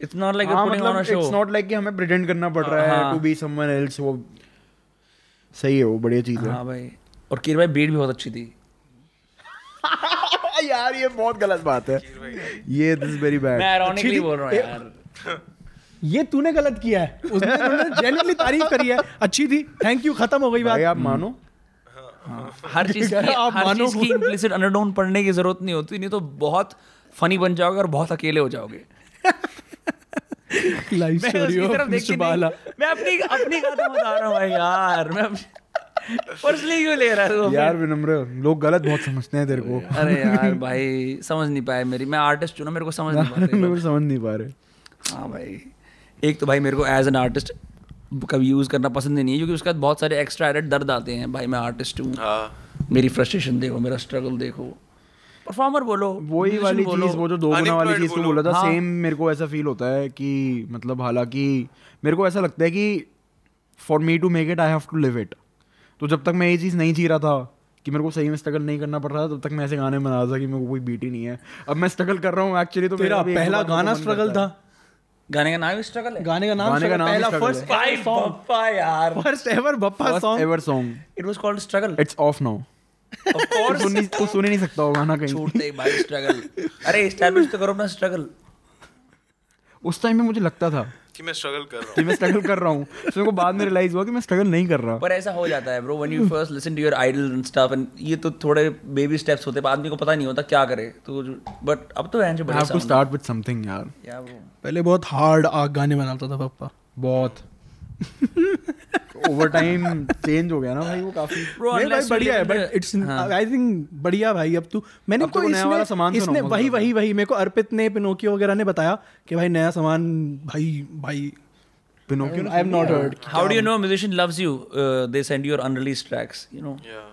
A: इट्स नॉट लाइक
B: हाँ
A: पुटिंग ऑन
B: मतलब
A: a show
B: it's not like कि हमें प्रिटेंड करना पड़ रहा
C: हाँ।
B: है टू बी समवन एल्स वो सही है वो बढ़िया चीज
A: हाँ भाई और किर भाई बीट भी बहुत अच्छी थी
B: है [LAUGHS] यार ये बहुत गलत बात है ये दिस वेरी
A: मैं
B: बैड
A: आयरोनिकली
D: थी।
A: बोल रहा हूँ यार
D: ये तूने गलत किया है उसने जेन्युइनली तारीफ करी है अच्छी थी थैंक यू खत्म हो गई
B: भाई
D: बात
B: आप मानो
A: हर चीज
D: यार,
A: की
D: आप
A: हर
D: मानो।
A: चीज की इम्प्लिसिट अंडरटोन पढ़ने की जरूरत नहीं होती नहीं तो बहुत फनी बन जाओगे और बहुत अकेले हो जाओगे
D: लाइफ
A: मैं
D: स्टोरी
A: उसकी
D: ऑफ [LAUGHS]
A: तरफ देख के
D: मिस्टर
A: नहीं-
D: बाला
A: मैं अपनी अपनी बात बता रहा हूँ भाई यार मैं अपनी- पर्सनली क्यों ले रहा है तू
B: यार विनम्र लोग गलत बहुत समझते हैं तेरे को
A: [LAUGHS] अरे यार भाई समझ नहीं पाया मेरी मैं आर्टिस्ट हूँ ना मेरे को समझ नहीं
B: [LAUGHS]
A: पाते
B: मेरे को समझ नहीं पा रहे
A: हाँ भाई एक तो भाई मेरे को एज एन आर्टिस्ट कभी यूज़ करना पसंद ही नहीं है क्योंकि उसके बाद बहुत सारे एक्स्ट्रा एडेड दर्द आते हैं भाई मैं आर्टिस्ट हूँ
C: हाँ
A: मेरी फ्रस्ट्रेशन देखो मेरा स्ट्रगल देखो परफॉर्मर बोलो
B: वही
A: musician
B: वाली
A: बोलो।
B: चीज वो जो दो गुना वाली
C: Unemployed
B: चीज को
C: बोलो।
B: बोला था
A: हाँ।
B: सेम मेरे को ऐसा फील होता है कि मतलब हालांकि मेरे को ऐसा लगता है कि for me to make it I have to live it तो जब तक मैं ये चीज़ नहीं जी रहा था कि मेरे को सही में स्ट्रगल नहीं करना पड़ रहा था तब तक मैं ऐसे गाने बना रहा था कि मेरे को कोई बीट ही नहीं है अब मैं स्ट्रगल कर रहा हूँ एक्चुअली तो
D: तेरा
B: मेरा भी एक
D: पहला
B: बार को
D: गाना
B: मन
D: स्ट्रगल
B: करता
D: था
B: है।
A: गाने का नाम ही स्ट्रगल है
D: गाने का नाम
B: गाने का
D: struggle,
B: नाम ही
D: पहला
B: struggle
D: फर्स्ट
A: भाई पप्पा यार
D: फर्स्ट एवर बप्पा
B: First
D: song
B: ever song.
A: It was called struggle
B: It's off now. [LAUGHS]
A: Of course
B: तू नहीं- तू सुन ही नहीं सकता वो गाना कहीं
A: छोड़ते ही भाई स्ट्रगल अरे [LAUGHS] एस्टैब्लिश तो करो अपना स्ट्रगल
B: उस टाइम में मुझे लगता था
C: कि मैं स्ट्रगल कर रहा
B: कि मैं स्ट्रगल कर रहा हूँ तो मेरे को बाद में रियलाइज हुआ कि मैं स्ट्रगल नहीं कर रहा
A: पर ऐसा हो जाता है bro when you first listen to your idol and stuff and ये तो थोड़े बेबी स्टेप्स होते हैं पर आदमी को पता नहीं होता क्या करे तो बट अब तो एंजॉय
B: आई
A: बड़े
B: have to
A: sound-
B: start with something यार
A: Yeah, bro.
D: पहले बहुत हार्ड आग गाने बनाता था पप्पा
B: बहुत ओवर टाइम चेंज हो गया ना भाई वो काफी
A: Bro,
D: नहीं भाई
A: unless you
D: बढ़िया है
A: live in हाँ।
D: But
A: a-
D: it's I think बढ़िया भाई अब तू मैंने
B: हाँ। अब तो
D: को
B: वो नया वाला
D: इसने
B: सामान
D: इसने
B: सुनाऊंगा
D: वही
B: तुझे।
D: वही वही मेरे को अर्पित ने पिनोकियो वगैरह ने बताया कि भाई नया सामान भाई भाई
B: Pinocchio
D: I have not heard
A: How do you know a musician loves you? Uh, they send you your unreleased tracks. You know.
C: हूँ Yeah.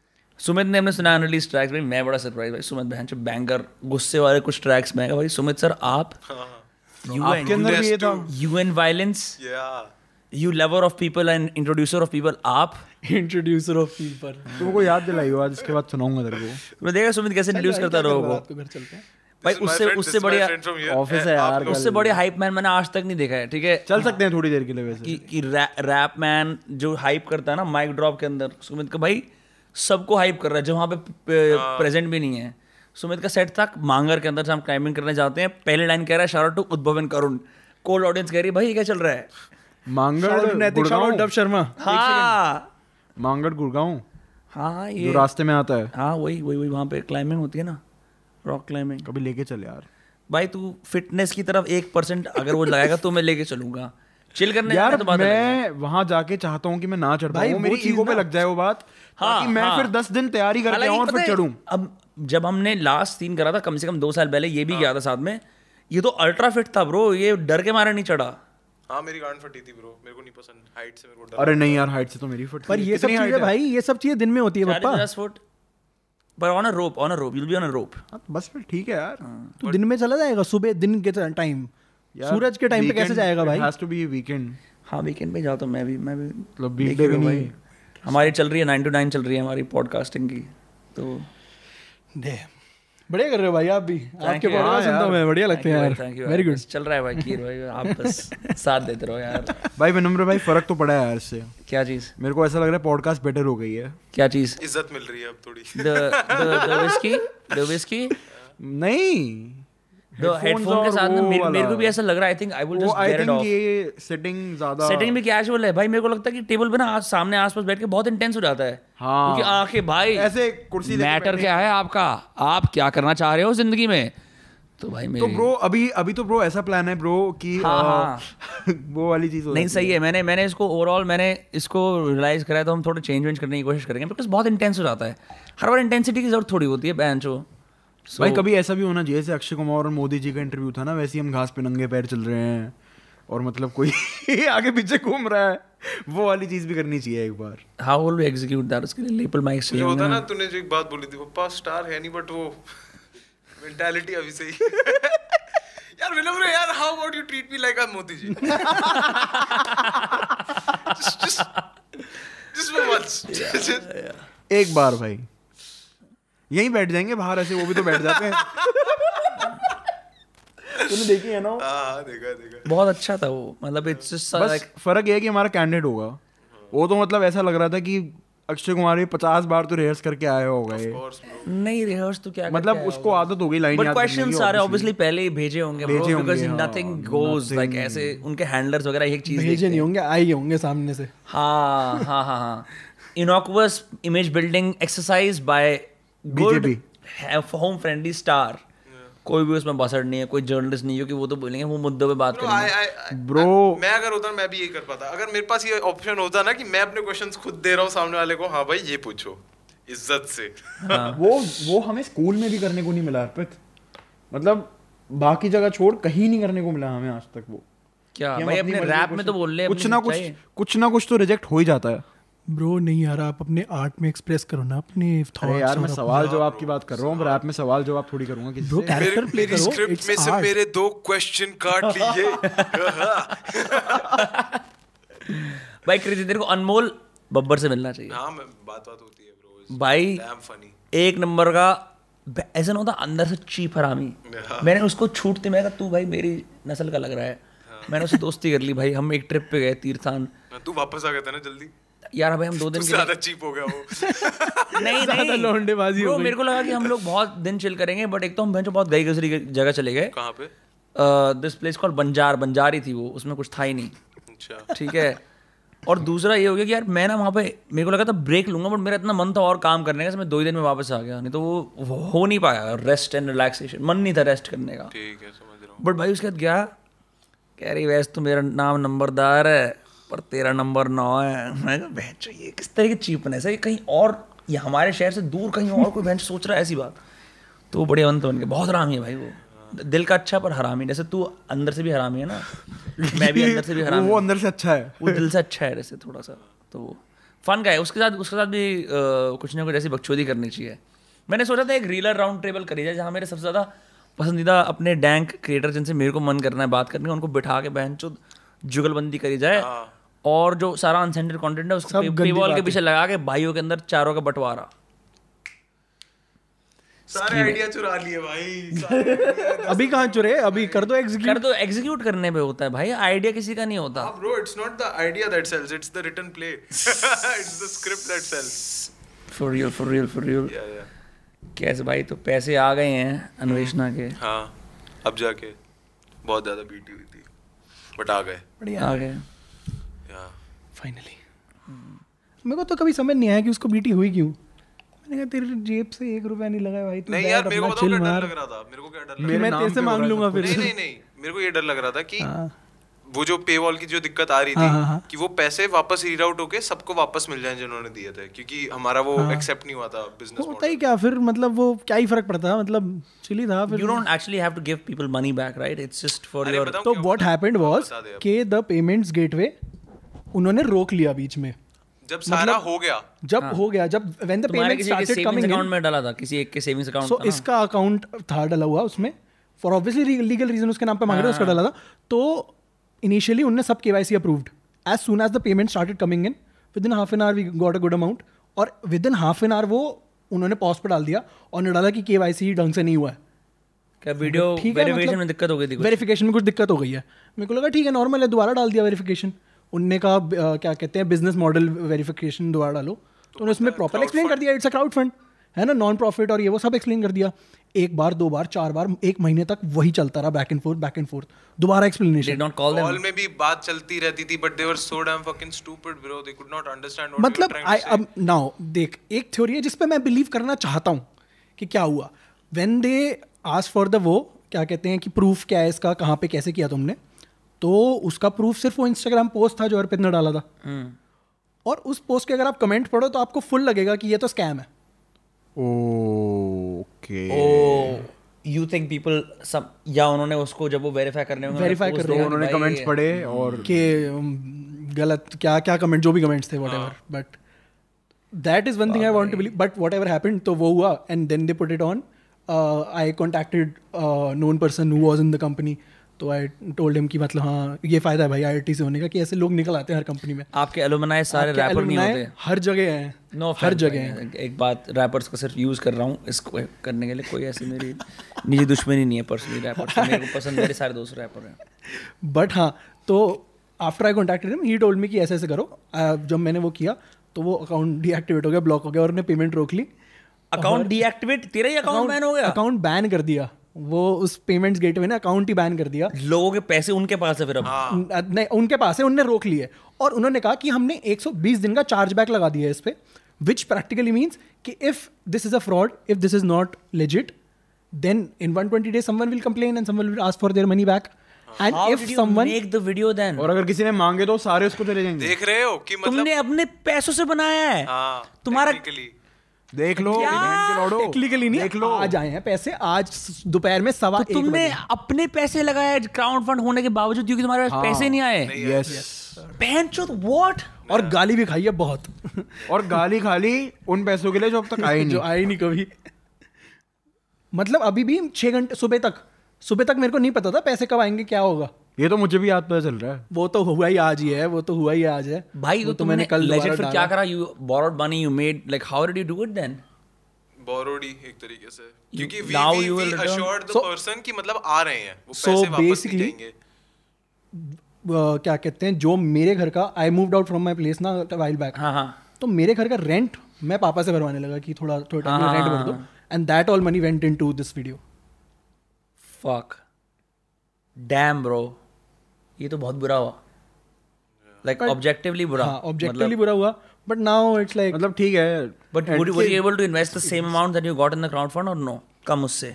C: [LAUGHS]
A: सुमित ने हमने सुना अनरिलीज ट्रैक्स भाई मैं बड़ा सरप्राइज भाई सुमित बहन जो बैंगर गुस्से वाले कुछ ट्रैक्स मैं कहा, भाई सुमित सर आप
B: आपके अंदर भी ये था
A: you an violence
C: Yeah.
A: You lover of people and introducer of people आप
D: इंट्रोड्यूसर ऑफ पीपल
B: तुमको याद दिलाई हो आज इसके बाद सुनाऊंगा तेरे को
A: तुमने देखा सुमित कैसे इंट्रोड्यूस करता रहो को
D: रात को घर चलते हैं
A: भाई
C: This is my
A: उससे
C: friend, this
A: उससे
C: is my
A: बढ़िया
C: friend from here.
B: Office
C: Eh,
B: है
C: आप
B: यार,
C: लोग-
A: उससे बढ़िया हाइप मैन मैंने आज तक नहीं देखा है ठीक है
B: चल सकते हैं थोड़ी देर के लिए
A: कि
B: वैसे
A: कि रैप मैन जो हाइप करता है ना माइक ड्रॉप के अंदर सुमित का भाई सबको हाइप कर रहा है जो वहाँ पे
C: हाँ।
A: प्रेजेंट भी नहीं है सुमित का सेट था मांगर के अंदर जहाँ हम क्लाइंबिंग करने जाते हैं पहले लाइन कह रहा है शारा टू उद्भव एंड करुण कोल्ड ऑडियंस कह रही है भाई ये क्या चल रहा है
B: मांगड़ गुड़गांव
D: डब शर्मा
A: हाँ
B: मांगड़ गुड़गांव
A: हाँ
B: जो
A: ये
B: रास्ते में आता है
A: हाँ वही वही वही वहाँ पे क्लाइंबिंग होती है ना रॉक क्लाइंबिंग
B: कभी लेके चल यार
A: भाई तू फिटनेस की तरफ एक परसेंट अगर वो लगाएगा तो मैं लेके चलूंगा चिल करने
B: यार
A: जाना तो बात अलग है।
B: मैं वहां जाके चाहता हूँ कि मैं ना चढ़
D: भाई,
B: पाऊँ
D: वो
B: मेरी
D: चीज़
B: ईगो पे
D: ना-
B: लग जाए वो बात ताकि मैं
A: हाँ।
B: फिर दस दिन तैयारी करके
A: हालांकि
B: आऊं और
A: पता
B: फिर
A: है,
B: चढ़ूं
A: अब जब हमने लास्ट सीन करा था कम से कम दो साल पहले
B: हाँ।
A: ये भी गया था साथ में ये तो अल्ट्रा फिट था ब्रो ये डर के मारे नहीं चढ़ा
C: हाँ मेरी गांड फटी थी ब्रो मेरे को नहीं पसंद हाइट से मेरे को डर
B: मतलब अरे नहीं यार हाइट से तो मेरी फट
D: पर ये सब चीजें भाई ये सब चीजें दिन में होती है पप्पा
A: दस फुट पर on a rope on a rope you'll be on a rope
B: हाँ, बस फिर ठीक है यार हाँ,
D: तू दिन में चला जाएगा सुबह दिन के टाइम सूरज के टाइम पे कैसे जाएगा भाई
B: हैज टू बी वीकेंड
A: हाँ वीकेंड पे जाता हूँ मैं भी मैं भी
B: मतलब weekday
A: देखे
B: भी
A: हुए
B: नहीं।
A: भाई। हमारी चल रही है नाइन टू नाइन चल रही है हमारी पॉडकास्टिंग की तो
D: दे बढ़िया कर रहे हो भाई आप भी आपके
A: you.
D: पॉडकास्ट
B: हाँ
D: सुनता हूं मैं बढ़िया लगते हैं यार
A: थैंक यू
D: वेरी गुड
A: चल रहा है भाई खीर भाई आप बस
D: [LAUGHS]
A: साथ देते रहो यार
B: भाई विनम्र भाई फर्क तो पड़ा है यार इससे
A: क्या चीज़
B: मेरे को ऐसा लग रहा है पॉडकास्ट बेटर हो गई है
A: क्या चीज़
C: इज्जत मिल रही है अब थोड़ी
A: the
C: [LAUGHS]
A: the whisky the whisky
B: नहीं
A: दो हेडफोन के साथ ना मेरे, मेरे को भी ऐसा लग रहा है आई थिंक आई विल
B: वो
A: just
B: I
A: get it
B: think
A: of
B: ये सेटिंग
D: हाँ.
B: ज्यादा
A: सेटिंग भी कैजुअल है भाई मेरे को लगता है कि टेबल पे ना आज सामने आसपास बैठ के बहुत इंटेंस हो जाता है
B: हाँ।
A: क्योंकि आंखें भाई
B: ऐसे कुर्सी लेके
A: मैटर क्या है आपका आप क्या करना चाह रहे हो जिंदगी में तो भाई
B: तो
A: मेरी
B: ब्रो अभी अभी तो ब्रो ऐसा प्लान है ब्रो कि
A: हाँ,
B: अ,
A: हाँ।
B: [LAUGHS] वो वाली चीज हो
A: नहीं
B: जाती
A: सही है मैंने मैंने इसको ओवरऑल मैंने इसको रियलाइज करा है, तो हम थोड़ा चेंज वेंज करने की कोशिश करेंगे बिकॉज बहुत इंटेंस हो जाता है हर बार इंटेंसिटी की जरूरत थोड़ी होती है बैंचो
B: है। भाई कभी ऐसा भी होना चाहिए जैसे अक्षय कुमार और मोदी जी का इंटरव्यू था ना वैसे ही हम घास पे नंगे पैर चल रहे हैं और मतलब कोई [LAUGHS] आगे पीछे घूम रहा है वो वाली चीज भी करनी चाहिए एक बार
A: how will we execute that उसके लिए लेपल माइक
C: मुझे
A: चाहिए
C: होता
A: होंगे
C: ना
A: ना
C: तूने जो एक बात बोली थी पप्पा स्टार है नहीं बट वो मेंटालिटी अभी से ही [LAUGHS] यार विनम्र यार how about you treat me like I Modi ji just for once
B: एक बार भाई यहीं बैठ जाएंगे बाहर ऐसे वो भी तो बैठ जाते हैं तूने देखी है ना
C: हां देखा देखा
A: बहुत अच्छा था वो मतलब इट्स जस्ट
B: बस
A: लाइक
B: फर्क ये है कि हमारा कैंडिडेट होगा वो तो मतलब ऐसा लग रहा था कि अक्षय कुमार भी पचास बार तो रिहर्स करके आया होगा ये
C: कोर्स
A: नहीं रिहर्स तो क्या
B: मतलब उसको आदत हो गई लाइन
A: बट
B: याद करने की,
A: क्वेश्चन सारे
B: obviously।
A: ऑब्वियसली पहले ही भेजे होंगे
B: भेजे होंगे,
A: बिकॉज
B: हाँ,
A: नथिंग गोज लाइक ऐसे उनके हैंडलर्स वगैरह एक चीज
D: भेजे
A: देखते
D: नहीं
A: हैं।
D: होंगे आए ही होंगे सामने से
A: हाँ हाँ हाँ हाँ innocuous image building exercise by
B: BJP.
A: Home friendly star कोई भी उसमें बसर नहीं है कोई जर्नलिस्ट नहीं है क्योंकि वो तो बोलेंगे वो मुद्दों पे बात
C: No, I-
A: करेंगे
C: I- I-
B: Bro.
C: I- मैं अगर होता ना, मैं भी यही कर पाता अगर मेरे पास ये ऑप्शन होता ना कि मैं अपने क्वेश्चंस खुद दे रहा हूँ सामने वाले को हाँ भाई ये पूछो इज्जत से
B: वो वो हमें स्कूल में भी करने को नहीं मिला अर्पित मतलब बाकी जगह छोड़ कहीं नहीं करने को मिला हमें आज तक वो
A: क्या
B: कि हम
A: भाई
B: अपनी
A: अपने
B: मर्जी
A: रैप
B: को
A: में तो
B: से-
A: बोल रहे हैं,
B: कुछ
A: अपनी
B: ना कुछ
A: सच्चाई है।
B: कुछ ना कुछ तो रिजेक्ट हो ही जाता है
D: ब्रो नहीं यार आप अपने आर्ट में एक्सप्रेस करो ना अपने
B: अरे
D: थॉट्स
B: यार मैं सवाल जवाब की बात कर रहा हूँ रैप में सवाल जवाब थोड़ी करूंगा किसी
D: ब्रो
B: से।
D: कैरेक्टर
C: मेरे-
D: प्ले
C: मेरी
D: करो
C: स्क्रिप्ट
D: इट्स
C: में से
D: आर्ट
C: मेरे दो क्वेश्चन काट लिए
A: भाई कृति तेरे को अनमोल बब्बर से मिलना चाहिए
C: हाँ मैं बात बात होती है ब्रो
A: भाई
C: damn funny.
A: एक नंबर का ब- ऐसा ना होता अंदर से चीप हरामी मैंने उसको छूटते मैं कहा तू भाई मेरी नस्ल का लग रहा है
C: हाँ।
A: मैंने उससे दोस्ती कर ली भाई हम एक ट्रिप पे गए तीर्थान
C: तू वापस आ गया था ना जल्दी
A: यार भाई हम दो
C: तू
A: दिन के लिए-
C: ज्यादा चीप हो गया वो
D: [LAUGHS]
A: नहीं
D: ज्यादा
A: नहीं
D: लौंडेबाजी हो
A: Bro,
D: गई।
A: मेरे को लगा कि हम लोग बहुत दिन चिल करेंगे बट एक तो हम भैंसो बहुत गई गुजरी जगह चले गए
C: कहाँ पे
A: दिस प्लेस कॉल बंजार बंजारी थी वो उसमें कुछ था ही नहीं
C: अच्छा
A: ठीक है और दूसरा ये हो गया कि यार मैं ना वहाँ पे मेरे को लगा था ब्रेक लूंगा बट मेरा इतना मन था और काम करने का so मैं दो ही दिन में वापस आ गया नहीं तो वो वो हो नहीं पाया रेस्ट एंड रिलैक्सेशन मन नहीं था रेस्ट करने का
C: ठीक है समझ रहा हूँ
A: बट भाई उसके बाद गया कह रही वैसे तो मेरा नाम नंबरदार है पर तेरा नंबर नौ है मैं कहा बेंच ये किस तरह की चीपनेस है ये कहीं और ये हमारे शहर से दूर कहीं और कोई बेंच सोच रहा है ऐसी बात तो वो बड़े अंत बन गए बहुत हरामी है भाई वो दिल का अच्छा पर हरामी जैसे तू अंदर से भी हरामी
B: [LAUGHS]
A: है ना मैं भी अंदर से भी हरामी
B: वो
A: हूँ।
B: अंदर से अच्छा है
A: वो दिल से अच्छा है वैसे थोड़ा सा तो वो फन का है उसके साथ उसके साथ भी अ, कुछ ना कुछ ऐसी बकचोदी करनी चाहिए मैंने सोचा था एक रीलर राउंड टेबल करी जाए जहाँ मेरे सबसे ज़्यादा पसंदीदा अपने डैंक क्रिएटर जिनसे मेरे को मन करना है बात करने का उनको बिठा के बहन चो जुगलबंदी करी जाए और जो सारा अनसेंटेड कंटेंट है उसको
D: सब
A: पे,
D: गंदी
A: paywall के
D: बातें।
A: पीछे लगा के भाइयों के अंदर चारों का बंटवारा
C: सारे आइडिया चुरा लिए भाई
D: [LAUGHS]
C: सारे idea-
D: अभी कहाँ चुरे अभी कर दो एग्जीक्यूट
A: कर तो एग्जीक्यूट करने पे होता है भाई आइडिया किसी का नहीं होता
C: हाँ bro it's not the idea that sells it's the written [LAUGHS] play it's the script that sells
A: for real for real for real
C: या या
A: कैसे भाई तो पैसे आ गए हैं अन्वेषणा के
C: हाँ अब जाके बहुत ज़्यादा बीटी हुई थी बट आ गए हाँ।
A: आ गए
C: या
D: फाइनली
C: Hmm.
D: मेरे को तो कभी समझ नहीं आया कि उसको बीटी हुई क्यों मैंने कहा तेरे जेब से एक रुपया नहीं लगा है भाई तू
C: नहीं
D: बैठ
C: यार मेरे को
D: अपना
C: बताओ
D: chill
C: क्या डर
D: मार
C: लग रहा था मेरे को क्या डर लग
D: कि
B: मेरे
D: मैं
B: नाम
D: तेरे से
B: पे हो
D: मांग
B: रहा है
D: लूंगा
B: सब
D: फिर
C: नहीं नहीं नहीं मेरे को ये डर लग रहा था कि
D: हाँ।
C: वो जो पे वॉल की जो दिक्कत आ रही
D: हाँ, हाँ, हाँ।
C: थी कि वो पैसे वापस रीड आउट होके सबको वापस मिल जाए जिन्होंने दिए थे क्योंकि हमारा वो एक्सेप्ट नहीं हुआ था बिजनेस
D: हाँ। होता ही क्या फिर मतलब वो क्या ही फर्क पड़ता मतलब चिली था
A: you
D: फिर
A: don't actually have to give people money back right it's just for your
C: बताऊं
D: तो
C: क्या
D: व्हाट हैपेंड वाज
C: बता दे अब।
D: के द पेमेंट्स गेटवे उन्होंने रोक लिया बीच में
C: जब सारा
D: मतलब
C: हो गया
D: जब हो गया जब व्हेन द
A: हाँ। तुम्हारे
D: पेमेंट
A: किसी के
D: स्टार्टेड
A: सेविंग्स
D: कमिंग
A: अकाउंट में डाला था किसी एक के सेविंग्स अकाउंट
D: सो इसका अकाउंट था डला हुआ उसमें फॉर ऑब्वियसली लीगल रीजन उसके नाम पे मांग
A: हाँ।
D: रहे हैं, उसका डला था तो इनिशियली उनने सब KYC approved as soon as the payment started coming in within half an hour we got a good amount और within half an hour वो उन्होंने पॉज पे डाल दिया और उन्होंने डाला कि केवाईसी ढंग से नहीं हुआ है
A: क्या वीडियो
D: ठीक है
A: वेरिफिकेशन में दिक्कत हो गई थी कुछ?
D: वेरिफिकेशन में कुछ दिक्कत हो गई है मेरे को लगा ठीक है नॉर्मल है दोबारा डाल दिया वेरिफिकेशन उनने कहा ब- अ, क्या कहते हैं बिजनेस मॉडल वेरिफिकेशन दोबारा डालो तो उन्होंने उसमें प्रॉपर एक्सप्लेन कर दिया इट्स अ क्राउड फंड है ना नॉन प्रॉफिट और ये वो सब एक्सप्लेन कर दिया एक बार दो बार चार बार एक महीने तक वही चलता रहा back and forth back and forth दोबारा
A: did
D: explanation
A: not call them
C: hall में भी बात चलती रहती थी but they were so damn fucking stupid bro they could not understand what
D: मतलब आई अब नाउ देख एक थ्योरी है जिस पे मैं बिलीव करना चाहता हूँ कि क्या हुआ when they ask for the वो क्या कहते हैं कि प्रूफ क्या है इसका कहाँ पे कैसे किया तुमने तो उसका प्रूफ सिर्फ वो इंस्टाग्राम पोस्ट था जो अर्पित ने डाला था
A: हम्म।
D: और उस पोस्ट के अगर आप कमेंट पढ़ो तो आपको फुल लगेगा कि ये तो स्कैम है
B: okay
A: oh you think people some या उन्होंने उसको जब वो वेरीफाई करने होंगे
D: Verify कर रहे
B: तो उन्होंने कमेंट्स पढ़े और
D: कि um, गलत क्या क्या कमेंट जो भी कमेंट्स थे वट एवर
B: हाँ।
D: But that is one thing I want to believe but whatever happen तो वो हुआ and then they put it on I contacted known person who was in the company तो आई टोल्ड हिम कि मतलब हाँ ये फायदा है भाई आई से होने का कि ऐसे लोग निकल आते हैं हर कंपनी में
A: आपके एलुमनाई सारे
D: आपके
A: रैपर नहीं
D: alumni
A: होते
D: हर जगह हैं
A: नो
D: हर जगह हैं
A: एक बात रैपर्स का सिर्फ यूज कर रहा हूँ इसको करने के लिए कोई ऐसी मेरी निजी दुश्मनी नहीं है पर्सनली रैपर से मेरे को पसंद मेरे सारे दोस्त रैपर हैं
D: बट हाँ तो after I contacted him he told me कि ऐसे ऐसे करो आ, जब मैंने वो किया तो वो अकाउंट डीएक्टिवेट हो गया ब्लॉक हो गया और उन्हें पेमेंट रोक ली
A: अकाउंट डीएक्टिवेट तेरा ही अकाउंट बैन हो गया
D: अकाउंट बैन कर दिया वो उस पेमेंट्स गेटवे ने अकाउंट ही बैन कर दिया
A: लोगों के पैसे उनके पास है फिर अब
D: न- नहीं उनके पास है उनने रोक लिए और उन्होंने कहा कि हमने 120 दिन का चार्जबैक लगा दिया है इस पे विच प्रैक्टिकली मीन्स कि if this is a fraud if this is not legit then in 120 days someone will complain and someone will ask for their money back and
A: How
D: if
A: did you
D: someone
A: make the video then?
B: और अगर किसी ने मांगे तो सारे उसको चले जाएंगे
C: देख रहे हो कि मतलब
A: तुमने अपने पैसों से बनाया है
C: हाँ
A: तुम्हारा
C: technically।
B: देख लो
A: क्या?
B: event के लौड़ो।
D: टेक्निकली नहीं
B: देख लो
D: आज आए हैं पैसे आज स- दोपहर में सवा
A: तो
D: एक
A: तुमने
D: बजे।
A: अपने पैसे लगाए क्राउड फंड होने के बावजूद क्योंकि तुम्हारे पास
B: हाँ।
A: पैसे नहीं आए
B: यस
A: बहन व्हाट
D: और गाली भी खाई है बहुत
B: और गाली खाली उन पैसों के लिए जो अब [LAUGHS] तक आए
D: जो
B: नहीं
D: आई नहीं कभी मतलब अभी भी छह घंटे सुबह तक सुबह तक मेरे को नहीं पता था पैसे कब आएंगे क्या होगा
B: ये तो मुझे भी याद पता चल रहा है
D: वो तो हुआ ही आज ही है वो तो हुआ ही आज है
A: भाई
D: वो
A: तो तुमने कल
D: दोबारा
A: लेजेंड फिर क्या
D: डाला।
A: करा you borrowed money you made like how did you do it then
C: borrowed ही एक तरीके से क्योंकि we
A: now
C: we,
A: you will
C: we
A: return-
C: assured the
D: So-
C: person कि मतलब आ रहे हैं वो
D: So
C: पैसे वापस नहीं
D: basically-
C: देंगे
D: अ, क्या कहते हैं जो मेरे घर का I move out from my place ना वाइल बैक
A: हाँ हाँ
D: तो मेरे घर का रेंट मैं पापा से भरवाने लगा कि थोड़ा थोड़ा टाइम में रेंट भर दो and that all money went into this video
A: fuck damn bro ये तो बहुत बुरा हुआ like
D: But-
A: objectively बुरा मतलब-
D: हाँ ऑब्जेक्टिवली बुरा हुआ बट नाउ इट्स लाइक
B: मतलब ठीक है
A: but would you, were you able to invest the same amount that you got in the crowd fund or no कम उससे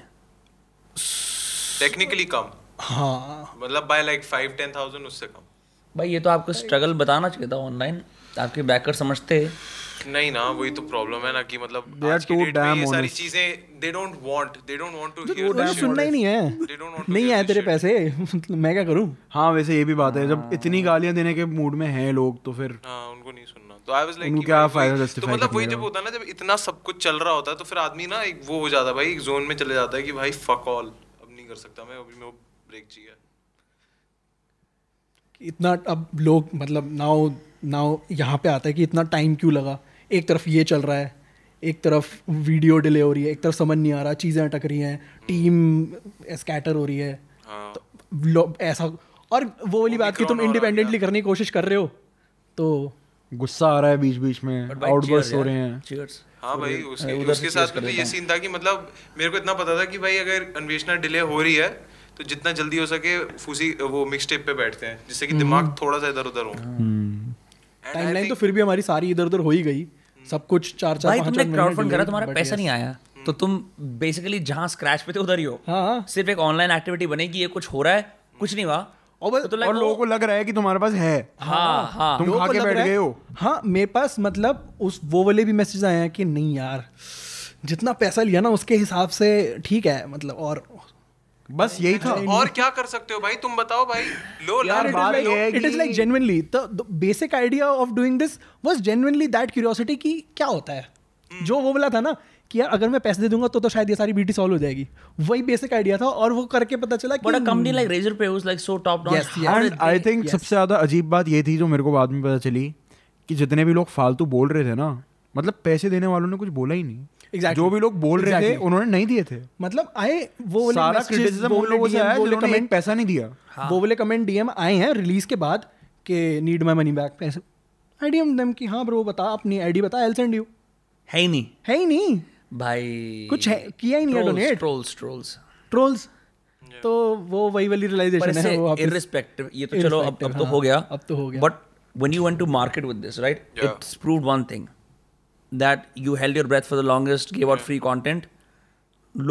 C: टेक्निकली कम
D: हाँ
C: मतलब by like 5 10000 उससे कम
A: भाई ये तो आपको स्ट्रगल बताना चाहिए था ऑनलाइन आपके बैकर समझते
C: नहीं ना वही तो प्रॉब्लम है ना कि मतलब
B: They are
C: आज की
B: too
C: डेट में ये
B: damn
C: सारी चीजें they don't want they don't want to
D: वो तो
C: हियर
D: सुनना ही नहीं
C: They don't
D: है
C: want to
D: नहीं
C: hear
D: आए
C: this
D: तेरे
C: shit.
D: पैसे [LAUGHS] मतलब मैं क्या करूं
B: हाँ वैसे ये भी बात है जब इतनी गालियां देने के मूड में हैं लोग तो फिर
C: हाँ उनको नहीं सुनना तो आई वाज लाइक
B: उनको क्या फायदा
C: तो
B: justify
C: मतलब
B: करने
C: वही
B: का?
C: जब होता है ना जब इतना सब कुछ चल रहा होता है तो फिर आदमी ना एक वो हो जाता है भाई एक जोन में चले जाता है कि भाई फक ऑल अब नहीं कर सकता मैं अभी मेरे ब्रेक चाहिए
D: इतना अब लोग मतलब नाउ नाउ यहाँ पे आता है कि इतना टाइम क्यों लगा एक तरफ ये चल रहा है एक तरफ वीडियो डिले हो रही है एक तरफ समझ नहीं आ रहा चीज़ें अटक रही हैं टीम स्कैटर हो रही है
C: हाँ
D: तो लो- ऐसा और वो वाली बात कि तुम इंडिपेंडेंटली करने की कोशिश कर रहे हो तो
B: गुस्सा आ रहा है बीच बीच में आउटबर्स्ट हो रहे हैं
A: cheers
C: हाँ भाई उसके उसके साथ में तो ये सीन था कि मतलब मेरे को इतना पता था कि भाई अगर अन्वेषणा डिले हो रही है तो जितना जल्दी हो सके फूसी वो मिक्स टेप पे बैठते हैं जिससे
B: हम्म।
C: कि दिमाग थोड़ा सा इधर उधर हो
B: हाँ।
D: टाइमलाइन तो फिर भी हमारी सारी इधर उधर हो ही गई सब कुछ चार चार
A: भाई
D: पाँच
A: तुमने
D: पाँच
A: क्राउड
D: महीने
A: फंड करा
D: delay,
A: तुम्हारा
D: but
A: पैसा
D: yes.
A: नहीं आया तो तुम बेसिकली जहाँ स्क्रैच पे थे उधर ही हो
D: हाँ
A: सिर्फ एक ऑनलाइन एक्टिविटी बनेगी ये कुछ हो रहा है कुछ नहीं हुआ
D: और बस-
A: तो like
B: और
A: वो-
B: लोगों को लग रहा है कि तुम्हारे पास है
A: हाँ हाँ
B: तुम
D: लोगों
B: खा
D: को
B: के
D: लग
B: बैठ
D: रहा है-
B: गए हो
D: हाँ मेरे पास मतलब उस वो वाले भी मैसेज आए हैं कि नहीं यार जितना पैसा लिया ना उसके हिसाब से ठीक है मतलब और
B: बस यही था
C: और क्या कर सकते हो भाई तुम बताओ भाई लो
B: यार,
C: लाल
B: बात ये है
D: इट इज
B: कि-
D: like genuinely the basic idea of doing this was genuinely that curiosity कि क्या होता है जो वो बोला था ना कि यार अगर मैं पैसे दे दूंगा तो तो शायद ये सारी बीटी सॉल्व हो जाएगी वही बेसिक आइडिया था और वो करके पता चला
A: बट अ
D: कि Hmm.
A: Company like Razorpay was like so top
D: Yes,
A: notch
D: yes.
B: And I think
D: yes.
B: सबसे ज्यादा अजीब बात ये थी जो मेरे को बाद में पता चली कि जितने भी लोग फालतू बोल रहे थे ना मतलब पैसे देने वालों ने कुछ बोला ही नहीं
D: Exactly.
B: जो भी लोग बोल रहे थे
D: Exactly.
B: उन्होंने नहीं दिए थे
D: मतलब आए वो वाले
B: सारा
D: messages,
B: क्रिटिसिज्म
D: वो
B: उन
D: वाले
B: लोगों से
D: DM,
B: आया
D: वो वाले
B: जिन्होंने एक
D: comment,
B: पैसा नहीं दिया
D: वो वाले कमेंट डीएम आए हैं रिलीज के बाद कि नीड माई मनी बैक पैसे आई डी एम कि हाँ ब्रो बता अपनी आईडी बता आई सेंड यू
A: है ही नहीं
D: है ही नहीं
A: भाई
D: कुछ है- किया ही नहीं है donate।
A: ट्रोल्स ट्रोल्स
D: ट्रोल्स तो वो वही वाली
A: पर
D: रियलाइजेशन है
A: इससे
D: वो वापस-
A: irrespective ये तो चलो अब अब तो
D: Irrespective,
A: हो गया
D: हाँ, अब तो हो गया।
A: But when you went to market with this right
C: Yeah.
A: it's proved one thing that you held your breath for the longest gave out free content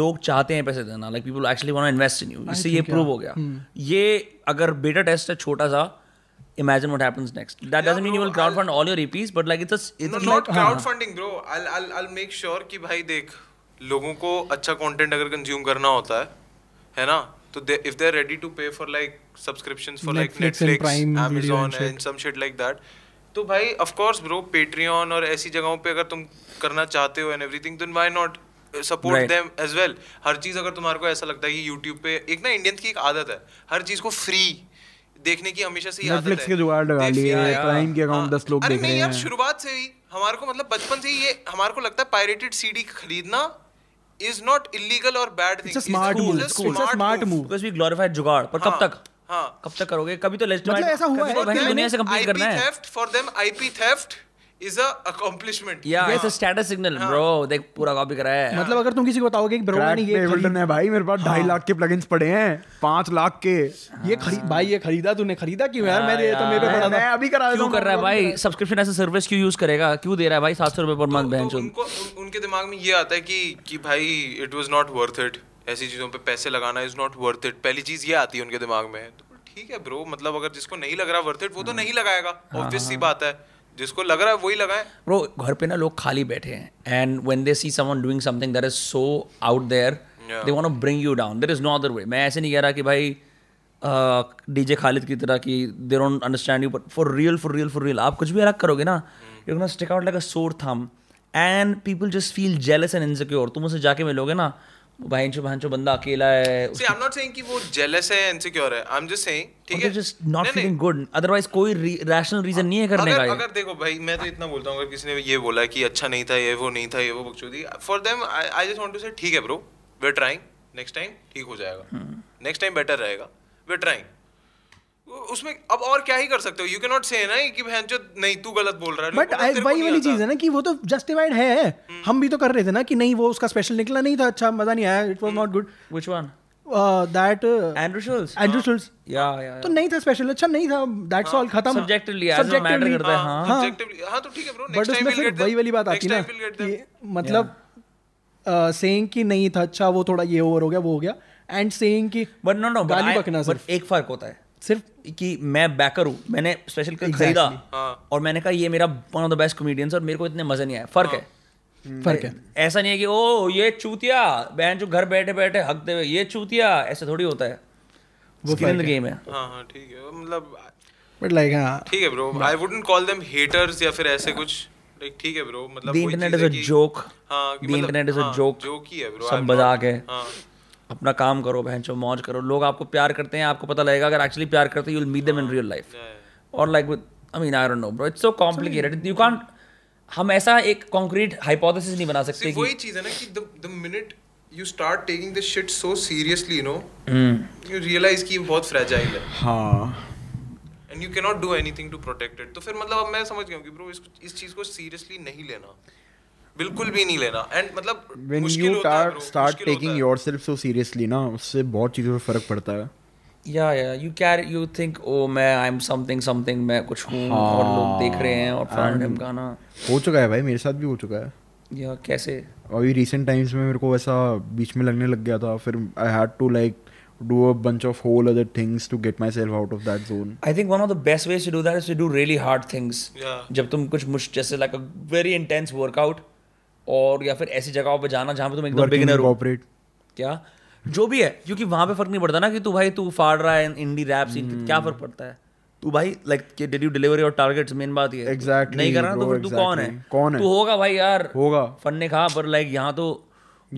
A: लोग चाहते हैं पैसे देना like people actually want invest in you इससे ये प्रूव हो गया
D: Hmm.
A: ये अगर बेटा टेस्ट है छोटा सा imagine what happens next that doesn't mean you will crowd fund all your eps but like it's a it's
C: no
A: a
B: हाँ,
C: not crowd funding bro I I I make sure कि भाई देख लोगों को अच्छा कंटेंट अगर कंज्यूम करना होता है है ना तो if they are ready to pay for like subscriptions for like
D: Netflix and
C: Netflix
D: Prime Video
C: Amazon
D: and shit.
C: And some shit like that तो भाई ऑफ कोर्स ब्रो पेट्रियन और ऐसी जगहों पे अगर तुम करना चाहते हो and everything then why not support
A: Right.
C: Them as well हर चीज अगर तुम्हारे को ऐसा लगता है कि YouTube पे एक ना इंडियन की एक आदत है हर चीज को फ्री देखने की हमेशा से ही आदत है
B: नेटफ्लिक्स के जुगाड़ लगा
C: They
B: लिए
C: feel-
B: प्राइम के अकाउंट
C: हाँ,
B: दस लोग
C: अरे
B: देख
C: नहीं
B: रहे
C: यार
B: हैं
C: शुरुआत से ही हमारे को मतलब बचपन से ही ये हमारे को लगता है पायरेटेड सीडी खरीदना इज नॉट इलीगल और bad thing
D: It's a smart move. It's a smart move.
A: because we glorified jugaad पर कब तक
C: हाँ।
A: कब तक करोगे कभी तो legitimate-
D: मतलब ऐसा हुआ
A: कभी
D: है
A: तो
D: कि
A: भाई
D: मैंने
A: दुनिया से कंप्लीट करना है
C: theft for them IP theft is a accomplishment
A: या it's a status signal bro देख पूरा कॉपी करा है
D: मतलब अगर तुम किसी को बताओगे कि ब्रो
B: क्रैक
D: मैंने ये
B: पेबल्टन
D: खरीद- हाँ।
B: है भाई मेरे पास ढाई लाख के प्लगइन्स पड़े हैं पाँच लाख के
D: ये खरीद भाई ये खरीदा तूने खरीदा क्यों यार
A: हाँ
D: मैं ये तो मेरे पे पड़ा
B: हाँ, मैं
D: था
B: अभी करा देता
A: क्यों
B: हूँ,
A: कर रहा है
B: मैं अभी
A: भाई सब्सक्रिप्शन ऐसा सर्विस क्यों यूज करेगा क्यों दे रहा है भाई सात सौ रुपए पर मंथ
C: तो
A: बहन
C: उनको उन, उनके दिमाग में ये आता है कि कि भाई it was not worth it ऐसी चीज़ों पे पैसे लगाना इज नॉट वर्थ इट पहली चीज़ ये आती है उनके दिमाग में तो ठीक है ब्रो मतलब अगर जिसको नहीं लग रहा वर्थ इट वो तो
A: हाँ।
C: नहीं लगाएगा ऑब्वियस सी बात है जिसको लग रहा है वही लगाए
A: ब्रो घर पे ना लोग खाली बैठे हैं and when they see someone doing something that is so out there
C: Yeah.
A: They want to bring you down there is no other way मैं ऐसे नहीं कह रहा कि भाई डीजे खालिद की तरह की they don't understand you but for real for real for real आप कुछ भी अलग करोगे ना
C: Hmm.
A: You gonna stick out like a sore thumb and people just feel jealous and insecure तुम उसे जाके मिलोगे ना भाई भांचो बंदा अकेला है
C: See, I'm not saying कि वो जेलस है इनसिक्योर है आई एम जस्ट सेइंग ठीक है
A: just not feeling good otherwise कोई रैशनल रीजन नहीं है करने
C: अगर
A: का ये।
C: अगर देखो भाई मैं तो इतना बोलता हूँ अगर किसी ने ये बोला कि अच्छा नहीं था ये वो नहीं था ये वो बकचोदी for them I just want to say ठीक है bro we are trying next time ठीक हो जाएगा
D: Hmm.
C: नेक्स्ट टाइम बेटर रहेगा वी आर ट्राइंग उसमें अब और क्या ही कर सकते हो यू कैन नॉट से ना कि बहन जो नहीं तू गलत बोल रहा है
D: बट
C: बोला, तो तेरे को
D: वही
C: नहीं
D: वाली
C: आता। हाँ,
D: चीज है ना कि वो तो जस्टिफाइड है हम भी तो कर रहे थे ना कि नहीं वो उसका स्पेशल निकला नहीं था अच्छा मजा नहीं आया it was not good
A: Which one?
D: That
A: Andrew Schultz?
D: Andrew Schultz
A: Yeah, yeah.
D: तो नहीं था स्पेशल अच्छा नहीं था दैट्स
A: हाँ,
D: ऑल खत्म
A: Subjectively, as a matter
D: Subjectively,
A: करता है, हाँ।
C: हाँ objectively- हाँ, तो ठीक है ब्रो
D: बट
C: नेक्स्ट टाइम
D: उसमें
C: विल
D: फिर
C: गेट
D: वही वाली बात आती है ना कि मतलब सेइंग कि नहीं था अच्छा वो थोड़ा ये ओवर हो गया वो हो गया एंड सेइंग कि
A: बट नो नो
D: गाली बकना
A: बट
D: सिर्फ
A: एक फर्क होता है
D: सिर्फ
A: कि मैं बैकर हूँ मैंने स्पेशल कर खरीदा
C: हाँ।
A: और मैंने कहा ये मेरा one of the best comedians और मेरे को इतने मजे नहीं आए फर्क है
D: हाँ। फर्क है
A: ऐसा नहीं है कि ओ ये चूतिया बहन जो घर बैठे बैठे हकते हुए ये चूतिया ऐसे थोड़ी होता है वो गेम है
C: हाँ हाँ ठीक है मतलब
D: बट लाइक हाँ
C: ठीक है bro I wouldn't call them haters या फिर ऐसे कुछ लाइक ठीक है ब्रो मतलब
A: द
C: वही
A: इंटरनेट इज
C: चीज़ है
A: अ
C: कि-
A: जोक
C: हाँ कि
A: द
C: मतलब-
A: इंटरनेट इज अ
C: हाँ,
A: जोक
C: joke ही है bro,
A: सब
C: I'm
A: मजाक
C: not-
A: है
C: हाँ
A: अपना काम करो बहन चो मौज करो लोग आपको प्यार करते हैं आपको पता लगेगा अगर एक्चुअली प्यार करते यू विल मीट
C: हाँ।
A: देम इन रियल लाइफ और like with I mean I don't know bro it's so complicated you can't हम ऐसा एक कॉन्क्रीट हाइपोथेसिस नहीं बना सकते
C: See,
A: कि
C: वही चीज है ना कि the the minute you start taking this shit so seriously you know
A: hmm.
C: you realize कि ये बहुत fragile है
B: हाँ
C: and you cannot do anything to protect it तो फिर मतलब अब मैं समझ गया हूँ कि ब्रो इस इस चीज को seriously नहीं लेना बिल्कुल भी नहीं लेना एंड मतलब
B: when
C: मुश्किल
B: you
C: होता है
B: start
C: bro,
B: start
C: मुश्किल होता
B: taking
C: है।
B: yourself so seriously ना उससे बहुत चीज़ों पे फर्क पड़ता है
A: या या you care you think oh oh, मैं आई एम समथिंग समथिंग मैं कुछ हूँ और लोग देख रहे हैं और फलाने टाइम गाना
B: हो चुका है भाई मेरे साथ भी हो चुका है
A: या कैसे
B: अभी रिसेंट टाइम्स में मेरे को ऐसा बीच में लगने लग गया था फिर I had to like do a bunch of whole other things to get myself out of that zone
A: I think one of the best ways to do that is to do really hard things
C: Yeah.
A: जब तुम कुछ मुश्किल जैसे like a very intense workout और या फिर ऐसी जगहों पर जाना जहाँ पे तुम एकदम बिगिनर हो
B: कॉपरेट
A: क्या जो भी है क्योंकि वहां पे फर्क नहीं पड़ता ना कि तू भाई तू फाड़ रहा है इंडी रैप सीन क्या फर्क पड़ता है तू भाई like did you deliver your targets main बात ये है।
B: Exactly,
A: नहीं कर रहा ना तो
B: bro,
A: फिर तू कौन है
B: exactly. कौन है?
A: तू होगा भाई यार
B: होगा।
A: फन ने कहा पर लाइक यहाँ तो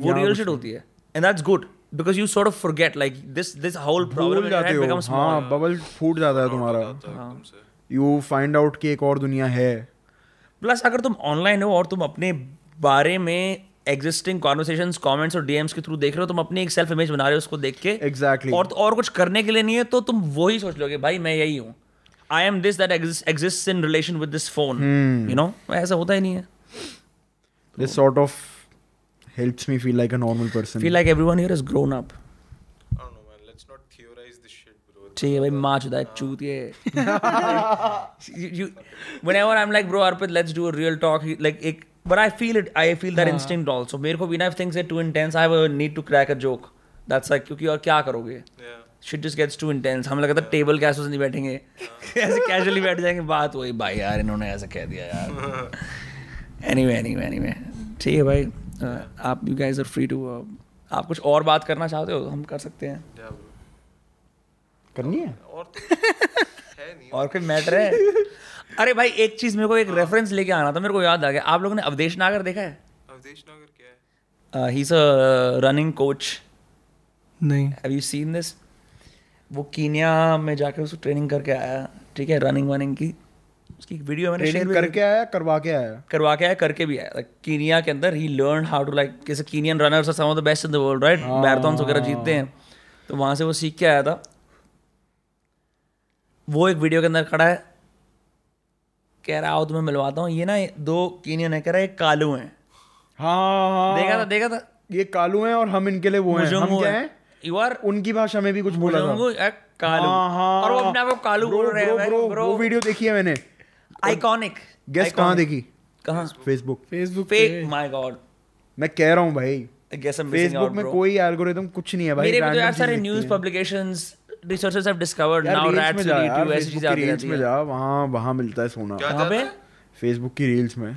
A: वो रियल शिट होती है and that's good because you sort of forget like this this whole
B: भूल जाते हो
A: प्रॉब्लम
B: हाँ बबल फूट जाता है तुम्हारा
A: हाँ।
B: यू फाइंड आउट कि एक और दुनिया है
A: प्लस अगर तुम ऑनलाइन हो और तुम अपने बारे में एग्जिस्टिंग कॉन्वर्सेशन कमेंट्स और डीएम्स के थ्रू देख रहे हो तुम अपनी एक सेल्फ इमेज बना रहे हो उसको देख के
B: Exactly.
A: और तो और कुछ करने के लिए नहीं है तो तुम वही सोच लोगे भाई मैं यही हूँ I am this that exist in relation with this phone you know ऐसा होता ही नहीं है तो
B: this sort of helps me feel like a normal person
A: feel like every one here is grown up
C: I don't know, man. Let's not theorize this shit, bro.
A: ठीक है भाई माँ चुदा [LAUGHS] चूतिए when ever I'm like bro Arpit let's do a real talk like एक but I feel it I feel that instinct also मेरे को बिना if things get too intense I have a need to crack a joke that's like क्योंकि और क्या करोगे
C: Yeah.
A: shit just gets too intense हम लगा था टेबल के आसपास नहीं बैठेंगे [LAUGHS] ऐसे कैजुअली बैठ जाएंगे बात वही भाई यार इन्होंने ऐसा कह दिया यार anyway anyway anyway ठीक है भाई uh, आप you guys are free to uh, आप कुछ और बात करना चाहते हो हम कर सकते हैं
C: Yeah, bro.
B: करनी है
C: और
B: [LAUGHS]
C: तो है नहीं
A: और कोई मैटर है [LAUGHS] अरे भाई एक चीज मेरे को एक रेफरेंस लेके आना था मेरे को याद आ गया आप लोगों ने अवधेश नागर देखा
C: अवधेश नगर क्या है
A: है ही इज अ रनिंग कोच
D: नहीं
A: हैव यू सीन दिस वो कीनिया में जाकर उसको ट्रेनिंग करके आया ठीक है रनिंग वनिंग की उसकी एक वीडियो मैंने शेयर
B: ट्रेनिंग करके आया करवा के आया
A: करवा के आया करके भी आया लाइक कीनिया के अंदर ही लर्न हाउ टू लाइक जैसे Kenyan runners are some of the best in the world right
B: हाँ।
A: मैराथन वगैरह जीतते हैं तो वहां से वो सीख के आया था वो एक वीडियो के अंदर खड़ा है कह रहा आओ तुम्हें मिलवाता हूँ ये ना दो कीनियन है कह रहा है कालू हैं
B: हाँ हाँ
A: देखा था देखा था
B: ये कालू हैं और हम इनके लिए वो हैं हम क्या हैं
A: यू आर
B: उनकी भाषा में भी कुछ बोला था
A: कालू
B: हाँ, हाँ,
A: और वो
B: हाँ।
A: अपने आप को कालू
B: Bro,
A: बोल रहे
B: bro,
A: हैं
B: bro,
A: ब्रो
B: वो वीडियो देखी है मैंने
A: आइकॉनिक
B: गेस कहाँ देखी
A: कहाँ
B: Facebook
D: Facebook
A: fake my god
B: मैं कह रहा हूँ भाई
A: I guess I'm missing
B: Facebook
A: out,
B: में
A: bro.
B: कोई एल्गोरिदम कुछ नहीं है भाई
A: मेरे भी तो
B: random
A: यार
B: चीज़ें
A: सारे
B: दिखती
A: न्यूज़
B: हैं।
A: publications researchers have discovered
B: यार,
A: now
B: reels
A: rats
B: में
A: will
B: जा
A: eat
B: यार,
A: you ऐसी
B: Facebook
A: चीजें
B: की
A: आती रहती
B: reels में
A: हैं
B: जा वहाँ वहाँ मिलता है सोना
C: क्या
A: कहाँ पे
B: फेसबुक की रील्स में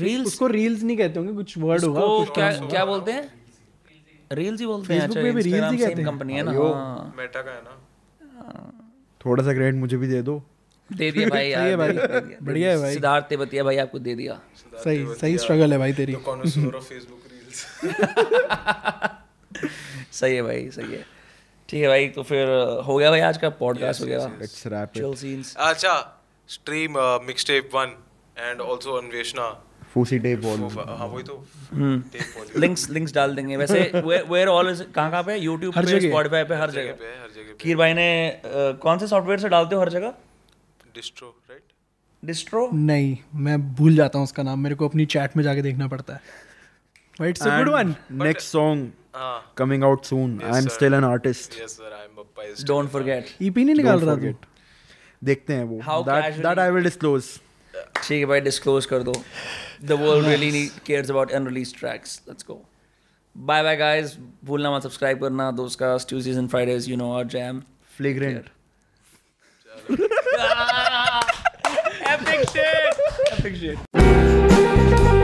A: रील्स
D: उसको रील्स नहीं कहते होंगे कुछ वर्ड होगा
A: इसको
D: कुछ
A: क्या
D: term होगा।
A: क्या बोलते हैं रील्स ही बोलते हैं
D: Facebook
A: अच्छा
D: में भी reels ही
A: Instagram
D: कहते
A: सेम
D: हैं।
A: कंपनी है ना
B: अयो।
A: हाँ।
C: मेटा का है ना
B: थोड़ा सा क्रेडिट मुझे भी दे दो
A: दे
D: [LAUGHS]
A: दिया भाई यार
D: सही है भाई।
A: दे दिया, दे दिया।
D: बढ़िया है भाई।
A: सिद्धार्थ तेवतिया भाई आपको दे दिया
D: सही सही स्ट्रगल है भाई तेरी
C: द कॉन्वर्सर ऑफ फेसबुक रील्स
A: सही है भाई सही है ठीक है भाई तो फिर अ, हो गया भाई आज का पॉडकास्ट वगैरह
B: लेट्स रैप
A: चिल सीन्स
C: [LAUGHS] अच्छा uh, stream mixtape 1 and also अन्वेषणा
B: फूसी डे बॉल
C: हां वही तो tape वाली।
A: लिंक्स लिंक्स डाल देंगे
D: [LAUGHS]
A: वैसे वेयर ऑल इज कहाँ कहाँ पे यूट्यूब
D: हर
A: पे
D: जगह।
A: स्पॉटिफाई पे हर
C: जगह
A: जगह
C: पे है, हर जगह
A: कीर भाई ने अ, कौन से सॉफ्टवेयर से डालते हो हर जगह
C: पे डिस्ट्रो राइट
A: डिस्ट्रो
D: नहीं मैं भूल जाता हूँ उसका नाम मेरे को अपनी चैट में जाके देखना पड़ता है white it's a good one
B: next song
C: हां
B: coming out soon I am still an artist
C: yes sir I am papa is
A: don't forget
D: EP E नहीं निकाल रहा तू
B: देखते हैं
A: How
B: वो that
A: casually-
B: that I will disclose
A: ठीक है भाई डिस्क्लोज कर दो the world really cares about unreleased tracks let's go bye bye guys भूलना मत सब्सक्राइब करना दोस्त का Tuesdays and Fridays you know our jam
B: flagrant
A: epic shit